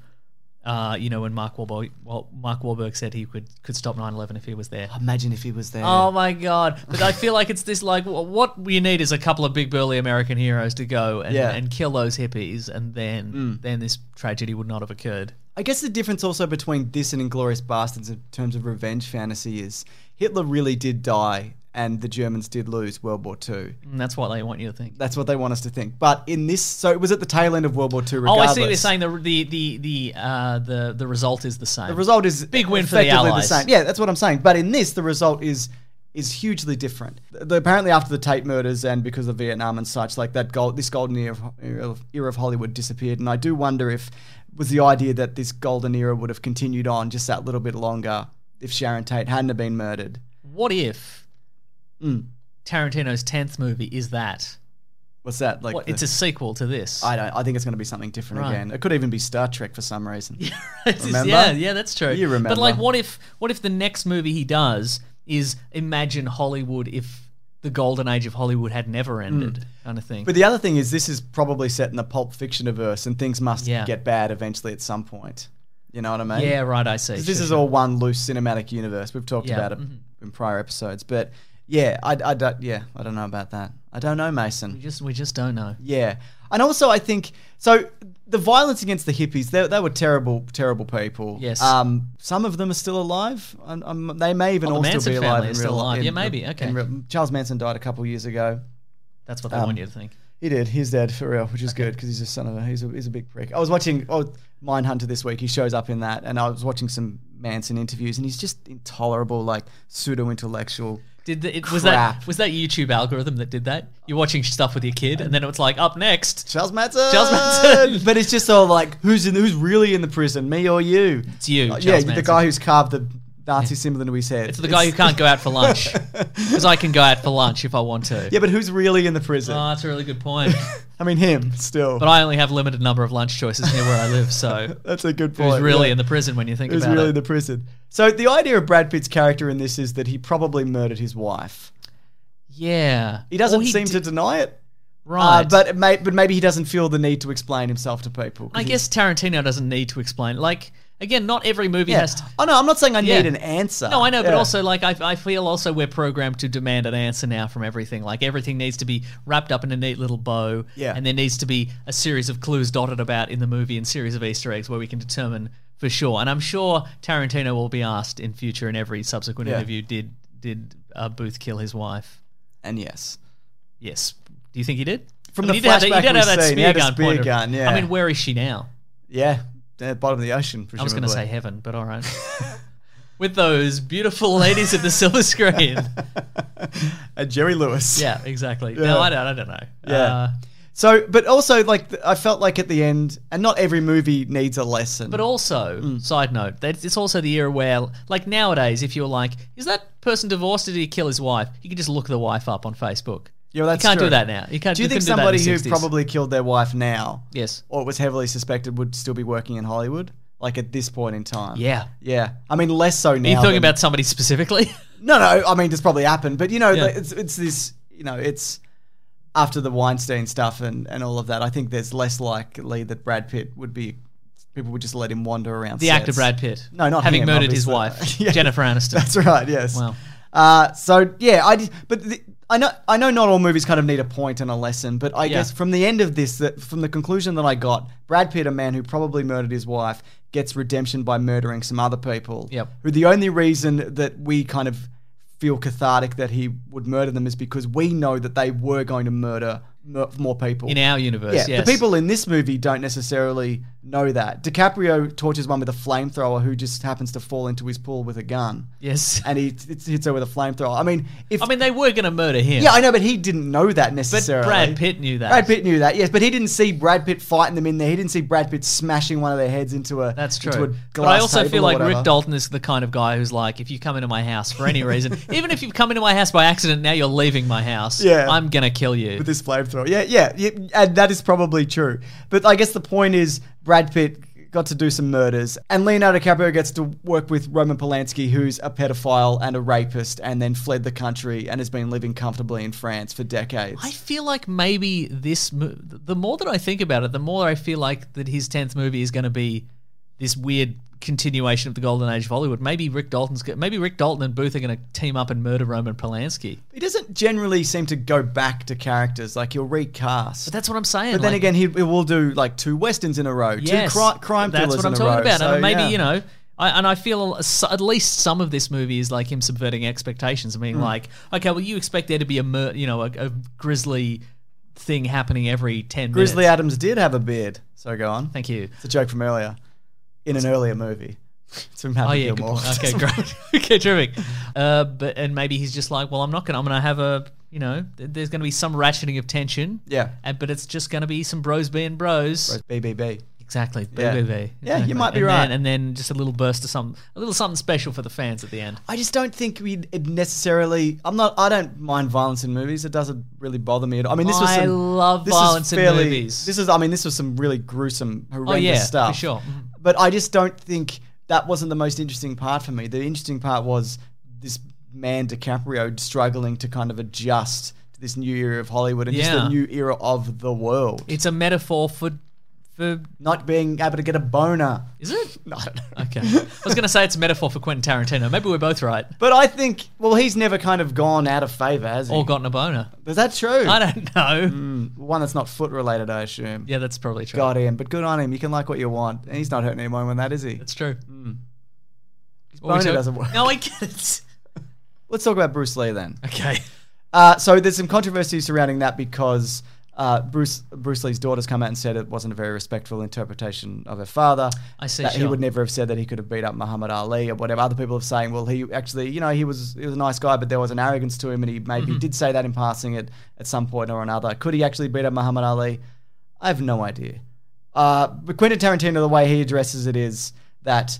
Speaker 4: Uh, you know when Mark Wahlberg, well, Mark Wahlberg said he could could stop 9/11 if he was there.
Speaker 1: Imagine if he was there.
Speaker 4: Oh my god! But I feel like it's this like wh- what we need is a couple of big burly American heroes to go and,
Speaker 1: Yeah. Hmm.
Speaker 4: and kill those hippies, and then then this tragedy would not have occurred.
Speaker 1: I guess the difference also between this and Inglorious Bastards in terms of revenge fantasy is Hitler really did die and the Germans did lose World War Two.
Speaker 4: And that's what they want you to think.
Speaker 1: That's what they want us to think. But in this, so it was at the tail end of World War Two.
Speaker 4: Oh, I
Speaker 1: Regardless.
Speaker 4: see. What you're saying the the the the uh, the the result is the same.
Speaker 1: The result is
Speaker 4: Big win for the
Speaker 1: effectively
Speaker 4: Allies.
Speaker 1: same. Yeah, that's what I'm saying. But in this, the result is is hugely different. The- apparently, after the Tate murders and because of Vietnam and such, like that gold, this golden era of, era of- era of Hollywood disappeared. And I do wonder if was the idea that this golden era would have continued on just that little bit longer if Sharon Tate hadn't have been murdered.
Speaker 4: What if
Speaker 1: Hmm.
Speaker 4: Tarantino's tenth movie is that?
Speaker 1: What's that like?
Speaker 4: What,
Speaker 1: the-
Speaker 4: it's a sequel to this.
Speaker 1: I don't. I think it's going to be something different
Speaker 4: Right.
Speaker 1: again. It could even be Star Trek for some reason. Yeah,
Speaker 4: It's- it's- <laughs> Yeah, yeah, that's true.
Speaker 1: You remember?
Speaker 4: But like, what if what if the next movie he does is imagine Hollywood if the golden age of Hollywood had never ended, kind of thing.
Speaker 1: Hmm. But the other thing is, this is probably set in the Pulp Fiction verse, and things must
Speaker 4: Yeah.
Speaker 1: get bad eventually at some point. You know what I mean?
Speaker 4: yeah, right. I see.
Speaker 1: 'Cause
Speaker 4: Sure,
Speaker 1: This is
Speaker 4: sure.
Speaker 1: all one loose cinematic universe. We've talked
Speaker 4: Yeah, Mm-hmm.
Speaker 1: about it in prior episodes, but yeah, I, I don't. Yeah, I don't know about that. I don't know, Mason.
Speaker 4: We just we just don't know.
Speaker 1: Yeah, and also I think so. The violence against the hippies, they, they were terrible, terrible people.
Speaker 4: Yes.
Speaker 1: Um, some of them are still alive. Um, um, they may even
Speaker 4: Oh, the
Speaker 1: all
Speaker 4: Manson
Speaker 1: still be
Speaker 4: family
Speaker 1: alive.
Speaker 4: is
Speaker 1: in
Speaker 4: still
Speaker 1: real,
Speaker 4: alive.
Speaker 1: in-
Speaker 4: Yeah, maybe.
Speaker 1: in
Speaker 4: Okay.
Speaker 1: real- Charles Manson died a couple years ago.
Speaker 4: That's
Speaker 1: Um,
Speaker 4: what they want you to think.
Speaker 1: He did. He's dead for real, which is good 'cause good because he's a son of a he's a he's a big prick. I was watching oh Mindhunter this week. He shows up in that, and I was watching some Manson interviews, and he's just intolerable, like pseudo intellectual.
Speaker 4: Did the, it, was that
Speaker 1: Crap.
Speaker 4: was that YouTube algorithm that did that? You're watching stuff with your kid, and then it's like up next.
Speaker 1: Charles Manson. <laughs>
Speaker 4: Charles Manson.
Speaker 1: but it's just all like who's in who's really in the prison, me or you?
Speaker 4: It's you,
Speaker 1: Uh,
Speaker 4: Charles
Speaker 1: yeah, the
Speaker 4: Manson.
Speaker 1: guy who's carved the Nazi symbol into his head.
Speaker 4: It's the guy who can't go out for lunch because I can go out for lunch if I want to.
Speaker 1: <laughs> Yeah, but who's really in the prison?
Speaker 4: Oh, that's a really good point.
Speaker 1: I mean, him still.
Speaker 4: But I only have limited number of lunch choices near where I live,
Speaker 1: <laughs>
Speaker 4: so
Speaker 1: That's a good point.
Speaker 4: who's really
Speaker 1: yeah.
Speaker 4: in the prison when you think
Speaker 1: It was
Speaker 4: about
Speaker 1: really
Speaker 4: it?
Speaker 1: the prison. So the idea of Brad Pitt's character in this is that he probably murdered his wife.
Speaker 4: yeah,
Speaker 1: He doesn't
Speaker 4: Or
Speaker 1: seem
Speaker 4: did-
Speaker 1: to deny it,
Speaker 4: right.
Speaker 1: uh, but it may, but maybe he doesn't feel the need to explain himself to people. 'cause
Speaker 4: I
Speaker 1: he-
Speaker 4: guess Tarantino doesn't need to explain. Like again, not every movie
Speaker 1: yeah.
Speaker 4: has to.
Speaker 1: Oh no, I'm not saying I
Speaker 4: Yeah.
Speaker 1: need an answer.
Speaker 4: No, I know, but
Speaker 1: Yeah.
Speaker 4: also like I, I feel also we're programmed to demand an answer now from everything. Like everything needs to be wrapped up in a neat little bow,
Speaker 1: Yeah.
Speaker 4: and there needs to be a series of clues dotted about in the movie and series of Easter eggs where we can determine for sure. And I'm sure Tarantino will be asked in future in every subsequent
Speaker 1: Yeah.
Speaker 4: interview did did uh, Booth kill his wife?
Speaker 1: and yes,
Speaker 4: Yes. Do you think he did?
Speaker 1: From
Speaker 4: I mean,
Speaker 1: the
Speaker 4: he did have that-
Speaker 1: flashback
Speaker 4: he did have
Speaker 1: we've
Speaker 4: that
Speaker 1: seen, he
Speaker 4: spear
Speaker 1: had a
Speaker 4: gun
Speaker 1: spear
Speaker 4: pointed-
Speaker 1: gun, yeah.
Speaker 4: I mean, where is she now?
Speaker 1: yeah, at the bottom of the ocean.
Speaker 4: I was going to
Speaker 1: presumably.
Speaker 4: say heaven, but all right.
Speaker 1: <laughs>
Speaker 4: With those beautiful ladies of the
Speaker 1: <laughs>
Speaker 4: silver screen.
Speaker 1: Uh, Jerry Lewis.
Speaker 4: Yeah, exactly. No,
Speaker 1: Yeah.
Speaker 4: I don't. I don't know. Uh,
Speaker 1: Yeah. So, but also, like, th- I felt like at the end, and not every movie needs a lesson.
Speaker 4: but also,
Speaker 1: Hmm.
Speaker 4: side note, that it's also the era where, like nowadays, if you're like, is that person divorced or did he kill his wife? You can just look the wife up on Facebook.
Speaker 1: yeah, well, that's
Speaker 4: you can't
Speaker 1: true.
Speaker 4: do that now. You can't.
Speaker 1: Do you think
Speaker 4: couldn't do that
Speaker 1: somebody
Speaker 4: in the
Speaker 1: who
Speaker 4: 60s.
Speaker 1: probably killed their wife now
Speaker 4: yes?
Speaker 1: or was heavily suspected would still be working in Hollywood, like at this point in time.
Speaker 4: Yeah.
Speaker 1: Yeah. I mean, less so now.
Speaker 4: Are you talking
Speaker 1: than-
Speaker 4: about somebody specifically? <laughs>
Speaker 1: No, no. I mean, this probably happened, but you know,
Speaker 4: Yeah.
Speaker 1: the- it's it's this. You know, it's after the Weinstein stuff and and all of that. I think there's less likely that Brad Pitt would be. People would just let him wander around.
Speaker 4: the
Speaker 1: sets.
Speaker 4: actor Brad Pitt.
Speaker 1: No, not
Speaker 4: having
Speaker 1: him,
Speaker 4: murdered his
Speaker 1: obviously. <laughs>
Speaker 4: wife,
Speaker 1: Yeah.
Speaker 4: Jennifer Aniston.
Speaker 1: That's right. Yes.
Speaker 4: Wow.
Speaker 1: Uh, so yeah, I d- but the, I know I know not all movies kind of need a point and a lesson, but I
Speaker 4: Yeah.
Speaker 1: guess from the end of this, that from the conclusion that I got, Brad Pitt, a man who probably murdered his wife, gets redemption by murdering some other people.
Speaker 4: Yep.
Speaker 1: Who the only reason that we kind of feel cathartic that he would murder them is because we know that they were going to murder mur- more people
Speaker 4: in our universe.
Speaker 1: yeah,
Speaker 4: yes.
Speaker 1: the people in this movie don't necessarily know that. DiCaprio tortures one with a flamethrower who just happens to fall into his pool with a gun.
Speaker 4: Yes.
Speaker 1: and he t- hits her with a flamethrower. I mean, if
Speaker 4: I mean, they were going to murder him.
Speaker 1: yeah, I know, but he didn't know that necessarily.
Speaker 4: Brad Pitt knew that.
Speaker 1: Brad Pitt knew that, yes, but he didn't see Brad Pitt fighting them in there. He didn't see Brad Pitt smashing one of their heads into a
Speaker 4: That's
Speaker 1: Into a
Speaker 4: true.
Speaker 1: glass
Speaker 4: But I also
Speaker 1: table
Speaker 4: feel
Speaker 1: or
Speaker 4: like
Speaker 1: whatever.
Speaker 4: Rick Dalton is the kind of guy who's like, if you come into my house for
Speaker 1: <laughs>
Speaker 4: any reason, even if you've come into my house by accident, now you're leaving my house.
Speaker 1: Yeah.
Speaker 4: I'm gonna kill you.
Speaker 1: with this flamethrower. Yeah, yeah, yeah, and that is probably true. But I guess the point is Brad Pitt got to do some murders, and Leonardo DiCaprio gets to work with Roman Polanski, who's a pedophile and a rapist, and then fled the country and has been living comfortably in France for decades.
Speaker 4: I feel like maybe this. Mo- the more that I think about it, the more I feel like that his tenth movie is going to be this weird continuation of the golden age of Hollywood. Maybe Rick Dalton's. Go- maybe Rick Dalton and Booth are going to team up and murder Roman Polanski.
Speaker 1: he doesn't generally seem to go back to characters like he'll recast.
Speaker 4: But that's what I'm saying.
Speaker 1: But then
Speaker 4: like-
Speaker 1: again, he, he will do like two westerns in a row,
Speaker 4: Yes,
Speaker 1: two cri- crime
Speaker 4: That's
Speaker 1: thrillers
Speaker 4: what I'm
Speaker 1: in a
Speaker 4: talking
Speaker 1: row.
Speaker 4: about.
Speaker 1: So,
Speaker 4: and maybe
Speaker 1: yeah.
Speaker 4: you know, I, and I feel s- at least some of this movie is like him subverting expectations. I mean,
Speaker 1: Mm.
Speaker 4: like, okay, well, you expect there to be a mur- you know a, a grisly thing happening every ten
Speaker 1: Grizzly
Speaker 4: minutes.
Speaker 1: Adams did have a beard. So go on.
Speaker 4: Thank you.
Speaker 1: It's a joke from earlier, in an earlier movie. It's from Happy
Speaker 4: Oh yeah, good
Speaker 1: Gilmore. <laughs>
Speaker 4: point. okay, great, <laughs> okay, terrific. Uh, but and maybe he's just like, well, I'm not gonna, I'm gonna have a, you know, th- there's gonna be some ratcheting of tension.
Speaker 1: Yeah.
Speaker 4: and, but it's just gonna be some bros being bros.
Speaker 1: Bros, BBB.
Speaker 4: Exactly,
Speaker 1: Yeah.
Speaker 4: BBB.
Speaker 1: Yeah, you
Speaker 4: Exactly.
Speaker 1: might be
Speaker 4: And
Speaker 1: right.
Speaker 4: Then, and then just a little burst of some, a little something special for the fans at the end.
Speaker 1: I just don't think we it necessarily. I'm not. I don't mind violence in movies. It doesn't really bother me at all. I mean, this was.
Speaker 4: I
Speaker 1: Some,
Speaker 4: love
Speaker 1: this is
Speaker 4: violence in
Speaker 1: fairly-
Speaker 4: movies.
Speaker 1: This is. I mean, this was some really gruesome, horrendous
Speaker 4: oh yeah,
Speaker 1: stuff.
Speaker 4: for sure. Mhm.
Speaker 1: But I just don't think that wasn't the most interesting part for me. The interesting part was this man DiCaprio struggling to kind of adjust to this new era of Hollywood and just
Speaker 4: Yeah.
Speaker 1: the new era of the world.
Speaker 4: It's a metaphor for, for
Speaker 1: not being able to get a
Speaker 4: <laughs>
Speaker 1: boner.
Speaker 4: is
Speaker 1: <laughs>
Speaker 4: it?
Speaker 1: I don't know.
Speaker 4: Okay, I was gonna say it's a metaphor for Quentin Tarantino. Maybe we're both right.
Speaker 1: But I think, well, he's never kind of gone out of favor, has he?
Speaker 4: Or gotten a boner.
Speaker 1: Is that true?
Speaker 4: I don't know.
Speaker 1: One that's not foot related, I assume.
Speaker 4: Yeah, that's probably true.
Speaker 1: Mm. Got him, but good on him. You can like what you want. And he's not hurting anyone when that is he?
Speaker 4: That's true.
Speaker 1: His
Speaker 4: Well, we
Speaker 1: Mm. boner
Speaker 4: took-
Speaker 1: doesn't work.
Speaker 4: No, I
Speaker 1: <laughs>
Speaker 4: get it.
Speaker 1: Let's talk about Bruce Lee then.
Speaker 4: Okay.
Speaker 1: Uh, so there's some controversy surrounding that because uh, Bruce Bruce Lee's daughter's come out and said it wasn't a very respectful interpretation of her father.
Speaker 4: I see,
Speaker 1: That he
Speaker 4: sure.
Speaker 1: would never have said that he could have beat up Muhammad Ali or whatever. Other people are saying, well, he actually, you know, he was he was a nice guy, but there was an arrogance to him, and he maybe
Speaker 4: Mm-hmm.
Speaker 1: did say that in passing at at some point or another. Could he actually beat up Muhammad Ali? I have no idea. Uh, but Quentin Tarantino, the way he addresses it is that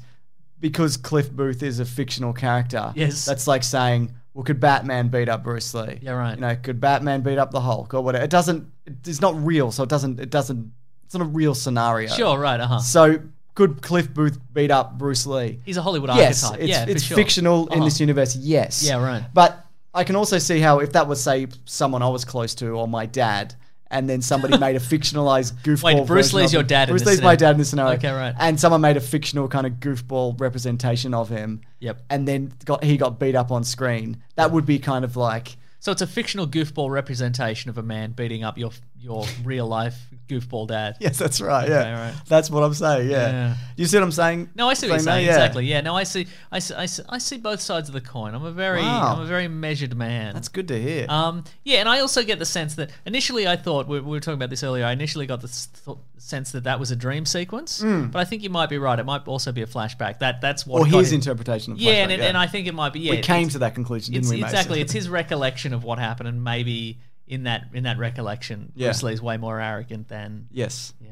Speaker 1: because Cliff Booth is a fictional character,
Speaker 4: Yes.
Speaker 1: that's like saying, well, could Batman beat up Bruce Lee?
Speaker 4: Yeah, right.
Speaker 1: You know, could Batman beat up the Hulk or whatever? It doesn't. It's not real, so it doesn't. It doesn't. It's not a real scenario.
Speaker 4: Sure, right, uh huh.
Speaker 1: So could Cliff Booth beat up Bruce Lee?
Speaker 4: He's a Hollywood
Speaker 1: yes,
Speaker 4: archetype.
Speaker 1: it's,
Speaker 4: yeah, for
Speaker 1: it's
Speaker 4: sure.
Speaker 1: fictional in
Speaker 4: Uh-huh.
Speaker 1: this universe. Yes.
Speaker 4: Yeah, right.
Speaker 1: But I can also see how if that was say someone I was close to or my dad. And then somebody made
Speaker 4: <laughs>
Speaker 1: a fictionalized goofball.
Speaker 4: Wait, Bruce
Speaker 1: version
Speaker 4: Lee's
Speaker 1: of
Speaker 4: your
Speaker 1: him.
Speaker 4: dad in
Speaker 1: Bruce
Speaker 4: this
Speaker 1: Lee's my
Speaker 4: scenario.
Speaker 1: dad in this scenario.
Speaker 4: Okay, right.
Speaker 1: And someone made a fictional kind of goofball representation of him.
Speaker 4: Yep.
Speaker 1: And then got he got beat up on screen. That would be kind of like
Speaker 4: So it's a fictional goofball representation of a man beating up your your real life goofball dad.
Speaker 1: <laughs> Yes, that's right. Yeah,
Speaker 4: right.
Speaker 1: that's what I'm saying. Yeah.
Speaker 4: Yeah.
Speaker 1: you see what I'm saying?
Speaker 4: No, I see what you're
Speaker 1: that?
Speaker 4: saying.
Speaker 1: Yeah.
Speaker 4: Exactly. Yeah. No, I see, I see. I see. I see both sides of the coin. I'm a very.
Speaker 1: Wow.
Speaker 4: I'm a very measured man.
Speaker 1: That's good to hear.
Speaker 4: Um, yeah, and I also get the sense that initially I thought we, we were talking about this earlier. I initially got the s- th- sense that that was a dream sequence, but I think you might be right. It might also be a flashback. That that's what.
Speaker 1: Hmm. or
Speaker 4: got
Speaker 1: his
Speaker 4: him.
Speaker 1: interpretation of
Speaker 4: Yeah,
Speaker 1: flashback,
Speaker 4: and, it- and I think it might be. Yeah,
Speaker 1: we came
Speaker 4: it's-
Speaker 1: to that conclusion,
Speaker 4: it's,
Speaker 1: didn't we? Mason?
Speaker 4: exactly. it's his recollection of what happened, and maybe in that in that recollection,
Speaker 1: Yeah.
Speaker 4: Bruce Lee's way more arrogant than
Speaker 1: yes.
Speaker 4: yeah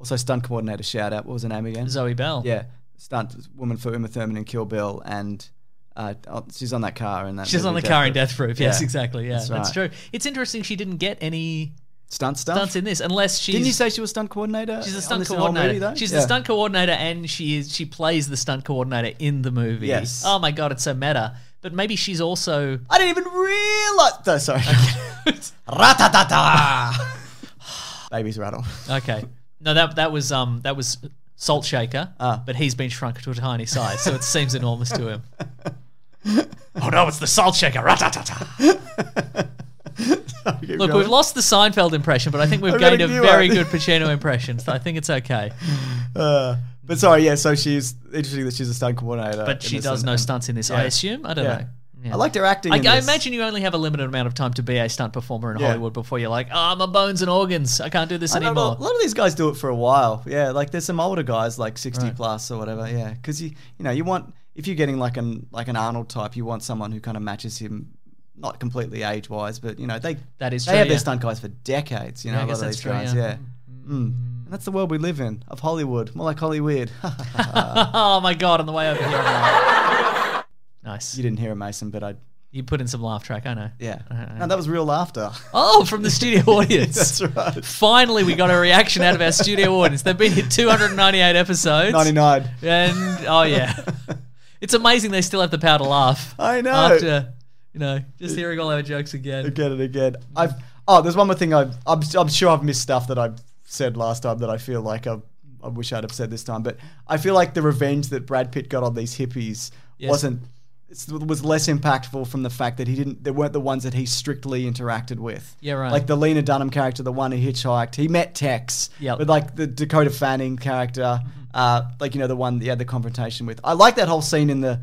Speaker 1: Also, stunt coordinator shout out. What was her name again?
Speaker 4: Zoe Bell.
Speaker 1: Yeah, stunt woman for Uma Thurman in Kill Bill, and uh, oh, she's on that car and that.
Speaker 4: She's
Speaker 1: movie,
Speaker 4: on the car in
Speaker 1: Proof.
Speaker 4: Death Proof. Yes,
Speaker 1: Yeah.
Speaker 4: exactly. Yeah, that's,
Speaker 1: That's right.
Speaker 4: true. It's interesting she didn't get any
Speaker 1: Stunt stuff.
Speaker 4: stunts in this, unless she's
Speaker 1: Didn't you say she was stunt coordinator?
Speaker 4: She's
Speaker 1: on
Speaker 4: a stunt
Speaker 1: this whole movie,
Speaker 4: coordinator.
Speaker 1: though?
Speaker 4: She's
Speaker 1: Yeah.
Speaker 4: the stunt coordinator, and she is she plays the stunt coordinator in the movie.
Speaker 1: Yes.
Speaker 4: Oh my god, it's so meta. But maybe she's also
Speaker 1: I didn't even realize. No, sorry. <laughs>
Speaker 4: <laughs>
Speaker 1: Ratatata. <laughs> Baby's rattle.
Speaker 4: okay. No, that that was um that was Salt Shaker,
Speaker 1: Ah.
Speaker 4: but he's been shrunk to a tiny size, so it seems enormous
Speaker 1: <laughs>
Speaker 4: to him. oh no, it's the Salt Shaker. Ratatata. Look, we've lost the Seinfeld impression, but I think we've
Speaker 1: I've got
Speaker 4: gained
Speaker 1: a
Speaker 4: a
Speaker 1: new
Speaker 4: very
Speaker 1: one.
Speaker 4: good Pacino impression. So I think
Speaker 1: <laughs>
Speaker 4: it's okay.
Speaker 1: Uh, but sorry, yeah. So she's interesting that she's a stunt coordinator,
Speaker 4: But
Speaker 1: in
Speaker 4: she
Speaker 1: this
Speaker 4: does
Speaker 1: and-
Speaker 4: no
Speaker 1: and-
Speaker 4: stunts in this, I
Speaker 1: Yeah.
Speaker 4: assume. I don't
Speaker 1: Yeah.
Speaker 4: know. Yeah.
Speaker 1: I liked her acting.
Speaker 4: I,
Speaker 1: in
Speaker 4: I
Speaker 1: this.
Speaker 4: imagine you only have a limited amount of time to be a stunt performer in
Speaker 1: Yeah.
Speaker 4: Hollywood before you're like, oh, my bones and organs. I can't do this
Speaker 1: I know a
Speaker 4: anymore.
Speaker 1: lot, a lot of these guys do it for a while. Yeah, like there's some older guys, like 60 plus or whatever. Yeah, because you you know you want if you're getting like an like an Arnold type, you want someone who kind of matches him, not completely age wise, but you know they
Speaker 4: That is
Speaker 1: they
Speaker 4: true,
Speaker 1: have their
Speaker 4: yeah.
Speaker 1: stunt guys for decades. You know,
Speaker 4: Yeah, I
Speaker 1: a lot
Speaker 4: guess
Speaker 1: of
Speaker 4: that's
Speaker 1: these
Speaker 4: true,
Speaker 1: guys.
Speaker 4: yeah.
Speaker 1: Yeah. Mm. And that's the world we live in of Hollywood, more like Hollywood.
Speaker 4: <laughs>
Speaker 1: <laughs>
Speaker 4: oh, my God, on the way over here.
Speaker 1: <laughs>
Speaker 4: I'm like- nice.
Speaker 1: you
Speaker 4: You,
Speaker 1: didn't hear it, Mason, but I
Speaker 4: put in some laugh track, I know. <laughs>
Speaker 1: yeah.
Speaker 4: Uh,
Speaker 1: No, that was real
Speaker 4: <laughs>
Speaker 1: laughter.
Speaker 4: Oh, from the studio
Speaker 1: <laughs>
Speaker 4: audience.
Speaker 1: That's right.
Speaker 4: Finally, we got a reaction out of our studio audience. They've been here 298 episodes.
Speaker 1: 99.
Speaker 4: And, oh, yeah. It's amazing they still have the power to laugh.
Speaker 1: I know.
Speaker 4: After, you know, just hearing all our jokes again.
Speaker 1: Again and again. I've oh, there's one more thing. I've, I'm I'm sure I've missed stuff that I've said last time that I feel like I I wish I'd have said this time. But I feel like the revenge that Brad Pitt got on these hippies wasn't it's- was less impactful from the fact that he didn't. They weren't the ones that he strictly interacted with.
Speaker 4: Yeah, right.
Speaker 1: Like the Lena Dunham character, the one who hitchhiked. He met Tex.
Speaker 4: Yep. Mm-hmm.
Speaker 1: But like the Dakota Fanning character, uh, like you know the one he had the confrontation with. I like that whole scene in the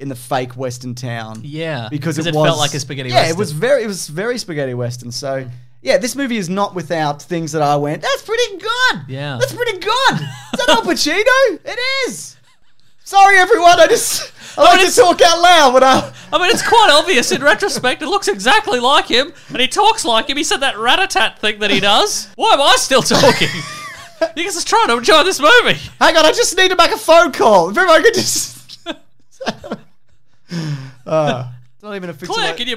Speaker 1: in the fake Western town.
Speaker 4: Yeah,
Speaker 1: because
Speaker 4: 'cause
Speaker 1: it,
Speaker 4: it
Speaker 1: was,
Speaker 4: felt like a spaghetti
Speaker 1: Yeah, it
Speaker 4: Western.
Speaker 1: was very it was very spaghetti Western. So. Yeah, this movie is not without things that I went, that's pretty good.
Speaker 4: Yeah.
Speaker 1: That's pretty good. Is that Al Pacino? It is. Sorry, everyone. I just I like to talk out loud when I.
Speaker 4: I mean, it's quite obvious in retrospect. It looks exactly like him, and he talks like him. He said that rat-a-tat thing that he does. Why am I still talking? <laughs> you guys are trying to enjoy this movie.
Speaker 1: Hang on, I just need to make a phone call. If everyone could just. <laughs> uh, it's not even a fix.
Speaker 4: Claire, can you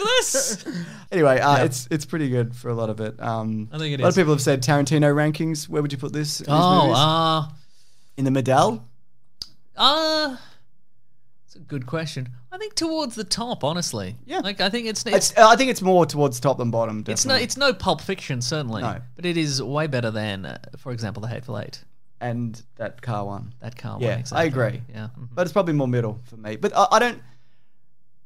Speaker 1: <laughs>
Speaker 4: this?
Speaker 1: Anyway, uh, it's it's pretty good for a lot of it. Um,
Speaker 4: I think it
Speaker 1: a lot
Speaker 4: is.
Speaker 1: of people have said Tarantino rankings. Where would you put this? in these
Speaker 4: Oh,
Speaker 1: movies?
Speaker 4: uh,
Speaker 1: in the medal.
Speaker 4: uh, it's a good question. I think towards the top, honestly.
Speaker 1: Yeah.
Speaker 4: Like I think it's it's
Speaker 1: It's, I think it's more towards top than bottom. Definitely.
Speaker 4: it's no it's no Pulp Fiction certainly.
Speaker 1: No.
Speaker 4: But it is way better than, uh, for example, The Hateful Eight.
Speaker 1: and that car one.
Speaker 4: That car
Speaker 1: Yeah,
Speaker 4: one.
Speaker 1: I
Speaker 4: Exactly.
Speaker 1: agree.
Speaker 4: Yeah. mhm.
Speaker 1: but it's probably more middle for me. But I, I don't,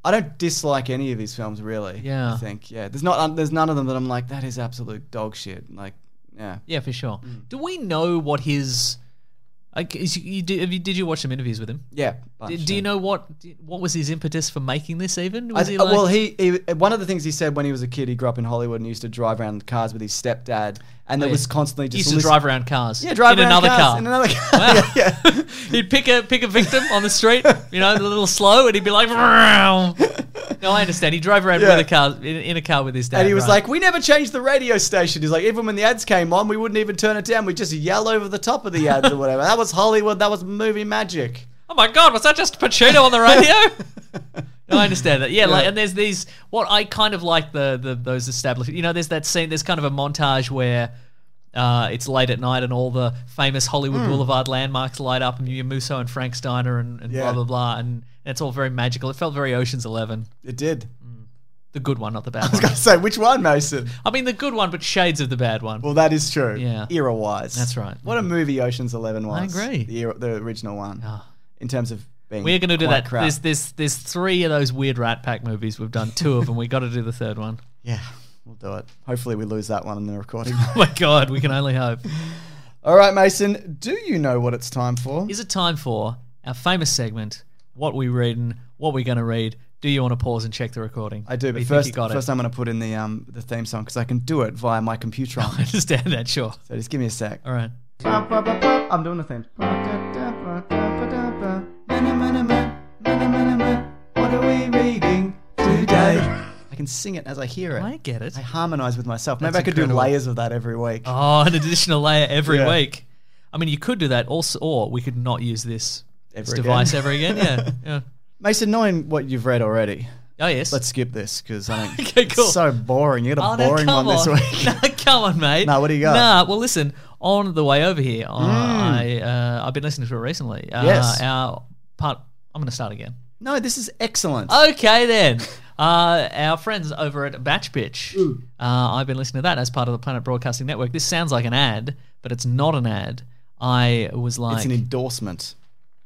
Speaker 1: I don't dislike any of these films really.
Speaker 4: Yeah.
Speaker 1: I think yeah. There's not um, there's none of them that I'm like that is absolute dog shit. Like yeah,
Speaker 4: Yeah, for sure.
Speaker 1: Mm.
Speaker 4: Do we know what his? Like, is you, you, did, have you did you watch some interviews with him?
Speaker 1: yeah.
Speaker 4: Do,
Speaker 1: bunch,
Speaker 4: do
Speaker 1: yeah.
Speaker 4: you know what did- what was his impetus for making this? Even
Speaker 1: I
Speaker 4: was
Speaker 1: th- uh,
Speaker 4: he like,
Speaker 1: well, he, he one of the things he said when he was a kid, he grew up in Hollywood and used to drive around in cars with his stepdad, and there
Speaker 4: Oh, yeah.
Speaker 1: was constantly just
Speaker 4: used to
Speaker 1: listen-
Speaker 4: drive around cars?
Speaker 1: Yeah, drive
Speaker 4: in
Speaker 1: around
Speaker 4: another
Speaker 1: cars,
Speaker 4: car.
Speaker 1: in another car.
Speaker 4: Wow.
Speaker 1: <laughs> yeah, yeah.
Speaker 4: he'd pick a pick a victim on the street, you know, a little slow, and he'd
Speaker 1: <laughs>
Speaker 4: be like, "Vroom." "No, I understand." He drove around
Speaker 1: Yeah.
Speaker 4: with a car in, in a car with his dad,
Speaker 1: And he was
Speaker 4: right.
Speaker 1: like, "We never changed the radio station." He's like, "Even when the ads came on, we wouldn't even turn it down. We just yell over the top of the ads or whatever." That was Hollywood. That was movie magic.
Speaker 4: "Oh my god, was that just Pacino on the radio?"
Speaker 1: <laughs>
Speaker 4: No, I understand that. Yeah, like and there's these what I kind of like the, the those established. You know, there's that scene. There's kind of a montage where uh, it's late at night and all the famous
Speaker 1: Hmm.
Speaker 4: Hollywood Boulevard landmarks light up, and you Musso and Frank's diner and, and
Speaker 1: Yeah.
Speaker 4: blah blah blah, and it's all very magical. It felt very Ocean's Eleven,
Speaker 1: It <laughs> did.
Speaker 4: the good one, not
Speaker 1: <laughs>
Speaker 4: the bad one.
Speaker 1: So which one, Mason?
Speaker 4: I mean, the good one, but shades of the bad one.
Speaker 1: Well, that is true.
Speaker 4: Yeah.
Speaker 1: Era wise.
Speaker 4: That's right.
Speaker 1: What a movie Ocean's Eleven was.
Speaker 4: I agree. Ah.
Speaker 1: The, era, the original one. In terms of being.
Speaker 4: We're gonna do
Speaker 1: quite
Speaker 4: that.
Speaker 1: crap.
Speaker 4: There's there's there's three of those weird Rat Pack movies. We've done two of them. We got to do the third one. <laughs>
Speaker 1: Yeah, we'll do it. Hopefully, we lose that one in the recording.
Speaker 4: Oh my god, we can only hope.
Speaker 1: All right, Mason, do you know what it's time for?
Speaker 4: Is it time for our famous segment? What we reading? What we gonna read? Do you want to pause and check the recording?
Speaker 1: I do,
Speaker 4: We
Speaker 1: but
Speaker 4: think
Speaker 1: first,
Speaker 4: you got
Speaker 1: first
Speaker 4: it.
Speaker 1: I'm going to put in the um the theme song because I can do it via my computer.
Speaker 4: <laughs> I <laughs> understand that. Sure.
Speaker 1: so just give me a sec.
Speaker 4: All right.
Speaker 1: I'm doing the theme. What are we reading today? I can sing it as I hear it.
Speaker 4: I get it.
Speaker 1: I harmonize with myself. Maybe
Speaker 4: That's
Speaker 1: I could
Speaker 4: incredible.
Speaker 1: do layers of that every week.
Speaker 4: Oh, an additional layer every
Speaker 1: Yeah.
Speaker 4: week. I mean, you could do that, also, or we could not use this,
Speaker 1: Ever
Speaker 4: this
Speaker 1: again.
Speaker 4: device ever again. Yeah.
Speaker 1: <laughs>
Speaker 4: yeah.
Speaker 1: Mason, knowing what you've read already,
Speaker 4: Oh yes.
Speaker 1: let's skip this because I think
Speaker 4: <laughs> Okay, cool.
Speaker 1: it's so boring. You
Speaker 4: Oh,
Speaker 1: got a
Speaker 4: no,
Speaker 1: boring
Speaker 4: come
Speaker 1: one this
Speaker 4: on.
Speaker 1: week. <laughs>
Speaker 4: <laughs> No, come on, mate.
Speaker 1: No, what do you got? Mm.
Speaker 4: Nah, well, listen, on the way over here, uh, I, uh, I've been listening to it recently. Uh,
Speaker 1: Yes.
Speaker 4: Our part, I'm going to start again.
Speaker 1: No, this is excellent.
Speaker 4: Okay, then. Uh, our friends over at Batch Bitch.
Speaker 1: Mm.
Speaker 4: Uh, I've been listening to that as part of the Planet Broadcasting Network. This sounds like an ad, but it's not an ad. I was like,
Speaker 1: It's an endorsement.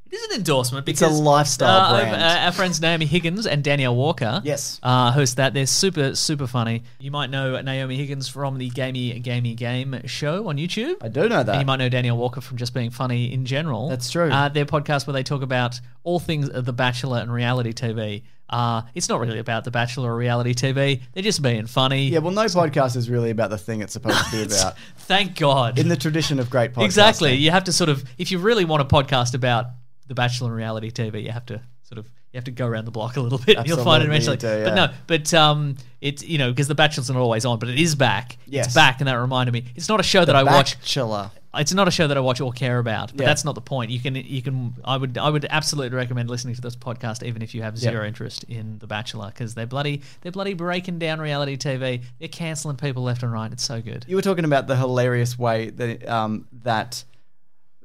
Speaker 4: it is an endorsement
Speaker 1: It's
Speaker 4: because
Speaker 1: a lifestyle
Speaker 4: uh,
Speaker 1: brand.
Speaker 4: uh, our friends Naomi Higgins and Danielle Walker,
Speaker 1: Yes.
Speaker 4: uh, host that. They're super super funny. You might know Naomi Higgins from the Gamey Gamey Game show on YouTube.
Speaker 1: I do know
Speaker 4: And
Speaker 1: that.
Speaker 4: you might know Danielle Walker from just being funny in general.
Speaker 1: Uh, That's true.
Speaker 4: Uh, their podcast where they talk about all things of The Bachelor and reality TV. Uh, it's not really about The Bachelor or reality TV. They're just being funny.
Speaker 1: yeah, well, no podcast is really about the thing it's supposed to
Speaker 4: <laughs>
Speaker 1: be about.
Speaker 4: Thank God.
Speaker 1: In the tradition of great podcasting.
Speaker 4: <laughs> exactly. You have to sort of, if you really want a podcast about The Bachelor and reality TV, you have to sort of. You have to go around the block a little <laughs> bit. and You'll find it
Speaker 1: Absolutely, you
Speaker 4: eventually.
Speaker 1: do,
Speaker 4: But
Speaker 1: yeah.
Speaker 4: no, but um, it's you know because the Bachelor's not always on, but it is back.
Speaker 1: Yes.
Speaker 4: It's back, and that reminded me. It's not a show that I watch
Speaker 1: Bachelor.
Speaker 4: it's not a show that I watch or care about, but
Speaker 1: Yeah.
Speaker 4: that's not the point. You can you can I would I would absolutely recommend listening to this podcast even if you have zero interest in The Bachelor because they're bloody they're bloody breaking down reality TV. They're canceling people left and right. It's so good.
Speaker 1: You were talking about the hilarious way that um, that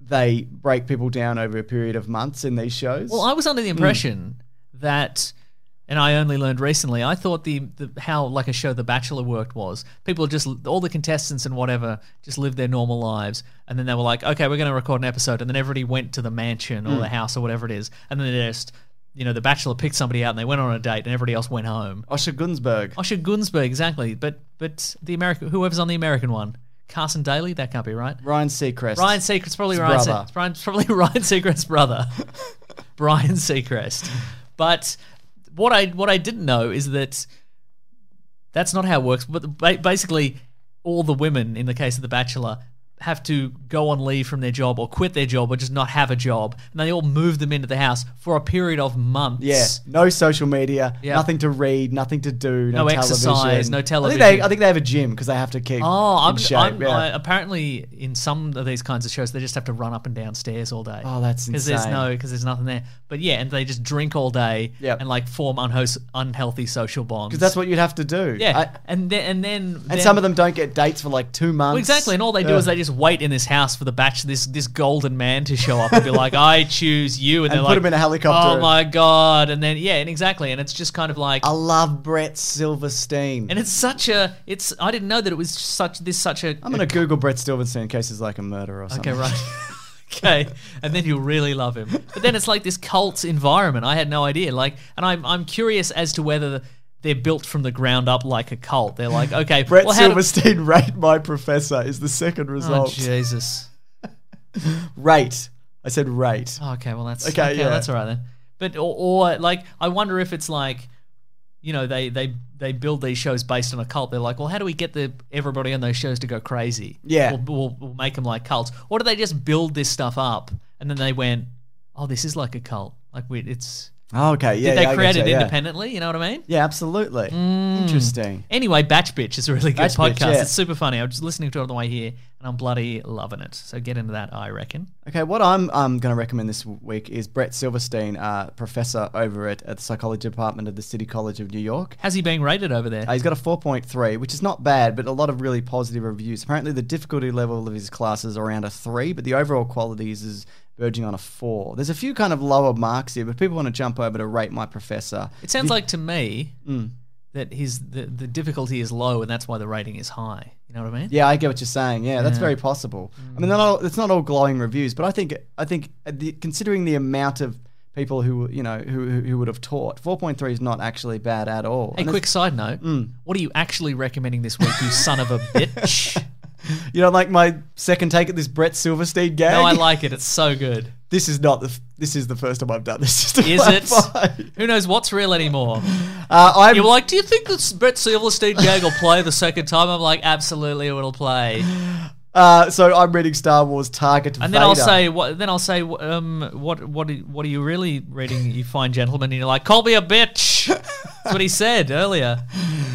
Speaker 1: they break people down over a period of months in these shows.
Speaker 4: Well, I was under the impression that, and I only learned recently. I thought the, the how like a show The Bachelor worked was people just all the contestants and whatever just lived their normal lives, and then they were like, okay, we're going to record an episode, and then everybody went to the mansion or the house or whatever it is, and then they just you know, The Bachelor picked somebody out and they went on a date and everybody else went home.
Speaker 1: Osher Gunsberg.
Speaker 4: Osher Gunsberg, exactly. But but the American, whoever's on the American one, Carson Daly, that can't be right.
Speaker 1: Ryan Seacrest.
Speaker 4: Ryan Seacrest, probably
Speaker 1: His
Speaker 4: Ryan. Se-
Speaker 1: brother.
Speaker 4: Brian, probably <laughs> Ryan Seacrest's
Speaker 1: <laughs>
Speaker 4: brother, Brian Seacrest. But what I what I didn't know is that that's not how it works. But ba- basically, all the women in the case of The Bachelor have to go on leave from their job or quit their job or just not have a job, and they all move them into the house for a period of months.
Speaker 1: Yeah, no social media,
Speaker 4: Yeah.
Speaker 1: nothing to read, nothing to do, no,
Speaker 4: No exercise,
Speaker 1: television.
Speaker 4: no
Speaker 1: I think they,
Speaker 4: television.
Speaker 1: I think they have a gym because they have to keep.
Speaker 4: Oh,
Speaker 1: in
Speaker 4: I'm,
Speaker 1: shape.
Speaker 4: I'm
Speaker 1: yeah.
Speaker 4: I, apparently in some of these kinds of shows they just have to run up and down stairs all day.
Speaker 1: Oh, that's
Speaker 4: because there's
Speaker 1: insane.
Speaker 4: no because there's nothing there. But yeah, and they just drink all day
Speaker 1: Yep.
Speaker 4: and like form unho- unhealthy social bonds.
Speaker 1: 'Cause that's what you'd have to do.
Speaker 4: yeah,
Speaker 1: I-
Speaker 4: and then and then
Speaker 1: and some of them don't get dates for like two months.
Speaker 4: exactly, and all they do
Speaker 1: Ugh.
Speaker 4: is they just wait in this house for the batch this this golden man to show up and be
Speaker 1: <laughs>
Speaker 4: like, I choose you, and,
Speaker 1: And
Speaker 4: they're
Speaker 1: put
Speaker 4: like,
Speaker 1: him in a helicopter.
Speaker 4: Oh my god! And then yeah, and exactly, and it's just kind of like
Speaker 1: I love Brett Silverstein.
Speaker 4: and it's such a it's I didn't know that it was such this such a <laughs>
Speaker 1: I'm gonna Google Brett Silverstein in case he's like a murderer or something.
Speaker 4: Okay, right. <laughs> okay, and then you'll really love him. But then it's like this cult environment. I had no idea. Like, and I'm I'm curious as to whether they're built from the ground up like a cult. They're like, okay,
Speaker 1: Brett
Speaker 4: well, how do-
Speaker 1: Silverstein, <laughs> rate my professor is the second
Speaker 4: Oh,
Speaker 1: result.
Speaker 4: Jesus.
Speaker 1: rate. I said rate.
Speaker 4: Oh, okay, well that's
Speaker 1: Okay,
Speaker 4: okay.
Speaker 1: yeah.
Speaker 4: That's all right then. But or, or like, I wonder if it's like, you know, they they they build these shows based on a cult. They're like, well, how do we get the everybody on those shows to go crazy?
Speaker 1: Yeah.
Speaker 4: we'll, we'll, we'll make them like cults. Or do they just build this stuff up and then they went, oh, this is like a cult. Like we, it's
Speaker 1: Oh, okay, yeah.
Speaker 4: Did
Speaker 1: yeah,
Speaker 4: they
Speaker 1: I
Speaker 4: create Hmm.
Speaker 1: getcha,
Speaker 4: it
Speaker 1: yeah.
Speaker 4: independently? You know what I mean?
Speaker 1: Yeah, absolutely. Interesting.
Speaker 4: Anyway, Batch Bitch is a really good
Speaker 1: Batch Bitch,
Speaker 4: podcast.
Speaker 1: yeah.
Speaker 4: It's super funny. I was just listening to it on the way here, and I'm bloody loving it. So get into that, I reckon.
Speaker 1: Okay, what I'm um, going to recommend this week is Brett Silverstein, uh, professor over at, at the psychology department of the City College of New York.
Speaker 4: How's he being rated over there?
Speaker 1: Uh, he's got a 4.3, which is not bad, but a lot of really positive reviews. Apparently, the difficulty level of his class is around a 3, but the overall quality is, is verging on a 4. There's a few kind of lower marks here, but people want to jump over to rate my professor.
Speaker 4: It sounds like to me
Speaker 1: Mm.
Speaker 4: that his the, the difficulty is low, and that's why the rating is high. You know what I mean?
Speaker 1: Yeah, I get what you're saying. Yeah, that's very possible. I
Speaker 4: Mm.
Speaker 1: mean, they're not all, it's not all glowing reviews, but I think I think at the, considering the amount of people who you know who who who would have taught, 4.3 is not actually bad at all.
Speaker 4: Hey,
Speaker 1: And Mm.
Speaker 4: quick side note. What are you actually recommending this week, you
Speaker 1: <laughs>
Speaker 4: son of a bitch?
Speaker 1: it's- You know, like my second take at this Brett Silverstein gag.
Speaker 4: No, I like it. It's so good.
Speaker 1: this is not the f- this is the first time I've done this. <laughs>
Speaker 4: Is it? Who knows what's real anymore?
Speaker 1: Uh, I'm
Speaker 4: You were like, do you think that Brett Silverstein gag will play the second time? I'm like, absolutely, it'll play.
Speaker 1: uh, so I'm reading Star Wars Target.
Speaker 4: And then I'll
Speaker 1: Vader.
Speaker 4: say, what, then I'll say, wh- um, what, what, are- what are you really reading? You fine gentlemen, and you're like, call me a bitch. That's what he said earlier.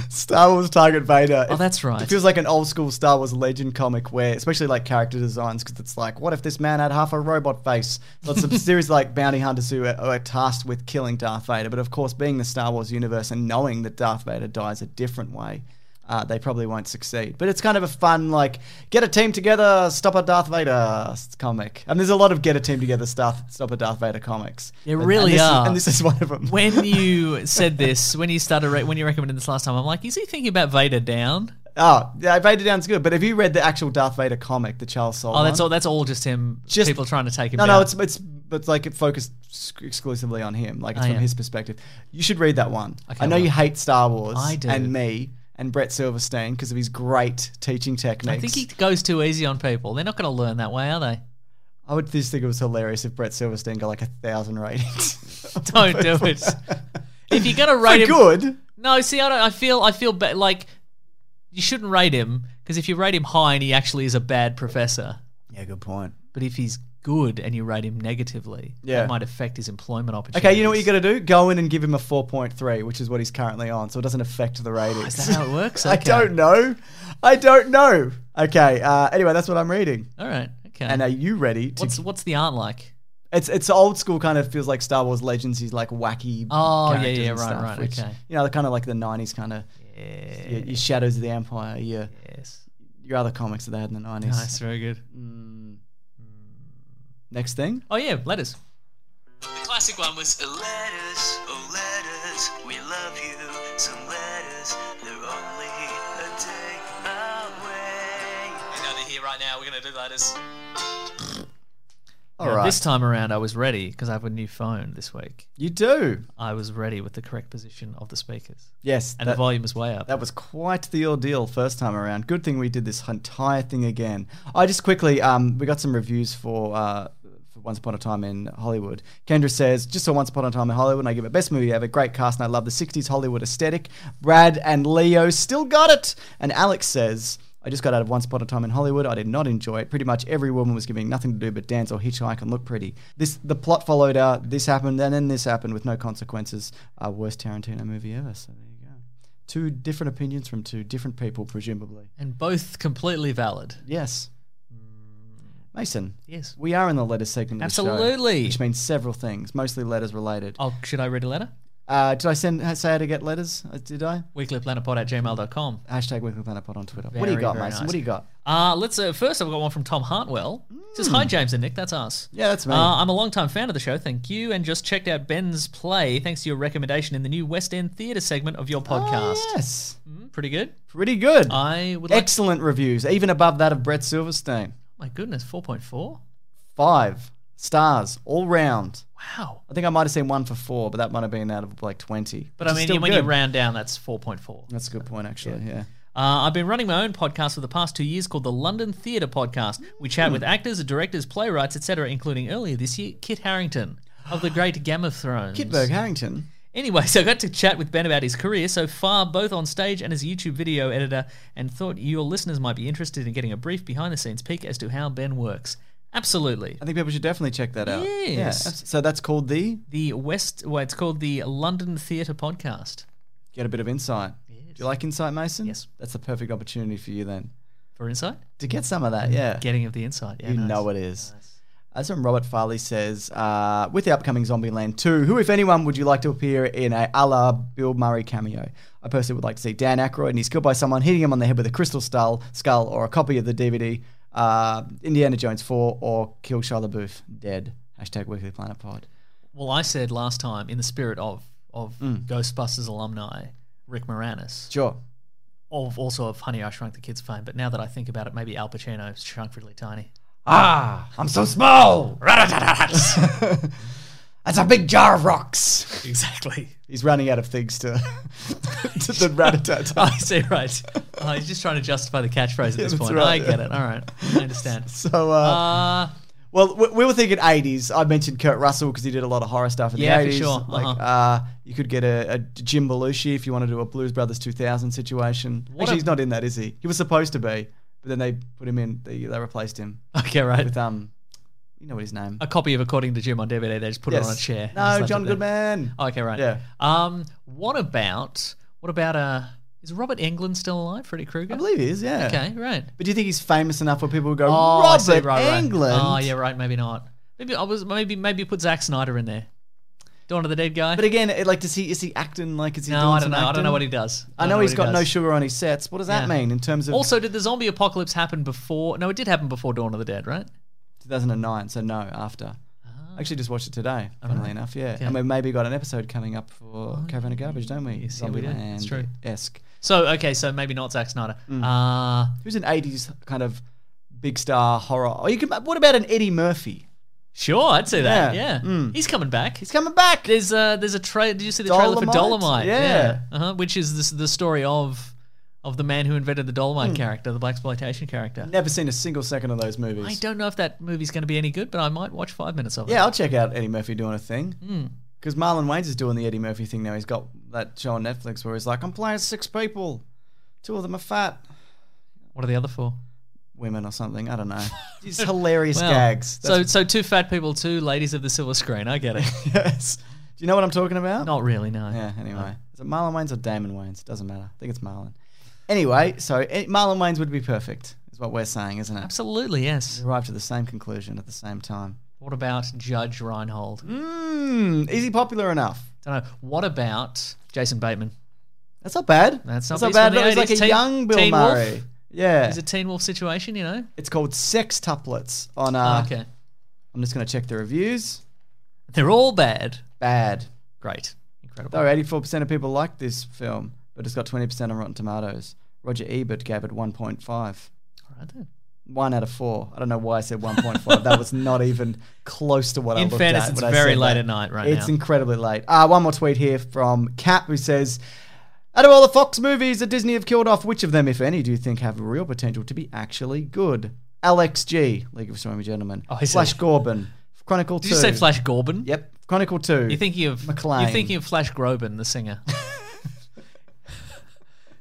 Speaker 1: Star Wars Target Vader.
Speaker 4: Oh, that's right.
Speaker 1: It feels like an old school Star Wars Legend comic where, especially like character designs, because it's like, what if this man had half a robot face? So it's
Speaker 4: <laughs>
Speaker 1: a series like bounty hunters who are, are tasked with killing Darth Vader. But of course, being the Star Wars universe and knowing that Darth Vader dies a different way, uh, they probably won't succeed. But it's kind of a fun, like, get a team together, stop a Darth Vader s- comic. And there's a lot of get a team together, stuff, stop a Darth Vader comics.
Speaker 4: There
Speaker 1: And- and
Speaker 4: really
Speaker 1: this is-
Speaker 4: are.
Speaker 1: and this is one of them. <laughs>
Speaker 4: When you said this, when you started, re- when you recommended this last time, I'm like, is he thinking about Vader down?
Speaker 1: Oh, yeah, Vader Down's good. But have you read the actual Darth Vader comic, the Charles Soule?
Speaker 4: Oh, that's
Speaker 1: one?
Speaker 4: all. That's all just him.
Speaker 1: Uh-huh. Just-
Speaker 4: people trying to take him.
Speaker 1: No,
Speaker 4: down.
Speaker 1: no, it's it's it's like it focused sc- exclusively on him. Like it's
Speaker 4: Oh,
Speaker 1: from
Speaker 4: yeah.
Speaker 1: his perspective. You should read that one.
Speaker 4: Okay,
Speaker 1: I know
Speaker 4: well.
Speaker 1: you hate Star Wars.
Speaker 4: I do.
Speaker 1: And me and Brett Silverstein because of his great teaching techniques.
Speaker 4: I think he goes too easy on people. They're not going to learn that way,
Speaker 1: <laughs>
Speaker 4: are they?
Speaker 1: I would just think it was hilarious if Brett Silverstein got like a thousand ratings.
Speaker 4: <laughs> Don't do
Speaker 1: <laughs>
Speaker 4: it. <laughs> If you're going to rate
Speaker 1: Pretty
Speaker 4: him,
Speaker 1: good.
Speaker 4: no. See, I don't. I feel. I feel ba- like you shouldn't rate him because if you rate him high and he actually is a bad professor,
Speaker 1: Yeah, good point.
Speaker 4: but if he's good and you rate him negatively,
Speaker 1: Yeah.
Speaker 4: that might affect his employment opportunities.
Speaker 1: Okay, you know what you got to do? Go in and give him a 4.3, which is what he's currently on, so it doesn't affect the ratings.
Speaker 4: Oh, Is that how it
Speaker 1: <laughs>
Speaker 4: works?
Speaker 1: I
Speaker 4: Okay.
Speaker 1: don't know. I don't know. Okay. Uh, anyway, that's what I'm reading.
Speaker 4: All right. Okay.
Speaker 1: And are you ready? To,
Speaker 4: Mm. what's what's the art like?
Speaker 1: it's it's old school kind of feels like Star Wars Legends. He's like wacky.
Speaker 4: Oh, yeah,
Speaker 1: characters
Speaker 4: yeah,
Speaker 1: and
Speaker 4: right,
Speaker 1: stuff,
Speaker 4: right,
Speaker 1: which,
Speaker 4: okay.
Speaker 1: You know, they're kind of like the '90s kind of your, your Shadows of the Empire, your
Speaker 4: Yes.
Speaker 1: your other comics that they had in the '90s.
Speaker 4: Nice, very good.
Speaker 1: Next thing,
Speaker 4: Oh yeah, letters.
Speaker 3: The classic one was letters, oh letters, we love you. Some letters, they're only a day away.
Speaker 2: You know they're here right now. We're gonna do letters.
Speaker 1: All right,
Speaker 4: Now, This time around, I was ready because I have a new phone this week.
Speaker 1: you do.
Speaker 4: I was ready with the correct position of the speakers,
Speaker 1: Yes,
Speaker 4: and
Speaker 1: that-
Speaker 4: the volume was way up.
Speaker 1: That was quite the ordeal first time around. Good thing we did this entire thing again. I just quickly, um, we got some reviews for, uh, for Once Upon a Time in Hollywood. Kendra says, just saw Once Upon a Time in Hollywood and I give it best movie ever. Great cast and I love the 60s Hollywood aesthetic. Brad and Leo still got it. And Alex says, I just got out of Once Upon a Time in Hollywood. I did not enjoy it. Pretty much every woman was giving nothing to do but dance or hitchhike and look pretty. This the plot followed out. This happened and then this happened with no consequences. Uh, worst Tarantino movie ever. So there you go two different opinions from two different people, presumably.
Speaker 4: and both completely valid.
Speaker 1: Yes. Mason.
Speaker 4: Mm. Yes.
Speaker 1: We are in the letter segment. of the show,
Speaker 4: Absolutely.
Speaker 1: which means several things, mostly letters related.
Speaker 4: Oh, should I read a letter?
Speaker 1: Uh, did I send say how to get letters? Uh, Did I?
Speaker 4: Weeklyplanetpod at gmail.com.
Speaker 1: Hashtag Weekly Planet Pod on Twitter. what do you
Speaker 4: Very,
Speaker 1: got,
Speaker 4: very
Speaker 1: Mason?
Speaker 4: nice.
Speaker 1: What do you got?
Speaker 4: Uh, let's uh, first. I've got one from Tom Hartwell. It says, "Hi, James and Nick. That's us.
Speaker 1: Mm. Yeah, that's me.
Speaker 4: Uh, I'm a long-time fan of the show. Thank you, and just checked out Ben's play thanks to your recommendation in the new West End Theatre segment
Speaker 1: Oh,
Speaker 4: of your podcast.
Speaker 1: Yes.
Speaker 4: Mm, pretty good.
Speaker 1: Pretty good.
Speaker 4: I would like.
Speaker 1: Excellent reviews, even above that of Brett Silverstein.
Speaker 4: my goodness, four point four.
Speaker 1: Five stars all round.
Speaker 4: Wow.
Speaker 1: I think I might have seen one for four, but that might have been out of like 20.
Speaker 4: But
Speaker 1: which
Speaker 4: I
Speaker 1: is
Speaker 4: mean,
Speaker 1: still
Speaker 4: when you
Speaker 1: good.
Speaker 4: round down, that's four point four.
Speaker 1: That's a good point, actually. Yeah.
Speaker 4: Uh, I've been running my own podcast for the past two years called the London Theatre Podcast. We chat
Speaker 1: Hmm.
Speaker 4: with actors, directors, playwrights, etc., including earlier this year Kit Harrington of the great Game of Thrones.
Speaker 1: Kidberg Harrington.
Speaker 4: Anyway, <laughs> so I got to chat with Ben about his career so far, both on stage and as a YouTube video editor, and thought your listeners might be interested in getting a brief behind the scenes peek as to how Ben works. Absolutely.
Speaker 1: I think people should definitely check that out. Yeah,
Speaker 4: Yes.
Speaker 1: abs- so that's called the
Speaker 4: The West, well, it's called the London Theatre Podcast.
Speaker 1: get a bit of insight. Do you like insight, Mason?
Speaker 4: Yes.
Speaker 1: That's the perfect opportunity for you then
Speaker 4: For insight?
Speaker 1: to get some of that. Yeah.
Speaker 4: Getting of the insight. Yeah,
Speaker 1: you
Speaker 4: Mm. nice.
Speaker 1: know it is. As from Robert Farley says, uh, with the upcoming Zombieland 2, who, if anyone, would you like to appear in a a la Bill Murray cameo? I personally would like to see Dan Aykroyd, and he's killed by someone hitting him on the head with a crystal skull, skull or a copy of the DVD uh, Indiana Jones 4 or Kill Shia LaBeouf dead. Hashtag Weekly Planet Pod.
Speaker 4: Well, I said last time, in the spirit of, of
Speaker 1: Mm.
Speaker 4: Ghostbusters alumni, Rick Moranis,
Speaker 1: Sure.
Speaker 4: of, also of Honey, I Shrunk the Kids fame, but now that I think about it, maybe Al Pacino shrunk really tiny. <laughs>
Speaker 1: Ah, I'm so small.
Speaker 4: <laughs>
Speaker 1: That's a big jar of rocks.
Speaker 4: Exactly.
Speaker 1: He's running out of things to, <laughs> to the rat-a-tat-tat.
Speaker 4: <laughs> I see, right. Oh, he's just trying to justify the catchphrase
Speaker 1: <laughs>
Speaker 4: at this
Speaker 1: that's
Speaker 4: point.
Speaker 1: right,
Speaker 4: I get it. All right. I
Speaker 1: <laughs>
Speaker 4: understand.
Speaker 1: So, uh,
Speaker 4: Uh,
Speaker 1: well, we, we were thinking 80s. I mentioned Kurt Russell because he did a lot of horror stuff in
Speaker 4: Yeah,
Speaker 1: the
Speaker 4: for
Speaker 1: 80s.
Speaker 4: sure.
Speaker 1: Like,
Speaker 4: Uh-huh.
Speaker 1: uh, you could get a, a Jim Belushi if you want to do a Blues Brothers 2000 situation.
Speaker 4: What
Speaker 1: Actually,
Speaker 4: a-
Speaker 1: he's not in that, is he? He was supposed to be, but then they put him in. They, they replaced him
Speaker 4: okay, right.
Speaker 1: with um, you know what his name?
Speaker 4: A copy of According to Jim on DVD. They just put it on a chair. and just
Speaker 1: No,
Speaker 4: left
Speaker 1: John
Speaker 4: it there.
Speaker 1: Goodman.
Speaker 4: Oh, okay, right.
Speaker 1: Yeah.
Speaker 4: Um, what about what about uh? Is Robert Englund still alive? Freddy Krueger.
Speaker 1: I believe he is. Yeah.
Speaker 4: Okay, right.
Speaker 1: But do you think he's famous enough where people would go,
Speaker 4: Oh, I
Speaker 1: Robert
Speaker 4: see, right, right.
Speaker 1: Englund?
Speaker 4: Oh, yeah, right. Maybe not. Maybe I was. Maybe maybe put Zack Snyder in there. Dawn of the Dead guy.
Speaker 1: But again, it, like, does he is he acting like is he?
Speaker 4: no,
Speaker 1: doing
Speaker 4: I
Speaker 1: some
Speaker 4: don't know. I
Speaker 1: acting?
Speaker 4: don't know what he does.
Speaker 1: I
Speaker 4: don't
Speaker 1: know
Speaker 4: what
Speaker 1: he's
Speaker 4: he
Speaker 1: got no
Speaker 4: does.
Speaker 1: sugar on his sets. What does that
Speaker 4: Yeah.
Speaker 1: mean in terms of
Speaker 4: Also, did the zombie apocalypse happen before? No, it did happen before Dawn of the Dead, right?
Speaker 1: 2009? So no, after. I Actually, just watched it today. Funnily enough, yeah. And we maybe got an episode coming up for Caravan of Garbage, don't we?
Speaker 4: Yes, Oh, yeah, we do. It's true.
Speaker 1: Esque.
Speaker 4: So okay, so maybe not Zack Snyder.
Speaker 1: Mm.
Speaker 4: Uh,
Speaker 1: Who's an 80s kind of big star horror? Or you can. What about an Eddie Murphy?
Speaker 4: sure, I'd say that.
Speaker 1: Yeah. mm.
Speaker 4: Yeah, he's coming back.
Speaker 1: He's coming back.
Speaker 4: There's uh, there's a trailer. Did you see the trailer for
Speaker 1: Dolomite?
Speaker 4: Dolomite?
Speaker 1: Yeah.
Speaker 4: Uh-huh. Which is this, the story of of the man who invented the Dolomite
Speaker 1: Mm.
Speaker 4: character, the black exploitation character.
Speaker 1: Never seen a single second of those movies.
Speaker 4: I don't know if that movie's going to be any good, but I might watch five minutes of it.
Speaker 1: Yeah, I'll check out Eddie Murphy doing a thing.
Speaker 4: Hmm.
Speaker 1: Because Marlon Wayans is doing the Eddie Murphy thing now. He's got that show on Netflix where he's like, I'm playing six people. Two of them are fat
Speaker 4: What are the other four?
Speaker 1: women or something. I don't
Speaker 4: <laughs>
Speaker 1: know. These hilarious
Speaker 4: Wow.
Speaker 1: gags.
Speaker 4: So so two fat people, two ladies of the silver screen. I get it.
Speaker 1: So, yes. <laughs> Do you know what I'm talking about?
Speaker 4: <laughs> Not really, no.
Speaker 1: Yeah, anyway. Is it Marlon Wayans or Damon Wayans? doesn't matter. I think it's Marlon. Anyway, so eh, Marlon Wayans would be perfect, is what we're saying, isn't it?
Speaker 4: Absolutely, yes.
Speaker 1: We arrived at the same conclusion at the same time.
Speaker 4: What about Judge Reinhold?
Speaker 1: Mmm. Is he popular enough?
Speaker 4: Don't know. What about Jason Bateman?
Speaker 1: That's not bad.
Speaker 4: That's not-
Speaker 1: That's
Speaker 4: he's
Speaker 1: not bad.
Speaker 4: from the
Speaker 1: He's like a
Speaker 4: 80s. Teen-
Speaker 1: young Bill
Speaker 4: Teen Wolf?
Speaker 1: Murray. Yeah.
Speaker 4: Is it Teen Wolf situation? You know.
Speaker 1: It's called Sextuplets on. Uh,
Speaker 4: Ah, okay.
Speaker 1: I'm just going to check the reviews.
Speaker 4: They're all bad.
Speaker 1: Bad.
Speaker 4: Great. Incredible.
Speaker 1: Though 84% of people like this film, but it's got 20% on Rotten Tomatoes. Roger Ebert gave it 1.5.
Speaker 4: All right then.
Speaker 1: One out of four. I don't know why I said 1.5. that was not even close to what I
Speaker 4: In
Speaker 1: looked
Speaker 4: fairness,
Speaker 1: at.
Speaker 4: it's
Speaker 1: when I
Speaker 4: very
Speaker 1: said
Speaker 4: late
Speaker 1: that.
Speaker 4: at night right
Speaker 1: it's
Speaker 4: now.
Speaker 1: incredibly late. Uh, one more tweet here from Cap who says, out of all the Fox movies that Disney have killed off, which of them, if any, do you think have real potential to be actually good? Alex G, League of Extraordinary Gentlemen.
Speaker 4: I see.
Speaker 1: Flash Gordon. Chronicle
Speaker 4: Oh, Did
Speaker 1: 2.
Speaker 4: you say Flash Gorbin?
Speaker 1: Yep. Chronicle 2.
Speaker 4: You're thinking of
Speaker 1: McLean.
Speaker 4: You're thinking of Flash Groban, the singer. <laughs>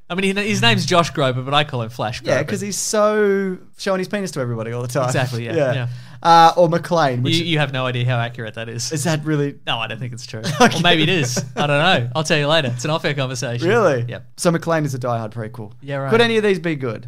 Speaker 4: I mean, he- his name's Josh Groban, but I call him Flash. Groban.
Speaker 1: Yeah, because he's so showing his penis to everybody all the time. <laughs>
Speaker 4: Exactly, yeah, yeah.
Speaker 1: Uh, or McLean, which
Speaker 4: you, you have no idea how accurate that is.
Speaker 1: is that really
Speaker 4: no, I don't
Speaker 1: <laughs>
Speaker 4: think it's true. Or maybe it is. I don't know. I'll tell you later. It's an off-air conversation.
Speaker 1: really?
Speaker 4: Yep.
Speaker 1: So McLean is a diehard prequel.
Speaker 4: Yeah, right.
Speaker 1: Could any of these be good?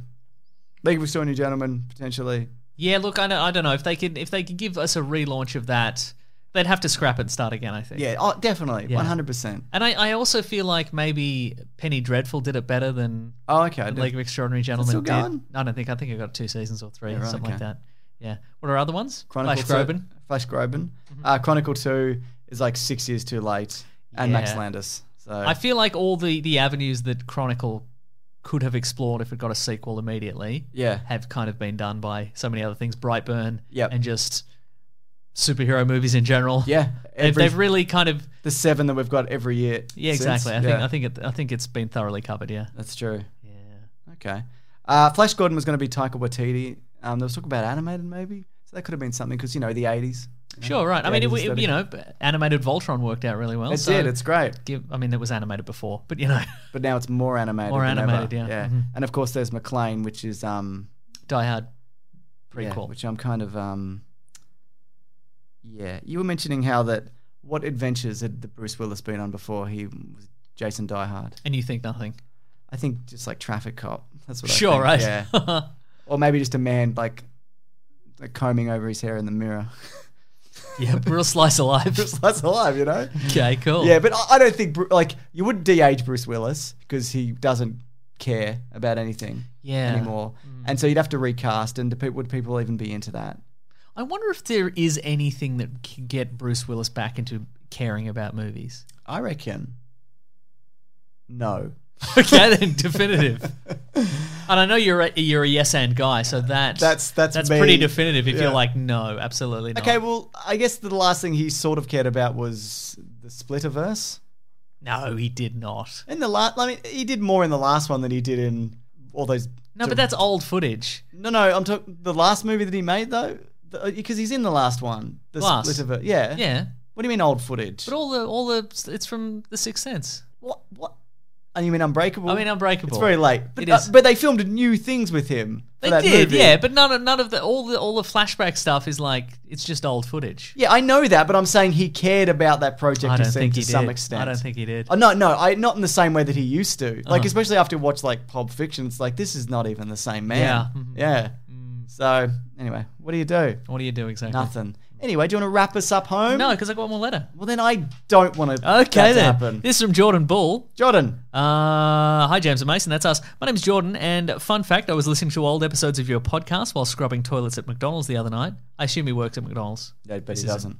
Speaker 1: League of Extraordinary Gentlemen, potentially.
Speaker 4: Yeah. Look, I don't, I don't know if they could if they could give us a relaunch of that, they'd have to scrap it and start again. I think.
Speaker 1: Yeah, oh, definitely,
Speaker 4: Yeah.
Speaker 1: one hundred percent.
Speaker 4: And I, I also feel like maybe Penny Dreadful did it better than
Speaker 1: Oh, okay. I
Speaker 4: than
Speaker 1: did-
Speaker 4: League of Extraordinary Gentlemen
Speaker 1: still
Speaker 4: did.
Speaker 1: going?
Speaker 4: I don't think. I think it got two seasons or three,
Speaker 1: Yeah, right,
Speaker 4: something like
Speaker 1: okay.
Speaker 4: that. Yeah. What are other ones?
Speaker 1: Chronicle two-
Speaker 4: Flash Groban. Mm-hmm.
Speaker 1: Flash Groban. Uh, Chronicle Two is like six years too late, and Max
Speaker 4: Yeah.
Speaker 1: Landis. So
Speaker 4: I feel like all the, the avenues that Chronicle could have explored if it got a sequel immediately
Speaker 1: yeah,
Speaker 4: have kind of been done by so many other things, Brightburn,
Speaker 1: Yep.
Speaker 4: and just superhero movies in general.
Speaker 1: yeah.
Speaker 4: They've,
Speaker 1: Every,
Speaker 4: they've really kind of
Speaker 1: the seven that we've got every year.
Speaker 4: yeah
Speaker 1: since.
Speaker 4: exactly.
Speaker 1: Yeah,
Speaker 4: I think I think it I think it's been thoroughly covered. Yeah.
Speaker 1: that's true.
Speaker 4: Yeah.
Speaker 1: Okay. Uh, Flash Gordon was going to be Taika Waititi. Um, there was talk about animated, maybe. So that could have been something because you know the eighties.
Speaker 4: Sure. Right. I mean, it,
Speaker 1: was
Speaker 4: w- it, you know, animated Voltron worked out really well.
Speaker 1: it
Speaker 4: so
Speaker 1: did. It's great,
Speaker 4: give. I mean, it was animated before, but you know, <laughs>
Speaker 1: but now it's more animated.
Speaker 4: More
Speaker 1: than
Speaker 4: animated,
Speaker 1: ever.
Speaker 4: yeah. Mhm.
Speaker 1: And of course, there's McLean, which is um
Speaker 4: Die Hard
Speaker 1: yeah,
Speaker 4: prequel.
Speaker 1: which I'm kind of um. Yeah, you were mentioning how that what adventures had the Bruce Willis been on before he was Jason Die Hard?
Speaker 4: and you think nothing.
Speaker 1: I think just like Traffic Cop. That's what. I
Speaker 4: Sure.
Speaker 1: think,
Speaker 4: Right. <laughs>
Speaker 1: Yeah. or maybe just a man like, like combing over his hair in the mirror. <laughs>
Speaker 4: yeah. Real slice of life.
Speaker 1: Just that's alive, you know.
Speaker 4: <laughs> okay. Cool.
Speaker 1: Yeah, but I- I don't think Bru- like you wouldn't de-age Bruce Willis because he doesn't care about anything
Speaker 4: Yeah.
Speaker 1: anymore,
Speaker 4: Mm.
Speaker 1: and so you'd have to recast. And do people, would people even be into that?
Speaker 4: I wonder if there is anything that can get Bruce Willis back into caring about movies.
Speaker 1: I reckon. No.
Speaker 4: Okay, <laughs> then definitive. And I know you're a, you're a yes and guy, so that
Speaker 1: That's- that's me.
Speaker 4: pretty definitive. If
Speaker 1: Yeah.
Speaker 4: you're like, no, absolutely not.
Speaker 1: Okay, well, I guess the last thing he sort of cared about was the Splitterverse.
Speaker 4: no, he did not.
Speaker 1: In the last, I mean, he did more in the last one than he did in all those.
Speaker 4: No, but that's
Speaker 1: <laughs>
Speaker 4: old footage.
Speaker 1: No, no, I'm talking the last movie that he made though, because he's in the last one. The
Speaker 4: Last.
Speaker 1: Splitterverse. Yeah.
Speaker 4: Yeah,
Speaker 1: What do you mean old footage?
Speaker 4: but all the all the it's from The Sixth Sense.
Speaker 1: What? What? And you mean Unbreakable?
Speaker 4: I mean, Unbreakable.
Speaker 1: It's very late. But,
Speaker 4: It is.
Speaker 1: uh, but they filmed new things with him. for
Speaker 4: They
Speaker 1: that
Speaker 4: did,
Speaker 1: movie.
Speaker 4: yeah, but none of none of the all the all the flashback stuff is like it's just old footage.
Speaker 1: Yeah, I know that, but I'm saying he cared about that project.
Speaker 4: I
Speaker 1: it
Speaker 4: don't
Speaker 1: seemed,
Speaker 4: think
Speaker 1: to
Speaker 4: he did.
Speaker 1: some extent.
Speaker 4: I don't think Uh-huh. he did.
Speaker 1: Oh, no, no, I not in the same way that he used to. Like especially after you watch like Pulp Fiction, it's like this is not even the same man.
Speaker 4: Yeah. Mhm.
Speaker 1: <laughs> Yeah. So anyway, what do you do?
Speaker 4: What do you do exactly?
Speaker 1: Nothing. Anyway, do you want to wrap us up home?
Speaker 4: No, because I got one more letter.
Speaker 1: Well, then I don't want to.
Speaker 4: Okay,
Speaker 1: that to
Speaker 4: then.
Speaker 1: happen.
Speaker 4: This is from Jordan Bull.
Speaker 1: Jordan.
Speaker 4: Uh, hi, James and Mason. That's us. My name's Jordan, and fun fact I was listening to old episodes of your podcast while scrubbing toilets at McDonald's the other night. I assume he works at McDonald's.
Speaker 1: No, but he
Speaker 4: <laughs>
Speaker 1: doesn't.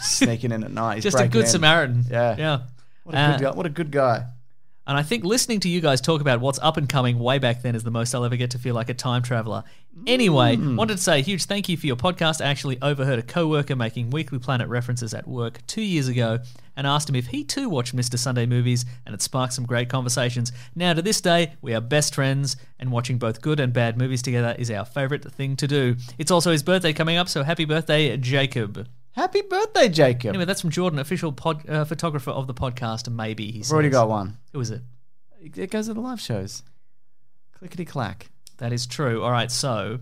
Speaker 1: Sneaking in at night. He's
Speaker 4: Just a
Speaker 1: breaking
Speaker 4: good
Speaker 1: in.
Speaker 4: Samaritan.
Speaker 1: Yeah.
Speaker 4: Yeah.
Speaker 1: What a
Speaker 4: Uh,
Speaker 1: good guy. What a good guy.
Speaker 4: And I think listening to you guys talk about what's up and coming way back then is the most I'll ever get to feel like a time traveler. Anyway,
Speaker 1: Hmm.
Speaker 4: wanted to say a huge thank you for your podcast. I actually overheard a coworker making Weekly Planet references at work two years ago and asked him if he too watched Mr. Sunday movies, and it sparked some great conversations. Now, to this day, we are best friends, and watching both good and bad movies together is our favorite thing to do. It's also his birthday coming up, so happy birthday, Jacob.
Speaker 1: Happy birthday, Jacob.
Speaker 4: Anyway, that's from Jordan, official pod, uh, photographer of the podcast, maybe he says.
Speaker 1: I've already got one.
Speaker 4: Who is it?
Speaker 1: It it goes to the live shows. Clickety clack.
Speaker 4: That is true. All right, so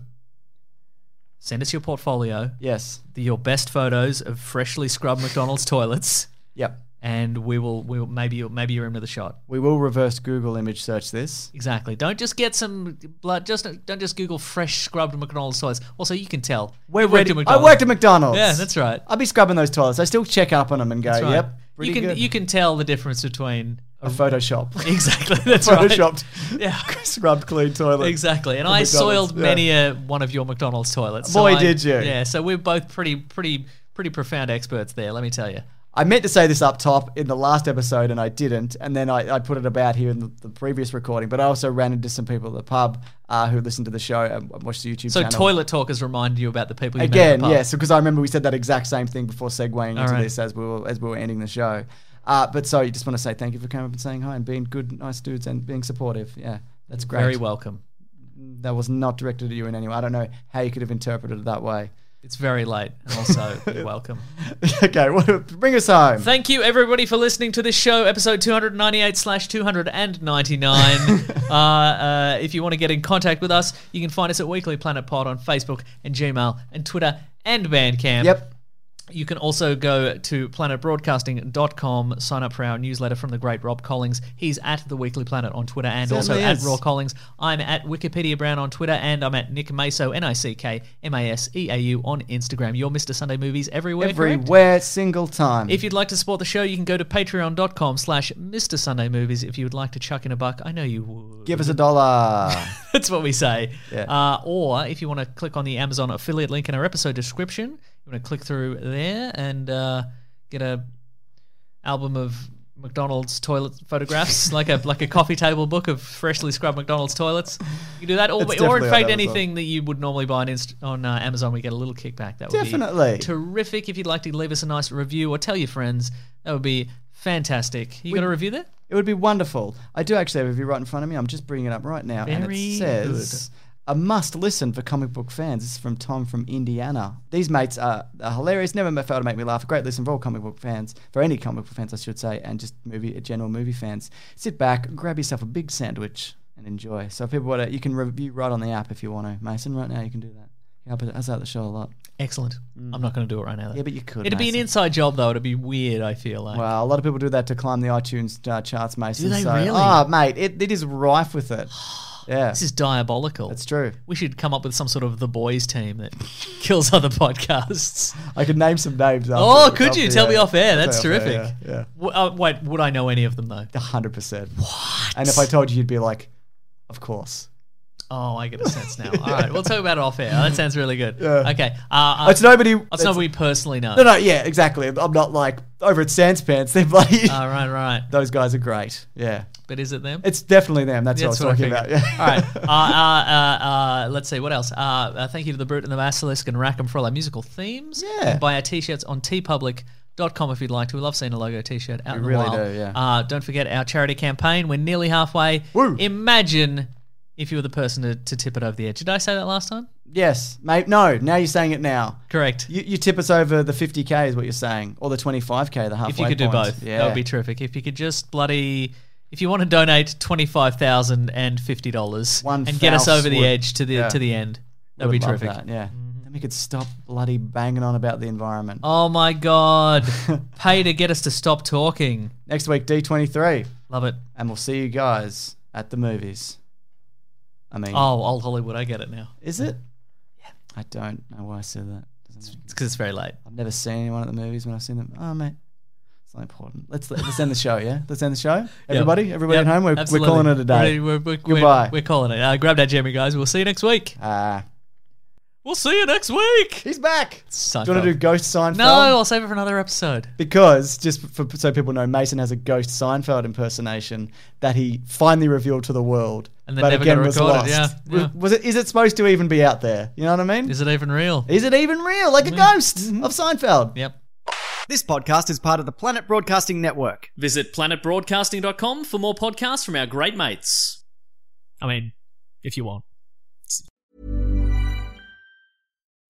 Speaker 4: send us your portfolio,
Speaker 1: Yes.
Speaker 4: the, your best photos of freshly scrubbed McDonald's <laughs> toilets,
Speaker 1: Yep.
Speaker 4: and we will. We will maybe you'll, maybe you're in with a shot.
Speaker 1: We will reverse Google image search this.
Speaker 4: Exactly. Don't just get some blood. Just don't just Google fresh scrubbed McDonald's toilets. Also, you can tell
Speaker 1: We're
Speaker 4: You worked
Speaker 1: ready-
Speaker 4: at McDonald's.
Speaker 1: I worked at McDonald's.
Speaker 4: Yeah, that's right.
Speaker 1: I'll be scrubbing those toilets. I still check up on them and go,
Speaker 4: That's right.
Speaker 1: yep, pretty
Speaker 4: You can
Speaker 1: good.
Speaker 4: you can tell the
Speaker 1: <laughs>
Speaker 4: difference between <laughs>
Speaker 1: a Photoshop.
Speaker 4: exactly. That's right.
Speaker 1: Photoshopped,
Speaker 4: <laughs> Yeah.
Speaker 1: <laughs> scrubbed clean toilet.
Speaker 4: Exactly, and
Speaker 1: From
Speaker 4: I
Speaker 1: McDonald's,
Speaker 4: soiled
Speaker 1: yeah.
Speaker 4: many a one of your McDonald's toilets.
Speaker 1: Boy,
Speaker 4: I-
Speaker 1: did you.
Speaker 4: Yeah, so we're both pretty, pretty, pretty profound experts there. Let me tell you.
Speaker 1: I meant to say this up top in the last episode and I didn't, and then I, I put it about here in the, the previous recording. But I also ran into some people at the pub uh, who listened to the show and watched the YouTube
Speaker 4: So
Speaker 1: channel.
Speaker 4: toilet talk has reminded you about the people you met at
Speaker 1: Again,
Speaker 4: the pub.
Speaker 1: yes, because I remember we said that exact same thing before segueing into
Speaker 4: right.
Speaker 1: this as we were as we were ending the show. Uh, but so you just want to say thank you for coming up and saying hi and being good, nice dudes and being supportive. Yeah, that's great.
Speaker 4: Very welcome.
Speaker 1: That was not directed at you in any way. I don't know how you could have interpreted it that
Speaker 4: <laughs>
Speaker 1: way.
Speaker 4: It's very late, and
Speaker 1: <laughs>
Speaker 4: also you're welcome.
Speaker 1: okay, well, bring us home.
Speaker 4: Thank you, everybody, for listening to this show, episode 298
Speaker 1: <laughs>
Speaker 4: slash 299. uh, uh, if you want to get in contact with us, you can find us at Weekly Planet Pod on Facebook and Gmail and Twitter and Bandcamp.
Speaker 1: yep.
Speaker 4: You can also go to planetbroadcasting.com, sign up for our newsletter from the great Rob Collings. He's at The Weekly Planet on Twitter and also
Speaker 1: Certainly
Speaker 4: at
Speaker 1: is.
Speaker 4: Raw Collings. I'm at Wikipedia Brown on Twitter and I'm at Nick Maso, N I C K M A S E A U on Instagram. You're Mr. Sunday Movies everywhere. correct?
Speaker 1: Everywhere, single time.
Speaker 4: If you'd like to support the show, you can go to patreon.com slash Mr. Sunday Movies if you would like to chuck in a buck. I know you would.
Speaker 1: Give us a
Speaker 4: <laughs>
Speaker 1: dollar.
Speaker 4: That's what we say.
Speaker 1: Yeah.
Speaker 4: Uh, or if you want to click on the Amazon affiliate link in our episode description, you want to click through there and uh, get a album of McDonald's toilet
Speaker 1: <laughs>
Speaker 4: photographs, like a like a coffee table book of freshly scrubbed McDonald's toilets. You can do that, or,
Speaker 1: It's
Speaker 4: or in
Speaker 1: definitely on
Speaker 4: fact
Speaker 1: Amazon.
Speaker 4: anything that you would normally buy on, Inst- on uh, Amazon, we get a little kickback. That would be
Speaker 1: Definitely.
Speaker 4: terrific. If you'd like to leave us a nice review or tell your friends, that would be fantastic. You got a review there?
Speaker 1: It would be wonderful. I do actually have a review right in front of me. I'm just bringing it up right now. and
Speaker 4: Very
Speaker 1: it says, a must listen for comic book fans. This is from Tom from Indiana. These mates are, are hilarious. Never ma- fail to make me laugh. A great listen for all comic book fans, for any comic book fans, I should say, and just movie general movie fans. Sit back, grab yourself a big sandwich, and enjoy. So if people want to, you can review right on the app if you want to. Mason, right now you can do that. You help us out the show a lot.
Speaker 4: Excellent. I'm not going to do it right now. though.
Speaker 1: Mm. Yeah, but you could.
Speaker 4: Uh, It'd be an
Speaker 1: Mason.
Speaker 4: inside job though. It'd be weird. I feel like.
Speaker 1: Well, a lot of people do that to climb the iTunes uh, charts, Mason.
Speaker 4: Do they
Speaker 1: so,
Speaker 4: really?
Speaker 1: Oh, mate, it, it is rife with
Speaker 4: <gasps>
Speaker 1: it. Yeah,
Speaker 4: This is diabolical.
Speaker 1: that's true.
Speaker 4: We should come up with some sort of the boys team that <laughs> kills other podcasts.
Speaker 1: I could name some names. After,
Speaker 4: Oh, could
Speaker 1: after
Speaker 4: you
Speaker 1: the
Speaker 4: tell me
Speaker 1: air.
Speaker 4: off air?
Speaker 1: Tell
Speaker 4: That's
Speaker 1: me off air,
Speaker 4: terrific.
Speaker 1: yeah,
Speaker 4: W- uh, wait, would I know any of them though?
Speaker 1: yeah, hundred percent. What? And if I told you, you'd be like, "Of course."
Speaker 4: Oh, I get a sense
Speaker 1: <laughs>
Speaker 4: now. All right, we'll talk about it off air. That sounds really good. Okay, uh, uh,
Speaker 1: It's nobody.
Speaker 4: that's not we personally know.
Speaker 1: No, no, yeah, exactly. I'm not like over at Sans Pants. <laughs> They're bloody.
Speaker 4: All Uh, right, right.
Speaker 1: Those guys are great. Yeah,
Speaker 4: But is it them?
Speaker 1: it's definitely them. That's what I was talking about. <laughs>
Speaker 4: figured.
Speaker 1: Yeah.
Speaker 4: all right. Uh, uh, uh, uh, let's see. What else? Uh, uh, thank you to the Brute and the Basilisk and Rackham for all our musical themes.
Speaker 1: Yeah.
Speaker 4: And buy our t-shirts on tpublic.com if you'd like to. We love seeing a logo t-shirt out in the
Speaker 1: really
Speaker 4: wild.
Speaker 1: do, yeah.
Speaker 4: Uh, don't forget our charity campaign. We're nearly halfway.
Speaker 1: Woo.
Speaker 4: Imagine if you were the person to, to tip it over the edge. Did I say that last time?
Speaker 1: Yes, mate. No, now you're saying it now.
Speaker 4: Correct.
Speaker 1: You, you tip us over the 50k is what you're saying, or the 25k, the halfway
Speaker 4: if you could do
Speaker 1: point.
Speaker 4: both, that would be terrific. If you could just bloody, if you want to donate twenty five thousand and fifty dollars
Speaker 1: One
Speaker 4: and get us
Speaker 1: Faust
Speaker 4: over the
Speaker 1: would-
Speaker 4: edge to the
Speaker 1: yeah.
Speaker 4: to the end, that'd
Speaker 1: Would
Speaker 4: be
Speaker 1: love
Speaker 4: terrific.
Speaker 1: that, yeah. Then we could stop bloody banging on about the environment.
Speaker 4: Oh
Speaker 1: <laughs>
Speaker 4: my god. Pay to get us to stop talking.
Speaker 1: Next week, D23,
Speaker 4: Love it.
Speaker 1: and we'll see you guys at the movies. I mean,
Speaker 4: Oh, old Hollywood, I get it now.
Speaker 1: is it? Yeah. I don't know why I said that. Doesn't make-
Speaker 4: It's because it's very late.
Speaker 1: I've never seen anyone at the movies when I've seen them. Oh, mate. It's not important. Let's let's end the show, yeah? Let's end the show. Everybody, everybody
Speaker 4: Yep,
Speaker 1: at home, we're, we're
Speaker 4: absolutely.
Speaker 1: calling it a day.
Speaker 4: We're, we're- we're-
Speaker 1: Goodbye.
Speaker 4: We're, we're calling it. Uh, grab that jammy, guys. We'll see you next week.
Speaker 1: Ah,
Speaker 4: We'll see you next week.
Speaker 1: he's back.
Speaker 4: Seinfeld.
Speaker 1: Do you want to do Ghost Seinfeld?
Speaker 4: no, I'll save it for another episode.
Speaker 1: Because just for, so people know, Mason has a ghost Seinfeld impersonation that he finally revealed to the world,
Speaker 4: And then never got recorded, yeah, yeah.
Speaker 1: Was, was it? Is it supposed to even be out there? You know what I mean? Is
Speaker 4: Is Mm. Mm-hmm. it even real?
Speaker 1: it, even real? Like a ghost of Seinfeld?
Speaker 4: Yep.
Speaker 1: This podcast is part of the Planet Broadcasting Network.
Speaker 2: Visit planetbroadcasting.com for more podcasts from our great mates.
Speaker 4: I mean, if you want.